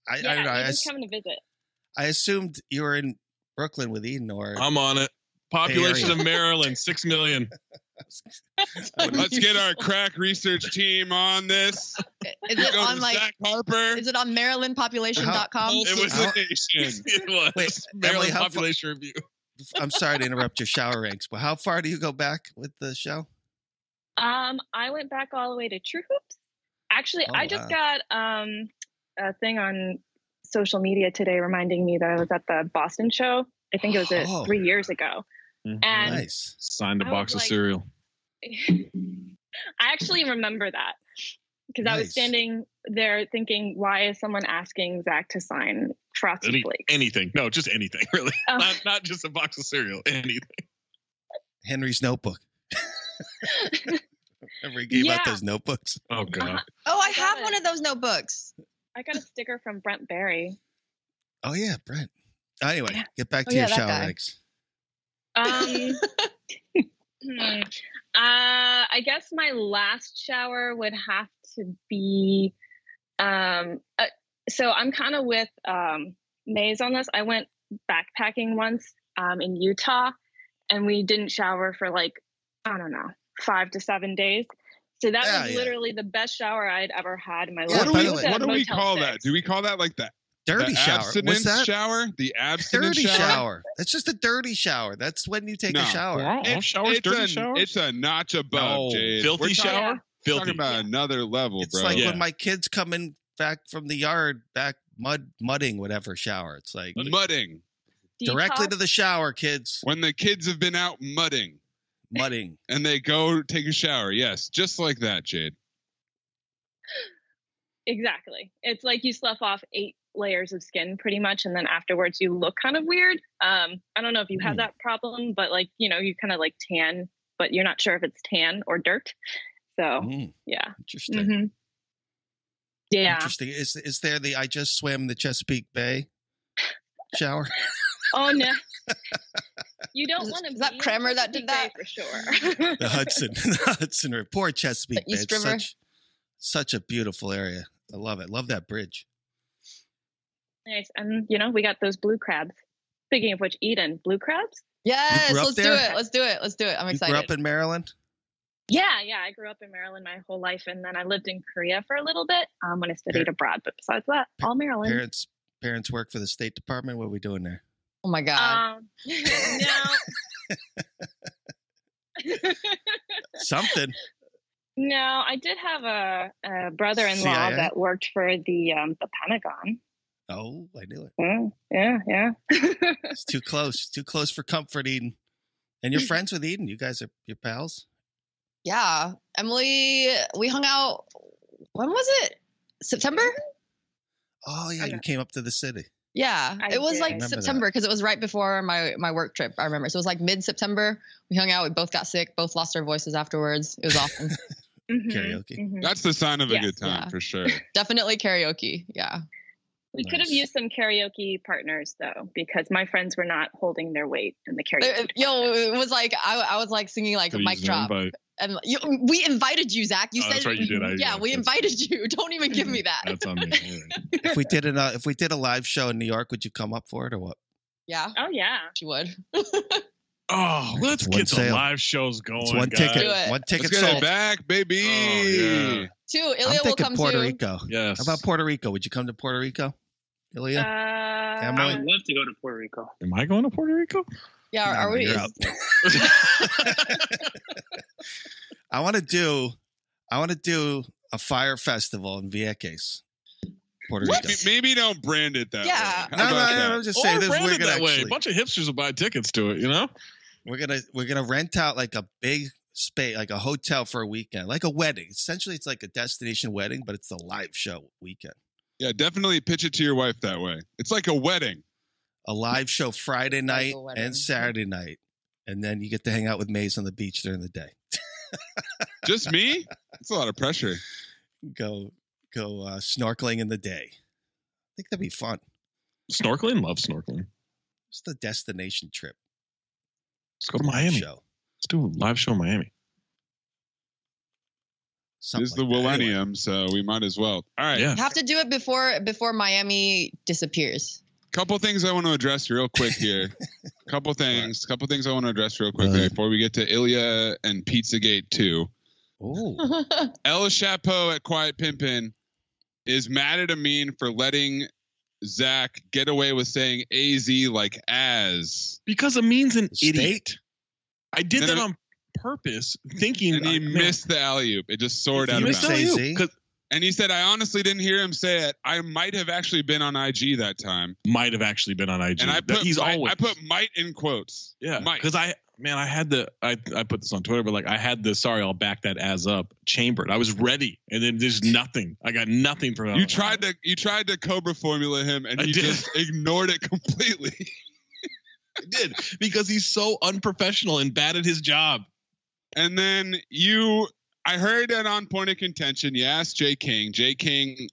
[SPEAKER 6] I,
[SPEAKER 12] yeah,
[SPEAKER 6] I don't know. I,
[SPEAKER 12] Eden's
[SPEAKER 6] ass-
[SPEAKER 12] coming to visit.
[SPEAKER 6] I assumed you were in Brooklyn with Eden, or
[SPEAKER 3] Oh.
[SPEAKER 2] I'm on it. Population
[SPEAKER 6] Area.
[SPEAKER 2] of Maryland, six million.
[SPEAKER 3] Let's get our crack research team on this.
[SPEAKER 7] Is
[SPEAKER 3] You go
[SPEAKER 7] it
[SPEAKER 3] to
[SPEAKER 7] on like
[SPEAKER 3] Zach Harper.
[SPEAKER 7] Is it on MarylandPopulation.com?
[SPEAKER 2] It was
[SPEAKER 6] How-
[SPEAKER 2] a nation. It was.
[SPEAKER 6] Wait,
[SPEAKER 2] Maryland
[SPEAKER 6] Emily, how fu-
[SPEAKER 2] population review.
[SPEAKER 6] I'm sorry to interrupt your shower ranks, but how far do you go back with the show?
[SPEAKER 12] Um, I went back all the way to True Hoops. Actually,
[SPEAKER 6] Oh,
[SPEAKER 12] I just
[SPEAKER 6] wow.
[SPEAKER 12] got um, a thing on social media today reminding me that I was at the Boston show. I think it was uh,
[SPEAKER 2] Oh.
[SPEAKER 12] three years ago.
[SPEAKER 2] Mm-hmm.
[SPEAKER 12] And-
[SPEAKER 6] nice.
[SPEAKER 2] Signed a
[SPEAKER 12] I
[SPEAKER 2] box
[SPEAKER 12] was
[SPEAKER 2] of
[SPEAKER 12] like-
[SPEAKER 2] cereal.
[SPEAKER 12] I actually remember that because I was
[SPEAKER 2] Nice.
[SPEAKER 12] standing there thinking, why is someone asking Zach to sign Frosty
[SPEAKER 2] Any-
[SPEAKER 12] Flakes?
[SPEAKER 2] anything. No, just anything, really.
[SPEAKER 12] Oh.
[SPEAKER 2] Not, not just a box of cereal. Anything.
[SPEAKER 6] Henry's notebook. Remember he gave out
[SPEAKER 12] Yeah.
[SPEAKER 6] those notebooks.
[SPEAKER 2] Oh god.
[SPEAKER 7] Oh, I have one of those notebooks.
[SPEAKER 12] I got a sticker from Brent Barry.
[SPEAKER 6] Oh yeah, Brent. Anyway, get back
[SPEAKER 12] Oh,
[SPEAKER 6] to
[SPEAKER 12] yeah,
[SPEAKER 6] your
[SPEAKER 12] that
[SPEAKER 6] shower
[SPEAKER 12] guy.
[SPEAKER 6] ranks.
[SPEAKER 12] Um, hmm. uh, I guess my last shower would have to be. Um, uh, so I'm kind of with um, Maze on this. I went backpacking once um, in Utah, and we didn't shower for like I don't know five to seven days. So that
[SPEAKER 6] Ah,
[SPEAKER 3] Yeah,
[SPEAKER 12] was
[SPEAKER 3] yeah.
[SPEAKER 12] literally the by the shower I'd ever had in my life.
[SPEAKER 3] What do
[SPEAKER 12] It
[SPEAKER 3] we,
[SPEAKER 12] was at
[SPEAKER 3] what
[SPEAKER 12] a
[SPEAKER 3] do we
[SPEAKER 12] Motel
[SPEAKER 3] call
[SPEAKER 12] Six.
[SPEAKER 3] that? Do we call that like the
[SPEAKER 6] Dirty
[SPEAKER 3] the
[SPEAKER 6] shower. What's
[SPEAKER 3] abstinence
[SPEAKER 6] that?
[SPEAKER 3] shower? The abstinence
[SPEAKER 6] Dirty
[SPEAKER 3] shower.
[SPEAKER 6] shower. That's just a dirty shower. That's when you take
[SPEAKER 3] No.
[SPEAKER 6] a shower.
[SPEAKER 2] Wow, all showers
[SPEAKER 3] it's
[SPEAKER 2] dirty
[SPEAKER 3] a,
[SPEAKER 2] showers?
[SPEAKER 3] It's a notch above,
[SPEAKER 6] No.
[SPEAKER 3] Jade.
[SPEAKER 2] Filthy
[SPEAKER 3] We're talking-
[SPEAKER 2] shower?
[SPEAKER 3] we're
[SPEAKER 2] Filthy.
[SPEAKER 3] Talking about another level,
[SPEAKER 6] It's
[SPEAKER 3] bro.
[SPEAKER 6] like
[SPEAKER 2] Yeah.
[SPEAKER 6] when my kids come in back from the yard, back mud mudding whatever shower. It's like
[SPEAKER 3] mudding.
[SPEAKER 6] directly
[SPEAKER 3] Detox?
[SPEAKER 6] to the shower, kids.
[SPEAKER 3] When the kids have been out mudding
[SPEAKER 6] Mudding.
[SPEAKER 3] and they go take a shower. Yes, just like that, Jade.
[SPEAKER 12] Exactly. It's like you slough off eight layers of skin pretty much and then afterwards you look kind of weird. Um I don't know if you have
[SPEAKER 7] Hmm.
[SPEAKER 12] that problem, but like, you know, you kind of like tan, but you're not sure if it's tan or dirt. So,
[SPEAKER 7] Oh,
[SPEAKER 12] yeah.
[SPEAKER 6] Mm. Interesting.
[SPEAKER 7] Mm-hmm.
[SPEAKER 12] Mhm. Yeah.
[SPEAKER 6] Interesting. Is is there the I just swam the Chesapeake Bay shower?
[SPEAKER 12] Oh no. you don't want to
[SPEAKER 7] that Kramer that did that?
[SPEAKER 12] for sure.
[SPEAKER 6] the Hudson, the Hudson River. Poor Chesapeake
[SPEAKER 7] The
[SPEAKER 6] Bay.
[SPEAKER 7] East
[SPEAKER 6] It's
[SPEAKER 7] River.
[SPEAKER 6] such, such a beautiful area. I love it. Love that bridge.
[SPEAKER 12] nice. And you know, we got those blue crabs. Speaking of which, Eden, blue crabs?
[SPEAKER 7] Yes,
[SPEAKER 6] up
[SPEAKER 7] let's do
[SPEAKER 6] there?
[SPEAKER 7] it. Let's do it. Let's do it. I'm
[SPEAKER 6] You
[SPEAKER 7] excited.
[SPEAKER 6] grew up in Maryland.
[SPEAKER 12] Yeah, yeah. I grew up in Maryland my whole life, and then I lived in Korea for a little bit um, when I studied
[SPEAKER 6] Par-
[SPEAKER 12] abroad. But besides that, all Maryland.
[SPEAKER 6] Parents, parents work for the State Department. What are we doing there?
[SPEAKER 7] oh my god.
[SPEAKER 12] Um, no,
[SPEAKER 6] Something.
[SPEAKER 12] no. I did have a, a brother-in-law
[SPEAKER 6] CIA?
[SPEAKER 12] that worked for the um, the Pentagon.
[SPEAKER 6] Oh, I knew it.
[SPEAKER 12] Yeah, yeah, yeah.
[SPEAKER 6] It's too close. Too close for comfort, Eden. And you're friends with Eden. You guys are your pals.
[SPEAKER 7] yeah, Emily, we hung out. When was it? September?
[SPEAKER 6] Oh yeah, you came up to the city.
[SPEAKER 7] Yeah,
[SPEAKER 12] I
[SPEAKER 7] it was
[SPEAKER 12] did.
[SPEAKER 7] like
[SPEAKER 6] Remember that.
[SPEAKER 7] September because it was right before my my work trip. I remember, so it was like mid September. We hung out. We both got sick. Both lost our voices afterwards. It was awesome.
[SPEAKER 2] Mm-hmm.
[SPEAKER 7] Mm-hmm.
[SPEAKER 12] Mhm,
[SPEAKER 6] Karaoke.
[SPEAKER 12] mhm.
[SPEAKER 3] That's the sign of a
[SPEAKER 12] Yes,
[SPEAKER 3] good time
[SPEAKER 7] yeah.
[SPEAKER 3] for sure.
[SPEAKER 7] Definitely karaoke. Yeah.
[SPEAKER 12] We could have
[SPEAKER 6] Nice.
[SPEAKER 12] used some karaoke partners though, because my friends were not holding their weight in the
[SPEAKER 7] It-
[SPEAKER 12] karaoke.
[SPEAKER 7] it- Yo, it was like I, I was like singing like
[SPEAKER 2] Could've
[SPEAKER 7] mic
[SPEAKER 2] used an
[SPEAKER 7] drop,
[SPEAKER 2] invite.
[SPEAKER 7] and you, we invited you, Zach. You
[SPEAKER 2] Oh,
[SPEAKER 7] said
[SPEAKER 2] that's right, you did. I-
[SPEAKER 7] yeah,
[SPEAKER 2] yeah,
[SPEAKER 7] we
[SPEAKER 2] that's- Mm-hmm.
[SPEAKER 7] invited you. Don't even give me that.
[SPEAKER 2] That's on me. All right.
[SPEAKER 6] If we did an, uh, if we did a live show in New York, would you come up for it or what?
[SPEAKER 7] yeah,
[SPEAKER 12] Oh yeah.
[SPEAKER 7] she would.
[SPEAKER 2] Oh, let's
[SPEAKER 6] one
[SPEAKER 2] get the
[SPEAKER 6] sale.
[SPEAKER 2] live shows going.
[SPEAKER 6] It's one
[SPEAKER 2] guys.
[SPEAKER 6] ticket.
[SPEAKER 7] Do it.
[SPEAKER 6] One
[SPEAKER 3] Oh Let's
[SPEAKER 6] ticket
[SPEAKER 3] get it
[SPEAKER 6] sold.
[SPEAKER 3] back, baby.
[SPEAKER 2] Oh, yeah.
[SPEAKER 7] Two, Ilya
[SPEAKER 6] I'm
[SPEAKER 7] will
[SPEAKER 6] thinking
[SPEAKER 7] come
[SPEAKER 6] Puerto
[SPEAKER 7] too.
[SPEAKER 6] Rico.
[SPEAKER 2] Yes.
[SPEAKER 6] How about Puerto Rico? Would you come to Puerto Rico, Ilya?
[SPEAKER 12] Uh,
[SPEAKER 6] Emily?
[SPEAKER 1] I would love to go to Puerto Rico.
[SPEAKER 2] Am I going to Puerto Rico?
[SPEAKER 7] Yeah,
[SPEAKER 6] No,
[SPEAKER 7] are
[SPEAKER 6] no,
[SPEAKER 7] we?
[SPEAKER 6] you're
[SPEAKER 7] is-
[SPEAKER 6] up. I want to do. I want to do a fire festival in Vieques, Puerto
[SPEAKER 3] What?
[SPEAKER 6] Rico.
[SPEAKER 3] Maybe don't brand it that
[SPEAKER 7] Yeah.
[SPEAKER 3] way.
[SPEAKER 6] No,
[SPEAKER 3] How
[SPEAKER 6] no,
[SPEAKER 3] about
[SPEAKER 6] no,
[SPEAKER 3] that?
[SPEAKER 6] I'm just saying
[SPEAKER 2] Or
[SPEAKER 6] this.
[SPEAKER 2] brand
[SPEAKER 6] We're
[SPEAKER 2] it
[SPEAKER 6] gonna
[SPEAKER 2] that way.
[SPEAKER 6] actually,
[SPEAKER 2] A bunch of hipsters will buy tickets to it. You know,
[SPEAKER 6] we're gonna we're gonna rent out like a big space, like a hotel for a weekend, like a wedding. Essentially, it's like a destination wedding, but it's a live show weekend.
[SPEAKER 3] Yeah, definitely pitch it to your wife that way. It's like a wedding.
[SPEAKER 6] A live show Friday night
[SPEAKER 7] wedding.
[SPEAKER 6] and Saturday night, and then you get to hang out with Maze on the beach during the day.
[SPEAKER 3] Just me? It's a lot of pressure.
[SPEAKER 6] Go go uh, snorkeling in the day. I think that'd be fun.
[SPEAKER 2] snorkeling. Love snorkeling.
[SPEAKER 6] Just a destination trip.
[SPEAKER 2] Let's go to Miami. Let's
[SPEAKER 6] Show.
[SPEAKER 2] do a live show in Miami.
[SPEAKER 6] Something
[SPEAKER 3] this is the millennium, so we might as well. All right.
[SPEAKER 2] Yeah.
[SPEAKER 7] You have to do it before before Miami disappears.
[SPEAKER 3] Couple things I want to address real quick here. couple things. Couple things I want to address real quickly before we get to Ilya and Pizzagate 2.
[SPEAKER 6] Oh,
[SPEAKER 7] That's
[SPEAKER 3] El Chapeau at Quiet Pimpin is mad at Amin for letting Zach get away with saying AZ like as.
[SPEAKER 2] Because Amin's an
[SPEAKER 6] State?
[SPEAKER 2] idiot. I did
[SPEAKER 3] No,
[SPEAKER 2] that
[SPEAKER 3] no.
[SPEAKER 2] on purpose, thinking
[SPEAKER 3] And he
[SPEAKER 2] I- man,
[SPEAKER 3] missed the alley oop. It just soared
[SPEAKER 2] you
[SPEAKER 3] out of
[SPEAKER 2] missed
[SPEAKER 3] bounds.
[SPEAKER 6] Say
[SPEAKER 2] alley-oop,
[SPEAKER 6] Z.
[SPEAKER 2] 'cause-
[SPEAKER 3] And he said, I honestly didn't hear him say it. I might have actually been on IG that time.
[SPEAKER 2] might have actually been on IG.
[SPEAKER 3] And I
[SPEAKER 2] That-
[SPEAKER 3] put,
[SPEAKER 2] he's
[SPEAKER 3] might,
[SPEAKER 2] always
[SPEAKER 3] I put might in quotes.
[SPEAKER 2] yeah
[SPEAKER 3] might.
[SPEAKER 2] because I man I had the I I put this on Twitter but like I had the sorry I'll back that as up chambered I was ready and then there's nothing I got nothing from
[SPEAKER 3] You tried to you tried to Cobra formula him and
[SPEAKER 2] Oh. I
[SPEAKER 3] he
[SPEAKER 2] did.
[SPEAKER 3] just ignored it completely.
[SPEAKER 2] I did because he's so unprofessional and bad at his job.
[SPEAKER 3] And then you, I heard that on point of contention, you asked Jay King. Jay King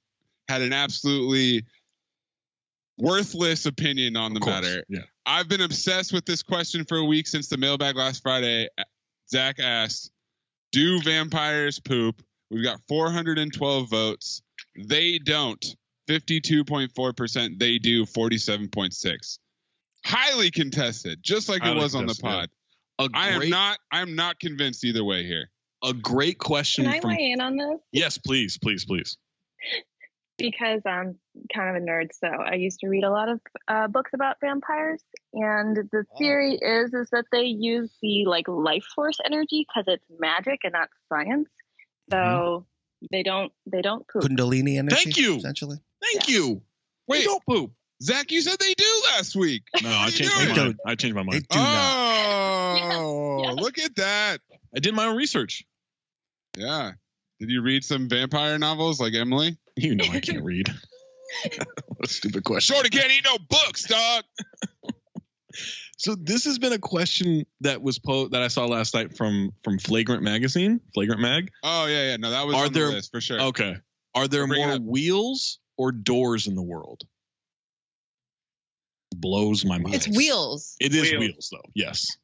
[SPEAKER 3] had an absolutely worthless opinion on the
[SPEAKER 2] Of course.
[SPEAKER 3] matter.
[SPEAKER 2] Yeah.
[SPEAKER 3] I've been obsessed with this question for a week since the mailbag last Friday. Zach asked, Do vampires poop? We've got 412 votes. They don't. 52.4%. They do. 47.6. Highly contested, just like it
[SPEAKER 2] Highly
[SPEAKER 3] was on the
[SPEAKER 2] contested, yeah.
[SPEAKER 3] pod.
[SPEAKER 2] A
[SPEAKER 3] I am
[SPEAKER 2] great-
[SPEAKER 3] not. I am not convinced either way here.
[SPEAKER 2] a great question
[SPEAKER 12] Can I
[SPEAKER 2] from
[SPEAKER 12] weigh in on this?
[SPEAKER 2] Yes, please, please, please.
[SPEAKER 12] because I'm kind of a nerd, so I used to read a lot of uh, books about vampires. And the theory is is that they use the like life force energy because it's magic and not science.
[SPEAKER 6] Mm-hmm.
[SPEAKER 12] So they don't they don't poop.
[SPEAKER 6] Kundalini energy.
[SPEAKER 2] Thank you.
[SPEAKER 6] Essentially,
[SPEAKER 2] Thank you. Wait,
[SPEAKER 3] Wait.
[SPEAKER 2] don't poop.
[SPEAKER 3] Zach, you said they do last week.
[SPEAKER 2] No, I
[SPEAKER 3] are you
[SPEAKER 2] changed
[SPEAKER 3] doing?
[SPEAKER 2] my
[SPEAKER 6] They
[SPEAKER 2] mind.
[SPEAKER 6] don't.
[SPEAKER 2] I changed my
[SPEAKER 6] they do
[SPEAKER 2] mind.
[SPEAKER 6] not.
[SPEAKER 3] Oh,
[SPEAKER 12] Yes, yes.
[SPEAKER 3] look at that.
[SPEAKER 2] I did my own research.
[SPEAKER 3] Yeah. Did you read some vampire novels like Emily?
[SPEAKER 2] You know I can't read. What a stupid question.
[SPEAKER 3] Shorty can't eat no books, dog.
[SPEAKER 2] So this has been a question that was po- that I saw last night from from Flagrant Magazine, Flagrant Mag.
[SPEAKER 3] Oh yeah, yeah. No, that was
[SPEAKER 2] Are
[SPEAKER 3] on
[SPEAKER 2] there-
[SPEAKER 3] the list for sure.
[SPEAKER 2] Okay. Are there
[SPEAKER 3] Bring it
[SPEAKER 2] more
[SPEAKER 3] up.
[SPEAKER 2] wheels or doors in the world? Blows my mind.
[SPEAKER 7] It's wheels
[SPEAKER 2] It is
[SPEAKER 1] Wheels.
[SPEAKER 2] wheels, though. Yes.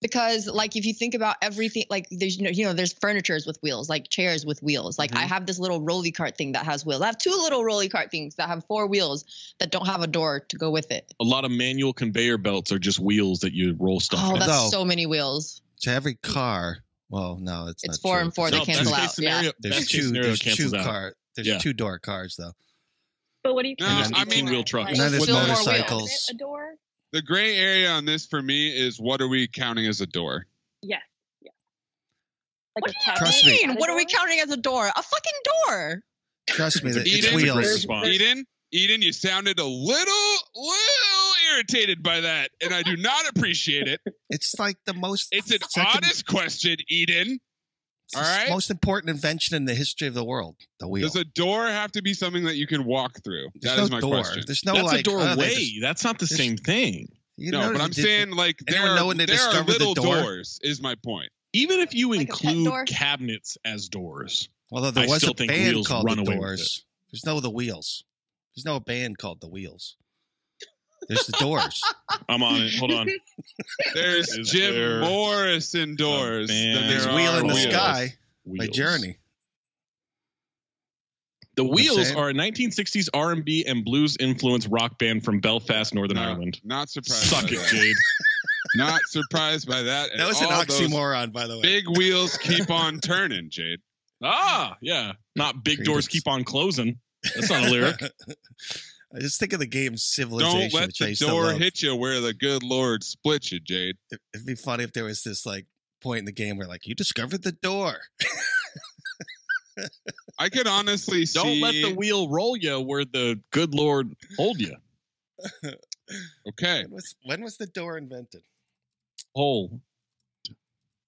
[SPEAKER 7] because like if you think about everything, like there's you know, you know there's furnitures with wheels, like chairs with wheels. Like
[SPEAKER 3] Mm-hmm.
[SPEAKER 7] I have this little rolly cart thing that has wheels. I have two little rolly cart things that have four wheels that don't have a door to go with it.
[SPEAKER 2] A lot of manual conveyor belts are just wheels that you roll stuff.
[SPEAKER 7] Oh,
[SPEAKER 2] in.
[SPEAKER 7] that's
[SPEAKER 6] No.
[SPEAKER 7] so many wheels.
[SPEAKER 6] To every car. Well, no, it's
[SPEAKER 7] It's
[SPEAKER 6] not
[SPEAKER 7] four
[SPEAKER 6] true.
[SPEAKER 7] and four. They
[SPEAKER 2] No,
[SPEAKER 7] cancel
[SPEAKER 2] best
[SPEAKER 7] out.
[SPEAKER 2] case scenario,
[SPEAKER 7] Yeah.
[SPEAKER 6] There's
[SPEAKER 2] best case
[SPEAKER 6] two.
[SPEAKER 2] scenario
[SPEAKER 6] There's two
[SPEAKER 2] cancels out.
[SPEAKER 6] car. There's
[SPEAKER 2] Yeah.
[SPEAKER 6] two door cars though.
[SPEAKER 12] But what do you
[SPEAKER 3] No,
[SPEAKER 12] call
[SPEAKER 3] And there's
[SPEAKER 12] that?
[SPEAKER 3] 18
[SPEAKER 2] wheel
[SPEAKER 12] Like,
[SPEAKER 2] trucks.
[SPEAKER 12] like,
[SPEAKER 6] None of it's
[SPEAKER 12] still more
[SPEAKER 6] motorcycles.
[SPEAKER 12] wheels. A door?
[SPEAKER 3] The gray area on this for me is what are we counting as a door?
[SPEAKER 12] Yes. yes. Like
[SPEAKER 7] What
[SPEAKER 12] a
[SPEAKER 7] do you
[SPEAKER 12] cabinet
[SPEAKER 6] Trust me.
[SPEAKER 7] mean?
[SPEAKER 12] without a
[SPEAKER 7] What are we
[SPEAKER 12] door?
[SPEAKER 7] counting as a door? A fucking door.
[SPEAKER 6] Trust me, that
[SPEAKER 3] Eden's
[SPEAKER 6] it's
[SPEAKER 3] a great
[SPEAKER 6] wheels.
[SPEAKER 2] response.
[SPEAKER 3] Eden, Eden, you sounded a little, little irritated by that, and I do not appreciate it.
[SPEAKER 6] It's like the most.
[SPEAKER 3] It's an
[SPEAKER 6] second-
[SPEAKER 3] honest question, Eden.
[SPEAKER 6] it's
[SPEAKER 3] all
[SPEAKER 6] the
[SPEAKER 3] right?
[SPEAKER 6] Most important invention in the history of the world. The wheel.
[SPEAKER 3] Does a door have to be something that you can walk through?
[SPEAKER 6] There's
[SPEAKER 3] that
[SPEAKER 6] no
[SPEAKER 3] is my
[SPEAKER 6] door.
[SPEAKER 3] question.
[SPEAKER 6] There's no
[SPEAKER 2] that's
[SPEAKER 6] like
[SPEAKER 2] a
[SPEAKER 6] oh,
[SPEAKER 2] doorway.
[SPEAKER 6] they just-
[SPEAKER 2] that's not the
[SPEAKER 6] There's-
[SPEAKER 2] same thing.
[SPEAKER 6] you
[SPEAKER 3] no,
[SPEAKER 6] know,
[SPEAKER 3] but
[SPEAKER 6] they
[SPEAKER 3] I'm
[SPEAKER 6] did-
[SPEAKER 3] saying like there
[SPEAKER 6] anyone
[SPEAKER 3] are,
[SPEAKER 6] know when they
[SPEAKER 3] there are
[SPEAKER 6] discovered the
[SPEAKER 3] little
[SPEAKER 6] door?
[SPEAKER 3] doors. Is my point.
[SPEAKER 2] Even if you
[SPEAKER 7] Like a pet door?
[SPEAKER 2] include cabinets as doors,
[SPEAKER 6] Although there
[SPEAKER 2] I
[SPEAKER 6] was
[SPEAKER 2] still
[SPEAKER 6] a
[SPEAKER 2] think
[SPEAKER 6] band
[SPEAKER 2] wheels
[SPEAKER 6] called
[SPEAKER 2] run
[SPEAKER 6] the
[SPEAKER 2] away with
[SPEAKER 6] Doors. There's no the wheels. There's no band called the Wheels. There's the Doors.
[SPEAKER 2] I'm on it. Hold on.
[SPEAKER 3] There's
[SPEAKER 2] Is
[SPEAKER 3] Jim
[SPEAKER 2] there-
[SPEAKER 3] Morrison doors.
[SPEAKER 2] Oh, man.
[SPEAKER 3] than
[SPEAKER 6] There's
[SPEAKER 3] there
[SPEAKER 6] Wheel
[SPEAKER 3] are
[SPEAKER 6] in the
[SPEAKER 3] wheels.
[SPEAKER 6] Sky by
[SPEAKER 2] Wheels.
[SPEAKER 6] Journey.
[SPEAKER 2] The Wheels
[SPEAKER 6] saying?
[SPEAKER 2] are a 1960s R&B and blues influenced rock band from Belfast, Northern
[SPEAKER 3] No,
[SPEAKER 2] Ireland.
[SPEAKER 3] Not surprised.
[SPEAKER 2] Suck
[SPEAKER 3] by
[SPEAKER 2] it,
[SPEAKER 3] that.
[SPEAKER 2] Jade.
[SPEAKER 3] Not surprised by that.
[SPEAKER 6] That
[SPEAKER 3] at
[SPEAKER 6] was an
[SPEAKER 3] all. Those
[SPEAKER 6] oxymoron, by the way.
[SPEAKER 3] Big wheels keep on turning, Jade.
[SPEAKER 2] ah, yeah. Not big doors
[SPEAKER 6] Credence.
[SPEAKER 2] keep on closing. That's not a lyric.
[SPEAKER 6] I just think of the game Civilization.
[SPEAKER 3] Don't let
[SPEAKER 6] which I
[SPEAKER 3] the
[SPEAKER 6] used to
[SPEAKER 3] door
[SPEAKER 6] love.
[SPEAKER 3] hit you where the good Lord split you, Jade.
[SPEAKER 6] It'd be funny if there was this like point in the game where like you discovered the door.
[SPEAKER 3] I could honestly see.
[SPEAKER 2] Don't let the wheel roll you where the good Lord hold you.
[SPEAKER 3] Okay.
[SPEAKER 6] When was, when was the door invented?
[SPEAKER 2] Hole.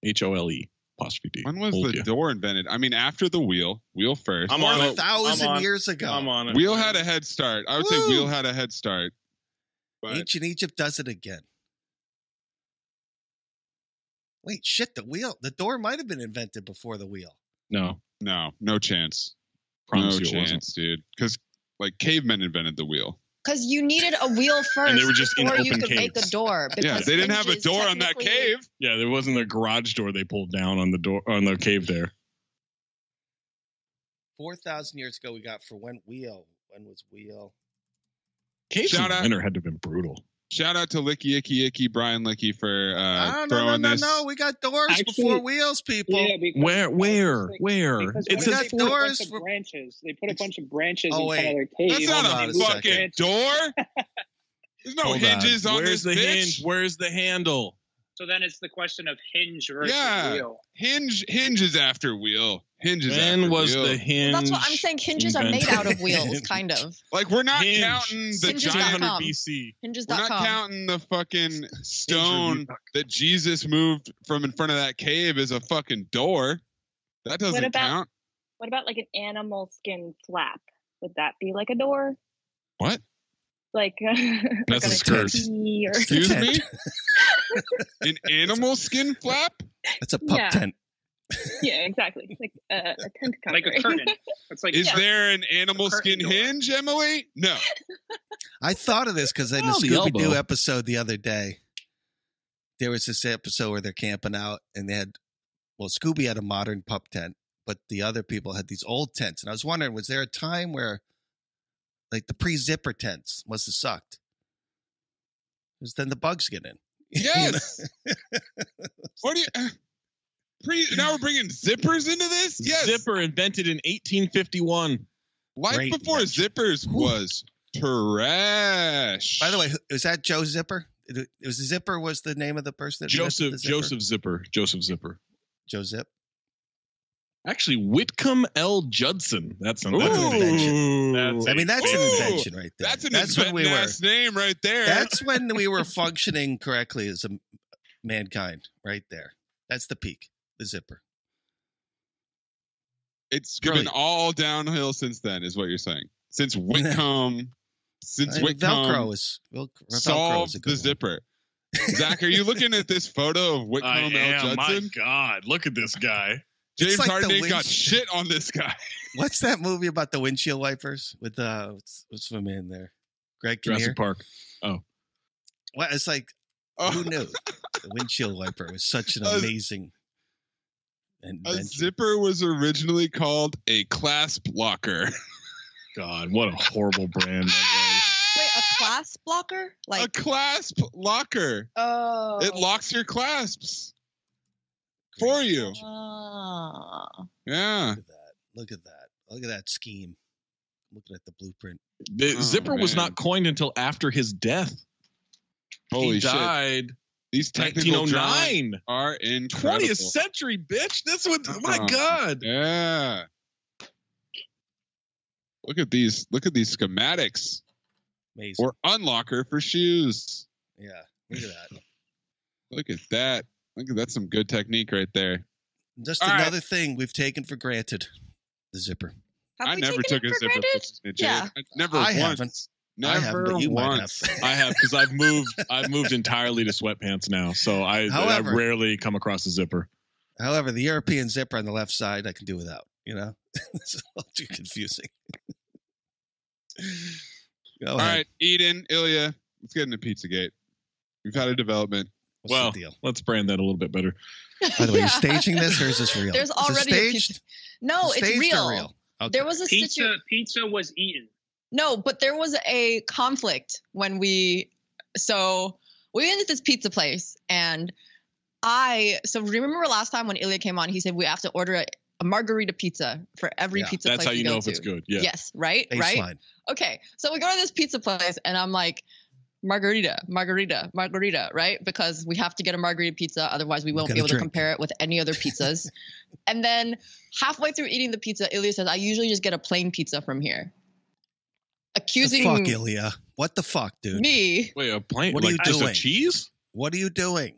[SPEAKER 2] H O L E apostrophe D.
[SPEAKER 3] When was
[SPEAKER 2] Hold
[SPEAKER 3] the
[SPEAKER 2] ya.
[SPEAKER 3] door invented? I mean, after the wheel, wheel first.
[SPEAKER 6] More than
[SPEAKER 3] Well,
[SPEAKER 6] a thousand
[SPEAKER 2] I'm on-
[SPEAKER 6] years ago.
[SPEAKER 2] I'm on it.
[SPEAKER 3] Wheel had a head start. I would say
[SPEAKER 6] Woo!
[SPEAKER 3] wheel had a head start. But
[SPEAKER 6] Ancient Egypt does it again. Wait, shit, the wheel. The door might have been invented before the wheel.
[SPEAKER 2] No,
[SPEAKER 3] no, no chance.
[SPEAKER 2] Promise
[SPEAKER 3] no
[SPEAKER 2] you it wasn't.
[SPEAKER 3] chance, dude. Because like cavemen invented the wheel.
[SPEAKER 7] Because you needed a wheel first
[SPEAKER 2] they were just in
[SPEAKER 7] before you
[SPEAKER 2] open
[SPEAKER 7] could make a
[SPEAKER 2] caves.
[SPEAKER 7] door.
[SPEAKER 3] yeah,
[SPEAKER 7] because
[SPEAKER 3] they didn't have a
[SPEAKER 7] hinges
[SPEAKER 3] door on that
[SPEAKER 7] technically-
[SPEAKER 3] cave.
[SPEAKER 2] yeah, there wasn't a garage door they pulled down on the door on the cave there.
[SPEAKER 6] 4,000 years ago, we got for when wheel. When was wheel?
[SPEAKER 2] Caves
[SPEAKER 3] Shout
[SPEAKER 2] in the
[SPEAKER 3] out-
[SPEAKER 2] winter had to have been brutal.
[SPEAKER 3] Shout out to Licky Icky Icky Brian Licky for uh,
[SPEAKER 6] oh, no, no,
[SPEAKER 3] throwing
[SPEAKER 6] no,
[SPEAKER 3] this.
[SPEAKER 6] no. We got doors
[SPEAKER 1] Actually-
[SPEAKER 6] before wheels, people.
[SPEAKER 1] Yeah, because
[SPEAKER 2] Where? Where?
[SPEAKER 1] Because
[SPEAKER 2] Where?
[SPEAKER 1] Because
[SPEAKER 2] It
[SPEAKER 1] what if
[SPEAKER 2] says
[SPEAKER 6] got
[SPEAKER 1] they put a
[SPEAKER 6] doors
[SPEAKER 1] bunch of
[SPEAKER 6] for-
[SPEAKER 1] branches. They put a bunch of branches
[SPEAKER 6] Oh,
[SPEAKER 1] in front of
[SPEAKER 6] wait.
[SPEAKER 1] their cave.
[SPEAKER 3] That's not
[SPEAKER 6] Hold on
[SPEAKER 3] a
[SPEAKER 6] a
[SPEAKER 3] fucking
[SPEAKER 6] second.
[SPEAKER 3] door. There's no
[SPEAKER 6] Hold on.
[SPEAKER 3] hinges on,
[SPEAKER 2] Where's
[SPEAKER 3] this
[SPEAKER 2] the
[SPEAKER 3] bitch.
[SPEAKER 2] hinge? Where's the handle?
[SPEAKER 1] So then it's the question of hinge versus
[SPEAKER 3] Yeah.
[SPEAKER 1] wheel.
[SPEAKER 3] Hinge hinges after wheel. Hinges
[SPEAKER 2] When
[SPEAKER 3] after
[SPEAKER 2] was
[SPEAKER 3] wheel.
[SPEAKER 2] the hinge?
[SPEAKER 7] That's what I'm saying. Hinges are made out of wheels, kind of.
[SPEAKER 3] like we're not
[SPEAKER 2] Hinge.
[SPEAKER 3] counting the
[SPEAKER 7] Hinges dot
[SPEAKER 3] giant
[SPEAKER 7] com.
[SPEAKER 2] BC.
[SPEAKER 3] We're not
[SPEAKER 7] Hinges.com.
[SPEAKER 3] counting the fucking stone that Jesus moved from in front of that cave as a fucking door. That doesn't
[SPEAKER 12] about-
[SPEAKER 3] count.
[SPEAKER 12] What about like an animal skin flap? Would that be like a door?
[SPEAKER 3] What?
[SPEAKER 12] Like
[SPEAKER 2] That's
[SPEAKER 12] like
[SPEAKER 2] a
[SPEAKER 12] on
[SPEAKER 2] skirt.
[SPEAKER 12] tee or
[SPEAKER 3] Excuse
[SPEAKER 6] Tent.
[SPEAKER 3] me? An animal skin flap?
[SPEAKER 6] That's a pup
[SPEAKER 12] Yeah.
[SPEAKER 6] tent.
[SPEAKER 12] yeah, exactly. Like uh, a tent
[SPEAKER 1] Like
[SPEAKER 12] covering.
[SPEAKER 1] a curtain. It's like
[SPEAKER 3] Is
[SPEAKER 1] yeah.
[SPEAKER 3] there an animal
[SPEAKER 1] A curtain
[SPEAKER 3] skin
[SPEAKER 1] door.
[SPEAKER 3] hinge, Emily? No.
[SPEAKER 6] I thought of this because in the
[SPEAKER 2] Oh, the
[SPEAKER 6] Scooby Doo
[SPEAKER 2] elbow.
[SPEAKER 6] episode the other day, there was this episode where they're camping out and they had, well, Scooby had a modern pup tent, but the other people had these old tents. And I was wondering, was there a time where, like, the pre zipper tents must have sucked? Because then the bugs get in.
[SPEAKER 3] Yes. what do you? uh, Pre, now we're bringing zippers into this. Yes.
[SPEAKER 2] Zipper invented in 1851.
[SPEAKER 3] Life
[SPEAKER 6] Great
[SPEAKER 3] before
[SPEAKER 6] invention.
[SPEAKER 3] zippers was trash.
[SPEAKER 6] By the way, who- is that Joe Zipper? It it was Zipper was the name of the person. that invented
[SPEAKER 2] Joseph
[SPEAKER 6] the zipper?
[SPEAKER 2] Joseph Zipper. Joseph Zipper.
[SPEAKER 6] Joe Zip.
[SPEAKER 2] Actually, Whitcomb L. Judson. That's an
[SPEAKER 6] That's an invention.
[SPEAKER 2] That's
[SPEAKER 6] I mean, that's an
[SPEAKER 3] Ooh.
[SPEAKER 6] invention right there.
[SPEAKER 3] that's an
[SPEAKER 6] that's when we were.
[SPEAKER 3] ass name right there.
[SPEAKER 6] That's when we were functioning correctly as a mankind, right there. That's the peak, the zipper.
[SPEAKER 3] it's
[SPEAKER 6] brilliant.
[SPEAKER 3] been all downhill since then, is what you're saying. Since Whitcomb, since
[SPEAKER 6] I mean,
[SPEAKER 3] Whitcomb
[SPEAKER 6] Velcro is Vel- Velcro is a
[SPEAKER 3] solved
[SPEAKER 6] good
[SPEAKER 3] um, the
[SPEAKER 6] one.
[SPEAKER 3] zipper. Zach, are you looking at this photo of
[SPEAKER 2] I
[SPEAKER 3] Whitcomb L.
[SPEAKER 2] am. My
[SPEAKER 3] Judson?
[SPEAKER 2] God, look at this guy.
[SPEAKER 3] James
[SPEAKER 6] like the
[SPEAKER 3] Harden got
[SPEAKER 6] winch-
[SPEAKER 3] shit on this guy.
[SPEAKER 6] What's that movie about the windshield wipers with uh, what's, what's the man there? Greg Kinnear.
[SPEAKER 2] Jurassic Park.
[SPEAKER 6] Well, it's like who
[SPEAKER 3] Oh,
[SPEAKER 6] knew the windshield wiper was such an
[SPEAKER 3] A-
[SPEAKER 6] amazing
[SPEAKER 3] a
[SPEAKER 6] invention.
[SPEAKER 3] zipper was originally called a clasp locker.
[SPEAKER 2] God, what a horrible brand. That
[SPEAKER 7] Wait, a class blocker?
[SPEAKER 3] a
[SPEAKER 7] Like,
[SPEAKER 3] clasp locker.
[SPEAKER 7] oh.
[SPEAKER 3] It locks your clasps for you.
[SPEAKER 7] Ah.
[SPEAKER 3] Yeah.
[SPEAKER 6] Look at that. Look at that. Look at that scheme. Looking at the blueprint.
[SPEAKER 2] was. The
[SPEAKER 3] Oh,
[SPEAKER 2] Zipper was
[SPEAKER 3] man.
[SPEAKER 2] not coined until after his death.
[SPEAKER 3] Holy
[SPEAKER 2] he
[SPEAKER 3] shit.
[SPEAKER 2] died
[SPEAKER 3] These technical drawings
[SPEAKER 2] 1909.
[SPEAKER 3] are incredible.
[SPEAKER 2] 20th century, bitch. This one, my
[SPEAKER 3] Uh-uh.
[SPEAKER 2] God.
[SPEAKER 3] Yeah. Look at these. Look at these schematics.
[SPEAKER 6] Amazing.
[SPEAKER 3] Or unlocker for shoes.
[SPEAKER 6] yeah. Look at that.
[SPEAKER 3] Look at that. Look at that's some good technique right there.
[SPEAKER 6] Just
[SPEAKER 3] All right.
[SPEAKER 6] another thing we've taken for granted. The zipper.
[SPEAKER 7] Have
[SPEAKER 3] I
[SPEAKER 7] we
[SPEAKER 3] never
[SPEAKER 7] taken
[SPEAKER 3] took a
[SPEAKER 7] it for
[SPEAKER 3] zipper.
[SPEAKER 7] granted?
[SPEAKER 3] for-
[SPEAKER 7] Yeah.
[SPEAKER 3] I- Never
[SPEAKER 6] I
[SPEAKER 3] once.
[SPEAKER 6] haven't.
[SPEAKER 3] Never
[SPEAKER 6] I haven't, but you
[SPEAKER 3] once.
[SPEAKER 6] might have.
[SPEAKER 2] I have because I've moved. I've moved entirely to sweatpants now, so I,
[SPEAKER 6] However-
[SPEAKER 2] I rarely come across a zipper.
[SPEAKER 6] However, the European zipper on the left side, I can do without. You know, it's a little too confusing. Go
[SPEAKER 3] All right, Eden, Ilya, let's get into Pizzagate. We've had a development.
[SPEAKER 6] What's
[SPEAKER 2] well,
[SPEAKER 6] the deal?
[SPEAKER 2] let's brand that a little bit better.
[SPEAKER 6] By the way,
[SPEAKER 7] Yeah.
[SPEAKER 6] you're staging this, or is this real?
[SPEAKER 7] There's
[SPEAKER 6] Is it
[SPEAKER 7] already a
[SPEAKER 6] staged?
[SPEAKER 7] piece- No, it's
[SPEAKER 6] Staged or
[SPEAKER 7] real.
[SPEAKER 6] Okay.
[SPEAKER 7] There was a
[SPEAKER 1] Pizza
[SPEAKER 7] situation.
[SPEAKER 1] pizza was eaten.
[SPEAKER 7] No, but there was a conflict when we. So we ended this pizza place, and I. So remember last time when Ilya came on, he said we have to order a, a margarita pizza for every
[SPEAKER 6] Yeah,
[SPEAKER 7] pizza place.
[SPEAKER 2] That's how
[SPEAKER 7] we
[SPEAKER 2] you
[SPEAKER 7] go
[SPEAKER 2] know if
[SPEAKER 7] to.
[SPEAKER 2] it's good. Yeah.
[SPEAKER 7] Yes, right, right.
[SPEAKER 6] baseline.
[SPEAKER 7] Okay, so we go to this pizza place, and I'm like, margarita, margarita, margarita, right? Because we have to get a margarita pizza, otherwise we won't
[SPEAKER 6] gotta
[SPEAKER 7] be able
[SPEAKER 6] drink.
[SPEAKER 7] to compare it with any other pizzas. and then halfway through eating the pizza, Ilya says, "I usually just get a plain pizza from here." Accusing
[SPEAKER 6] fuck, Ilya. What the fuck, dude?
[SPEAKER 7] me.
[SPEAKER 2] Wait, a plane?
[SPEAKER 6] What are you
[SPEAKER 2] like, just a
[SPEAKER 6] doing?
[SPEAKER 2] cheese?
[SPEAKER 6] What are you doing?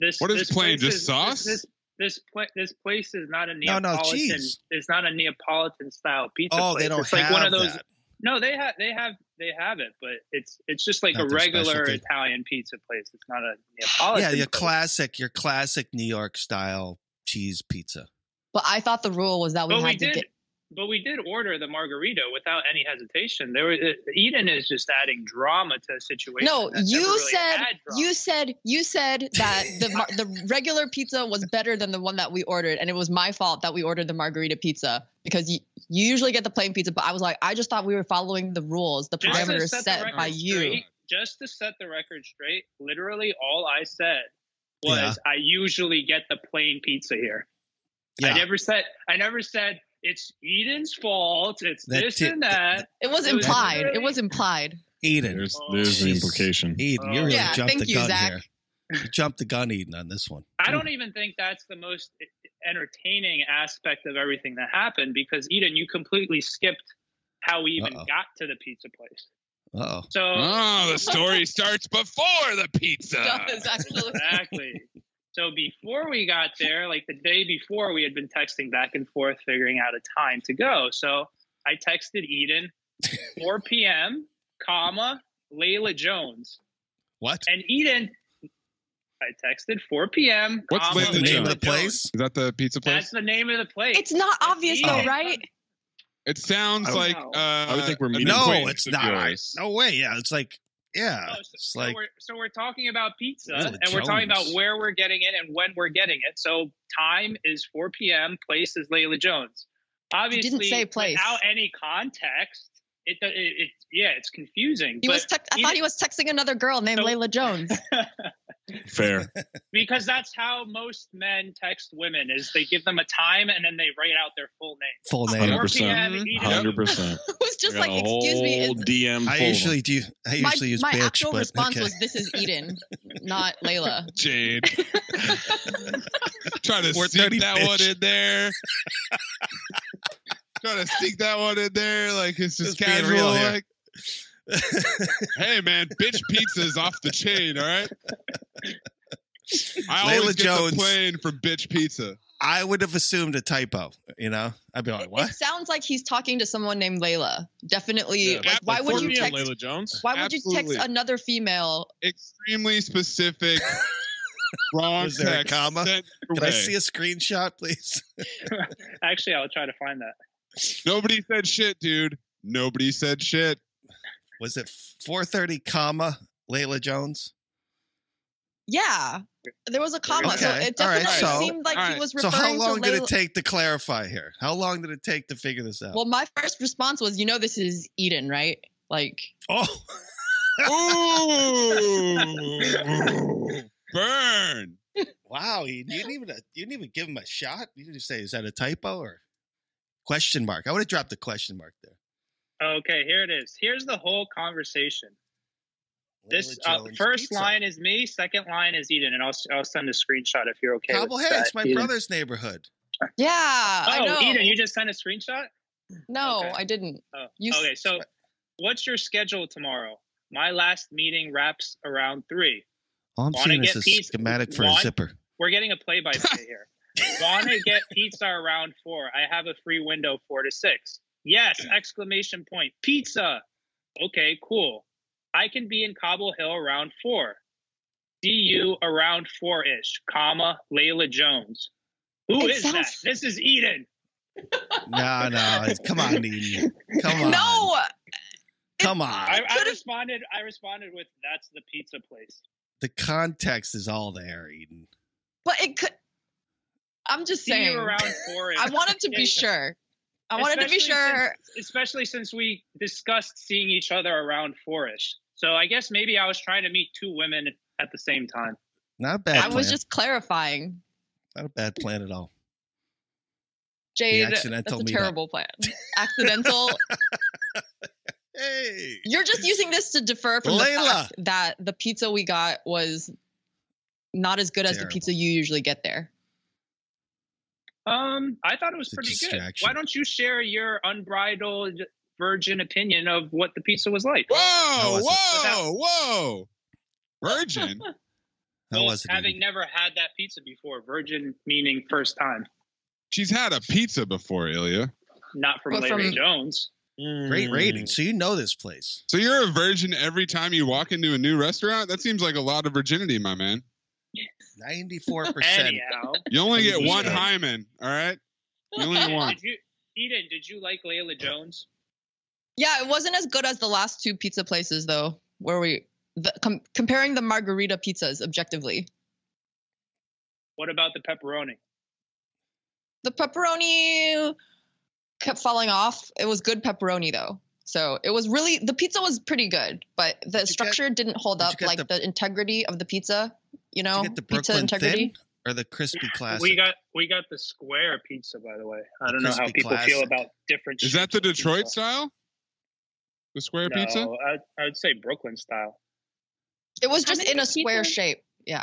[SPEAKER 1] This
[SPEAKER 6] What is
[SPEAKER 1] this
[SPEAKER 6] plain?
[SPEAKER 1] place
[SPEAKER 6] Just
[SPEAKER 1] is- This,
[SPEAKER 6] sauce?
[SPEAKER 1] this, this, pla- this place is not a
[SPEAKER 6] No, no,
[SPEAKER 1] Neapolitan.
[SPEAKER 6] cheese.
[SPEAKER 1] It's not a Neapolitan style pizza.
[SPEAKER 6] Oh,
[SPEAKER 1] place.
[SPEAKER 6] they don't
[SPEAKER 1] it's like one of
[SPEAKER 6] have
[SPEAKER 1] those.
[SPEAKER 6] that.
[SPEAKER 1] No, they have they have they have it, but it's it's just like
[SPEAKER 6] Not
[SPEAKER 1] a
[SPEAKER 6] their
[SPEAKER 1] regular
[SPEAKER 6] specialty.
[SPEAKER 1] Italian pizza place. Oh, It's not a Neapolitan.
[SPEAKER 6] yeah, your
[SPEAKER 1] place.
[SPEAKER 6] classic, your classic New York style cheese pizza.
[SPEAKER 7] But I thought the rule was that we
[SPEAKER 1] but
[SPEAKER 7] had
[SPEAKER 1] we
[SPEAKER 7] to
[SPEAKER 1] did,
[SPEAKER 7] get.
[SPEAKER 1] but we did order the margarita without any hesitation. There, was, uh, Eden is just adding drama to a situation.
[SPEAKER 7] No,
[SPEAKER 1] that's
[SPEAKER 7] you
[SPEAKER 1] never really
[SPEAKER 7] said
[SPEAKER 1] had drama.
[SPEAKER 7] you said you said that the mar- the regular pizza was better than the one that we ordered, and it was my fault that we ordered the margarita pizza because you, you usually get the plain pizza. But I was like, I just thought we were following the rules, the
[SPEAKER 1] Just to
[SPEAKER 7] parameters
[SPEAKER 1] set the
[SPEAKER 7] set by
[SPEAKER 1] record
[SPEAKER 7] you.
[SPEAKER 1] straight- Just to set the record straight, literally all I said was I usually get the plain pizza here. I
[SPEAKER 6] Yeah.
[SPEAKER 1] never said I never said it's Eden's fault. It's
[SPEAKER 6] That
[SPEAKER 1] this
[SPEAKER 6] ti-
[SPEAKER 1] and that.
[SPEAKER 7] It was implied. It
[SPEAKER 1] literally-
[SPEAKER 7] was implied.
[SPEAKER 6] Eden.
[SPEAKER 11] There's, there's the
[SPEAKER 6] Jeez.
[SPEAKER 11] implication.
[SPEAKER 6] Eden, you
[SPEAKER 1] Oh.
[SPEAKER 6] really
[SPEAKER 7] Yeah,
[SPEAKER 6] jumped
[SPEAKER 7] thank
[SPEAKER 6] the
[SPEAKER 7] you,
[SPEAKER 6] gun
[SPEAKER 7] Zach.
[SPEAKER 6] here. You jumped the gun, Eden, on this one.
[SPEAKER 1] I don't even think that's the most e, entertaining aspect of everything that happened because Eden, you completely skipped how we even
[SPEAKER 6] Uh-oh.
[SPEAKER 1] got to the pizza place.
[SPEAKER 6] Uh oh.
[SPEAKER 1] So
[SPEAKER 3] Oh, the story starts before the
[SPEAKER 1] Uh,
[SPEAKER 3] pizza.
[SPEAKER 7] That was actually-
[SPEAKER 1] exactly. So before we got there, like the day before, we had been texting back and forth, figuring out a time to go. So I texted Eden, 4 p.m., comma, Layla Jones.
[SPEAKER 6] What?
[SPEAKER 1] And Eden, I texted 4 p.m.,
[SPEAKER 3] What's
[SPEAKER 1] comma,
[SPEAKER 3] Layla
[SPEAKER 6] The name of the
[SPEAKER 1] Layla Jones.
[SPEAKER 6] place?
[SPEAKER 3] Is that the pizza place?
[SPEAKER 1] That's the name of the place.
[SPEAKER 7] It's not obvious though,
[SPEAKER 1] Eden-
[SPEAKER 7] right?
[SPEAKER 3] It sounds
[SPEAKER 1] I would-
[SPEAKER 3] like
[SPEAKER 1] No.
[SPEAKER 3] uh,
[SPEAKER 11] I would think we're
[SPEAKER 3] an
[SPEAKER 11] meeting
[SPEAKER 6] No,
[SPEAKER 11] Wait,
[SPEAKER 3] acquaintance
[SPEAKER 6] it's
[SPEAKER 3] of
[SPEAKER 6] not. I-
[SPEAKER 3] yours.
[SPEAKER 6] no way. Yeah, it's like, yeah,
[SPEAKER 1] Oh, so-
[SPEAKER 6] it's like
[SPEAKER 1] so, we're, so we're talking about pizza,
[SPEAKER 6] Layla
[SPEAKER 1] and we're talking about
[SPEAKER 6] Jones.
[SPEAKER 1] where we're getting it and when we're getting it. So time is 4 p.m. Place is Layla Jones. Obviously,
[SPEAKER 7] say place.
[SPEAKER 1] without any context, it, it, it yeah, it's confusing.
[SPEAKER 7] He
[SPEAKER 1] but
[SPEAKER 7] was. Tex- I thought he was texting another girl named
[SPEAKER 1] So-
[SPEAKER 7] Layla Jones.
[SPEAKER 11] Fair.
[SPEAKER 1] because that's how most men text women is they give them a time and then they write out their full name.
[SPEAKER 6] full name.
[SPEAKER 1] 4
[SPEAKER 11] 100%.
[SPEAKER 1] p.m. Eden-
[SPEAKER 6] uh-huh.
[SPEAKER 11] Hundred percent.
[SPEAKER 7] it was just
[SPEAKER 11] I got
[SPEAKER 7] like,
[SPEAKER 11] a
[SPEAKER 7] excuse me.
[SPEAKER 11] whole
[SPEAKER 7] is-
[SPEAKER 11] DM. full of
[SPEAKER 6] I
[SPEAKER 11] them.
[SPEAKER 6] usually do. I
[SPEAKER 7] my
[SPEAKER 6] usually use
[SPEAKER 7] my
[SPEAKER 6] bitch,
[SPEAKER 7] actual
[SPEAKER 6] but
[SPEAKER 7] response
[SPEAKER 6] okay.
[SPEAKER 7] was, "This is Eden, not Layla."
[SPEAKER 3] Jade. Trying to
[SPEAKER 6] We're
[SPEAKER 3] sneak
[SPEAKER 6] 30
[SPEAKER 3] that
[SPEAKER 6] bitch.
[SPEAKER 3] one in there. Trying to sneak that one in there. Like it's just,
[SPEAKER 6] Just being
[SPEAKER 3] casual.
[SPEAKER 6] real here.
[SPEAKER 3] like, hey man, bitch pizza's off the chain, all right? I always get
[SPEAKER 6] Layla Jones.
[SPEAKER 3] the plane from bitch pizza.
[SPEAKER 6] I would have assumed a typo. You know, I'd be like, what?
[SPEAKER 7] It sounds like he's talking to someone named Layla. Definitely.
[SPEAKER 11] Yeah.
[SPEAKER 7] Like, why would you
[SPEAKER 11] 4 p.m.
[SPEAKER 7] text?
[SPEAKER 11] Layla Jones?
[SPEAKER 7] Why would you
[SPEAKER 3] Absolutely.
[SPEAKER 7] text another female?
[SPEAKER 3] Extremely specific. Wrong
[SPEAKER 6] Was there a
[SPEAKER 3] text
[SPEAKER 6] comma?
[SPEAKER 3] sent your
[SPEAKER 6] Can I
[SPEAKER 3] way.
[SPEAKER 6] see a screenshot, please?
[SPEAKER 1] Actually, I'll try to find that.
[SPEAKER 3] Nobody said shit, dude. Nobody said shit.
[SPEAKER 6] Was it 4:30, comma Layla Jones?
[SPEAKER 7] Yeah, there was a comma, so
[SPEAKER 6] Okay.
[SPEAKER 7] it
[SPEAKER 6] All right,
[SPEAKER 7] definitely
[SPEAKER 6] so-
[SPEAKER 7] seemed like
[SPEAKER 3] all
[SPEAKER 7] he
[SPEAKER 3] right.
[SPEAKER 7] was
[SPEAKER 6] So how
[SPEAKER 7] referring
[SPEAKER 6] long
[SPEAKER 7] to Layla.
[SPEAKER 6] did it take to clarify here? How long did it take to figure this out?
[SPEAKER 7] well, my first response was, "You know, this is Eden, right?" Like,
[SPEAKER 6] oh,
[SPEAKER 3] Ooh, burn.
[SPEAKER 6] wow! You didn't even you didn't even give him a shot. You didn't say, "Is that a typo or question mark?" I would have dropped the question mark there.
[SPEAKER 1] Okay, here it is. Here's the whole conversation. This
[SPEAKER 6] Layla
[SPEAKER 1] uh,
[SPEAKER 6] Jones
[SPEAKER 1] first
[SPEAKER 6] pizza.
[SPEAKER 1] line is me. Second line is Eden, and I'll I'll send a screenshot if you're okay. with
[SPEAKER 6] Cobblehead,
[SPEAKER 1] that,
[SPEAKER 6] it's my
[SPEAKER 1] Eden.
[SPEAKER 6] brother's neighborhood.
[SPEAKER 7] yeah,
[SPEAKER 1] Oh,
[SPEAKER 7] I know.
[SPEAKER 1] Eden, you just sent a screenshot.
[SPEAKER 7] no,
[SPEAKER 1] okay.
[SPEAKER 7] I didn't.
[SPEAKER 1] Oh,
[SPEAKER 7] You s-
[SPEAKER 1] okay. So, what's your schedule tomorrow? My last meeting wraps around three.
[SPEAKER 6] All I'm
[SPEAKER 1] Wanna
[SPEAKER 6] seeing is
[SPEAKER 1] get
[SPEAKER 6] a
[SPEAKER 1] pizza-
[SPEAKER 6] schematic for
[SPEAKER 1] want-
[SPEAKER 6] a zipper.
[SPEAKER 1] We're getting a play-by-play here. Want to get pizza around four? I have a free window four to six. Yes!
[SPEAKER 7] Mm.
[SPEAKER 1] Exclamation point. Pizza. Okay, cool. I can be in Cobble Hill around four. See you around four ish, comma Layla Jones. Who
[SPEAKER 7] It
[SPEAKER 1] is
[SPEAKER 7] sounds-
[SPEAKER 1] that? This is Eden.
[SPEAKER 6] No, no, come on, Eden. Come on,
[SPEAKER 7] No,
[SPEAKER 6] come on.
[SPEAKER 1] I, I
[SPEAKER 7] could've-
[SPEAKER 1] responded. I responded with, "That's the pizza place."
[SPEAKER 6] the context is all there, Eden.
[SPEAKER 7] but it could. I'm just
[SPEAKER 1] See
[SPEAKER 7] saying.
[SPEAKER 1] you around four ish.
[SPEAKER 7] I wanted to be sure. I wanted to be
[SPEAKER 1] Especially
[SPEAKER 7] sure.
[SPEAKER 1] especially since we discussed seeing each other around four-ish. So I guess maybe I was trying to meet two women at the same time.
[SPEAKER 6] Not a bad.
[SPEAKER 7] I was
[SPEAKER 6] plan.
[SPEAKER 7] just clarifying.
[SPEAKER 6] not a bad plan at all.
[SPEAKER 7] Jade,
[SPEAKER 6] accidental
[SPEAKER 7] that's a
[SPEAKER 6] meetup.
[SPEAKER 7] terrible plan. Accidental.
[SPEAKER 6] Hey.
[SPEAKER 7] You're just using this to defer from the
[SPEAKER 6] Layla.
[SPEAKER 7] fact that the pizza we got was not as good as the
[SPEAKER 6] Terrible.
[SPEAKER 7] pizza you usually get there.
[SPEAKER 1] Um, I thought it was
[SPEAKER 6] a
[SPEAKER 1] pretty good.
[SPEAKER 6] distraction.
[SPEAKER 1] Why don't you share your unbridled virgin opinion of what the pizza was like?
[SPEAKER 6] How
[SPEAKER 2] Whoa,
[SPEAKER 6] was it?
[SPEAKER 2] whoa, whoa. Virgin.
[SPEAKER 6] How
[SPEAKER 1] Well,
[SPEAKER 6] was it?
[SPEAKER 1] having never had that pizza before, virgin meaning first time,
[SPEAKER 2] She's had a pizza before, Ilya.
[SPEAKER 1] not from
[SPEAKER 7] But
[SPEAKER 1] Larry
[SPEAKER 7] from-
[SPEAKER 1] Jones.
[SPEAKER 6] Great rating. So you know this place.
[SPEAKER 2] So you're a virgin every time you walk into a new restaurant? That seems like a lot of virginity, my man.
[SPEAKER 6] 94%.
[SPEAKER 1] Anyhow,
[SPEAKER 2] You only get
[SPEAKER 6] Yeah.
[SPEAKER 2] one hymen, all right? You only get one.
[SPEAKER 1] did you, Eden? Did you like Layla Jones?
[SPEAKER 7] Yeah, it wasn't as good as the last two pizza places though, where we the, com- comparing the margarita pizzas objectively.
[SPEAKER 1] What about the pepperoni?
[SPEAKER 7] The pepperoni kept falling off. It was good pepperoni though. So it was really the pizza was pretty good, but the
[SPEAKER 6] you
[SPEAKER 7] structure didn't hold
[SPEAKER 6] did you
[SPEAKER 7] up
[SPEAKER 6] get
[SPEAKER 7] like
[SPEAKER 6] the-
[SPEAKER 7] the, integrity of the pizza, you
[SPEAKER 6] Did
[SPEAKER 7] know,
[SPEAKER 6] you get the
[SPEAKER 7] pizza
[SPEAKER 6] Brooklyn
[SPEAKER 7] integrity.
[SPEAKER 6] Thin or the crispy classic?
[SPEAKER 1] We got we got the square pizza, by the way. I
[SPEAKER 6] The
[SPEAKER 1] don't know how
[SPEAKER 6] crispy
[SPEAKER 1] people feel
[SPEAKER 6] classic.
[SPEAKER 1] about different.
[SPEAKER 2] Is that the
[SPEAKER 1] shapes of
[SPEAKER 2] Detroit
[SPEAKER 1] pizza.
[SPEAKER 2] style? The square
[SPEAKER 1] no,
[SPEAKER 2] pizza?
[SPEAKER 1] I, I would say Brooklyn style.
[SPEAKER 7] It was
[SPEAKER 13] How
[SPEAKER 7] just
[SPEAKER 13] many
[SPEAKER 7] in a square
[SPEAKER 13] pizzas?
[SPEAKER 7] shape. Yeah.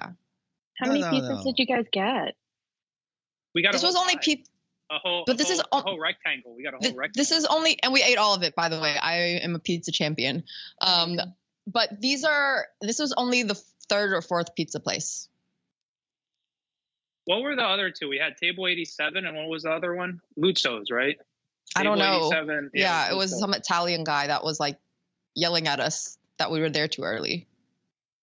[SPEAKER 13] How
[SPEAKER 6] No,
[SPEAKER 13] many
[SPEAKER 6] no,
[SPEAKER 13] pizzas
[SPEAKER 6] no.
[SPEAKER 13] did you guys get?
[SPEAKER 1] We got
[SPEAKER 7] This
[SPEAKER 1] a
[SPEAKER 7] was
[SPEAKER 1] whole
[SPEAKER 7] only
[SPEAKER 1] pie,
[SPEAKER 7] pizza.
[SPEAKER 1] a whole,
[SPEAKER 7] but
[SPEAKER 1] a
[SPEAKER 7] this is
[SPEAKER 1] whole- a
[SPEAKER 7] all-
[SPEAKER 1] whole rectangle. We got a whole
[SPEAKER 7] Th-
[SPEAKER 1] rectangle.
[SPEAKER 7] this is only and we ate all of it by the way i am a pizza champion um
[SPEAKER 1] Mm-hmm.
[SPEAKER 7] but these are this was only the third or fourth pizza place
[SPEAKER 1] What were the other two? We had Table 87, and what was the other one? Luzzo's, right?
[SPEAKER 7] I don't
[SPEAKER 1] Table
[SPEAKER 7] know.
[SPEAKER 1] 87,
[SPEAKER 7] yeah, it was
[SPEAKER 1] Luzzo's.
[SPEAKER 7] some italian guy that was like yelling at us that we were there too early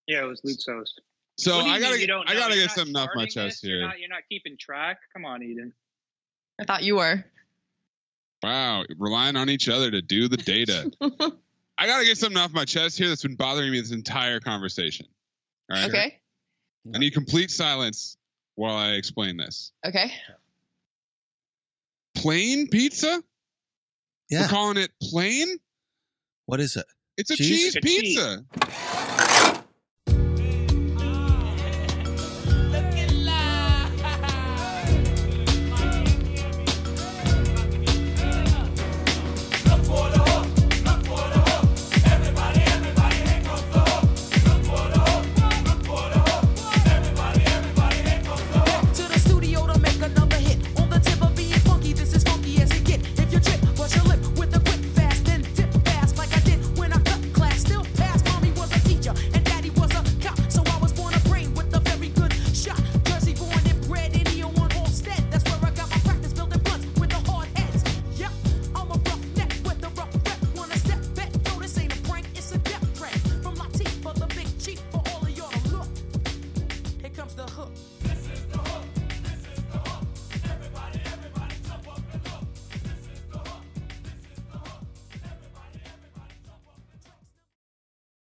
[SPEAKER 1] Yeah, it was Luzzo's.
[SPEAKER 2] So
[SPEAKER 1] What do you
[SPEAKER 2] I
[SPEAKER 1] mean
[SPEAKER 2] gotta,
[SPEAKER 1] you
[SPEAKER 2] get,
[SPEAKER 1] don't
[SPEAKER 2] I
[SPEAKER 1] know?
[SPEAKER 2] gotta
[SPEAKER 1] You're
[SPEAKER 2] get
[SPEAKER 1] not
[SPEAKER 2] something off my
[SPEAKER 1] charting
[SPEAKER 2] chest
[SPEAKER 1] this? You're
[SPEAKER 2] here.
[SPEAKER 1] not, you're not keeping track. Come on, Eden.
[SPEAKER 7] i thought you were
[SPEAKER 2] Wow, relying on each other to do the data. I gotta get something off my chest here that's been bothering me this entire conversation. All right.
[SPEAKER 7] okay
[SPEAKER 2] I need complete silence while I explain this.
[SPEAKER 7] okay
[SPEAKER 2] Plain pizza?
[SPEAKER 6] Yeah.
[SPEAKER 2] We're calling it plain?
[SPEAKER 6] What is it?
[SPEAKER 2] It's a
[SPEAKER 6] Cheese?
[SPEAKER 2] cheese,
[SPEAKER 1] It's a cheese.
[SPEAKER 2] pizza.
[SPEAKER 14] Back to the studio to make another hit. On the tip of being funky, this is funky as it get. If you trip, bust your lip with a quick fast, then tip fast like I did when I cut class. Still pass, mommy was a teacher and daddy was a cop, so I was born a brain with a very good shot. Jersey born and bred in here on Homestead. That's where I got my practice building blunts with the hard heads. Yep, I'm a rough neck with a rough rep. Wanna step back? No, this ain't a prank, it's a death threat from my teeth for the big chief for all of y'all to look. Here comes the hook.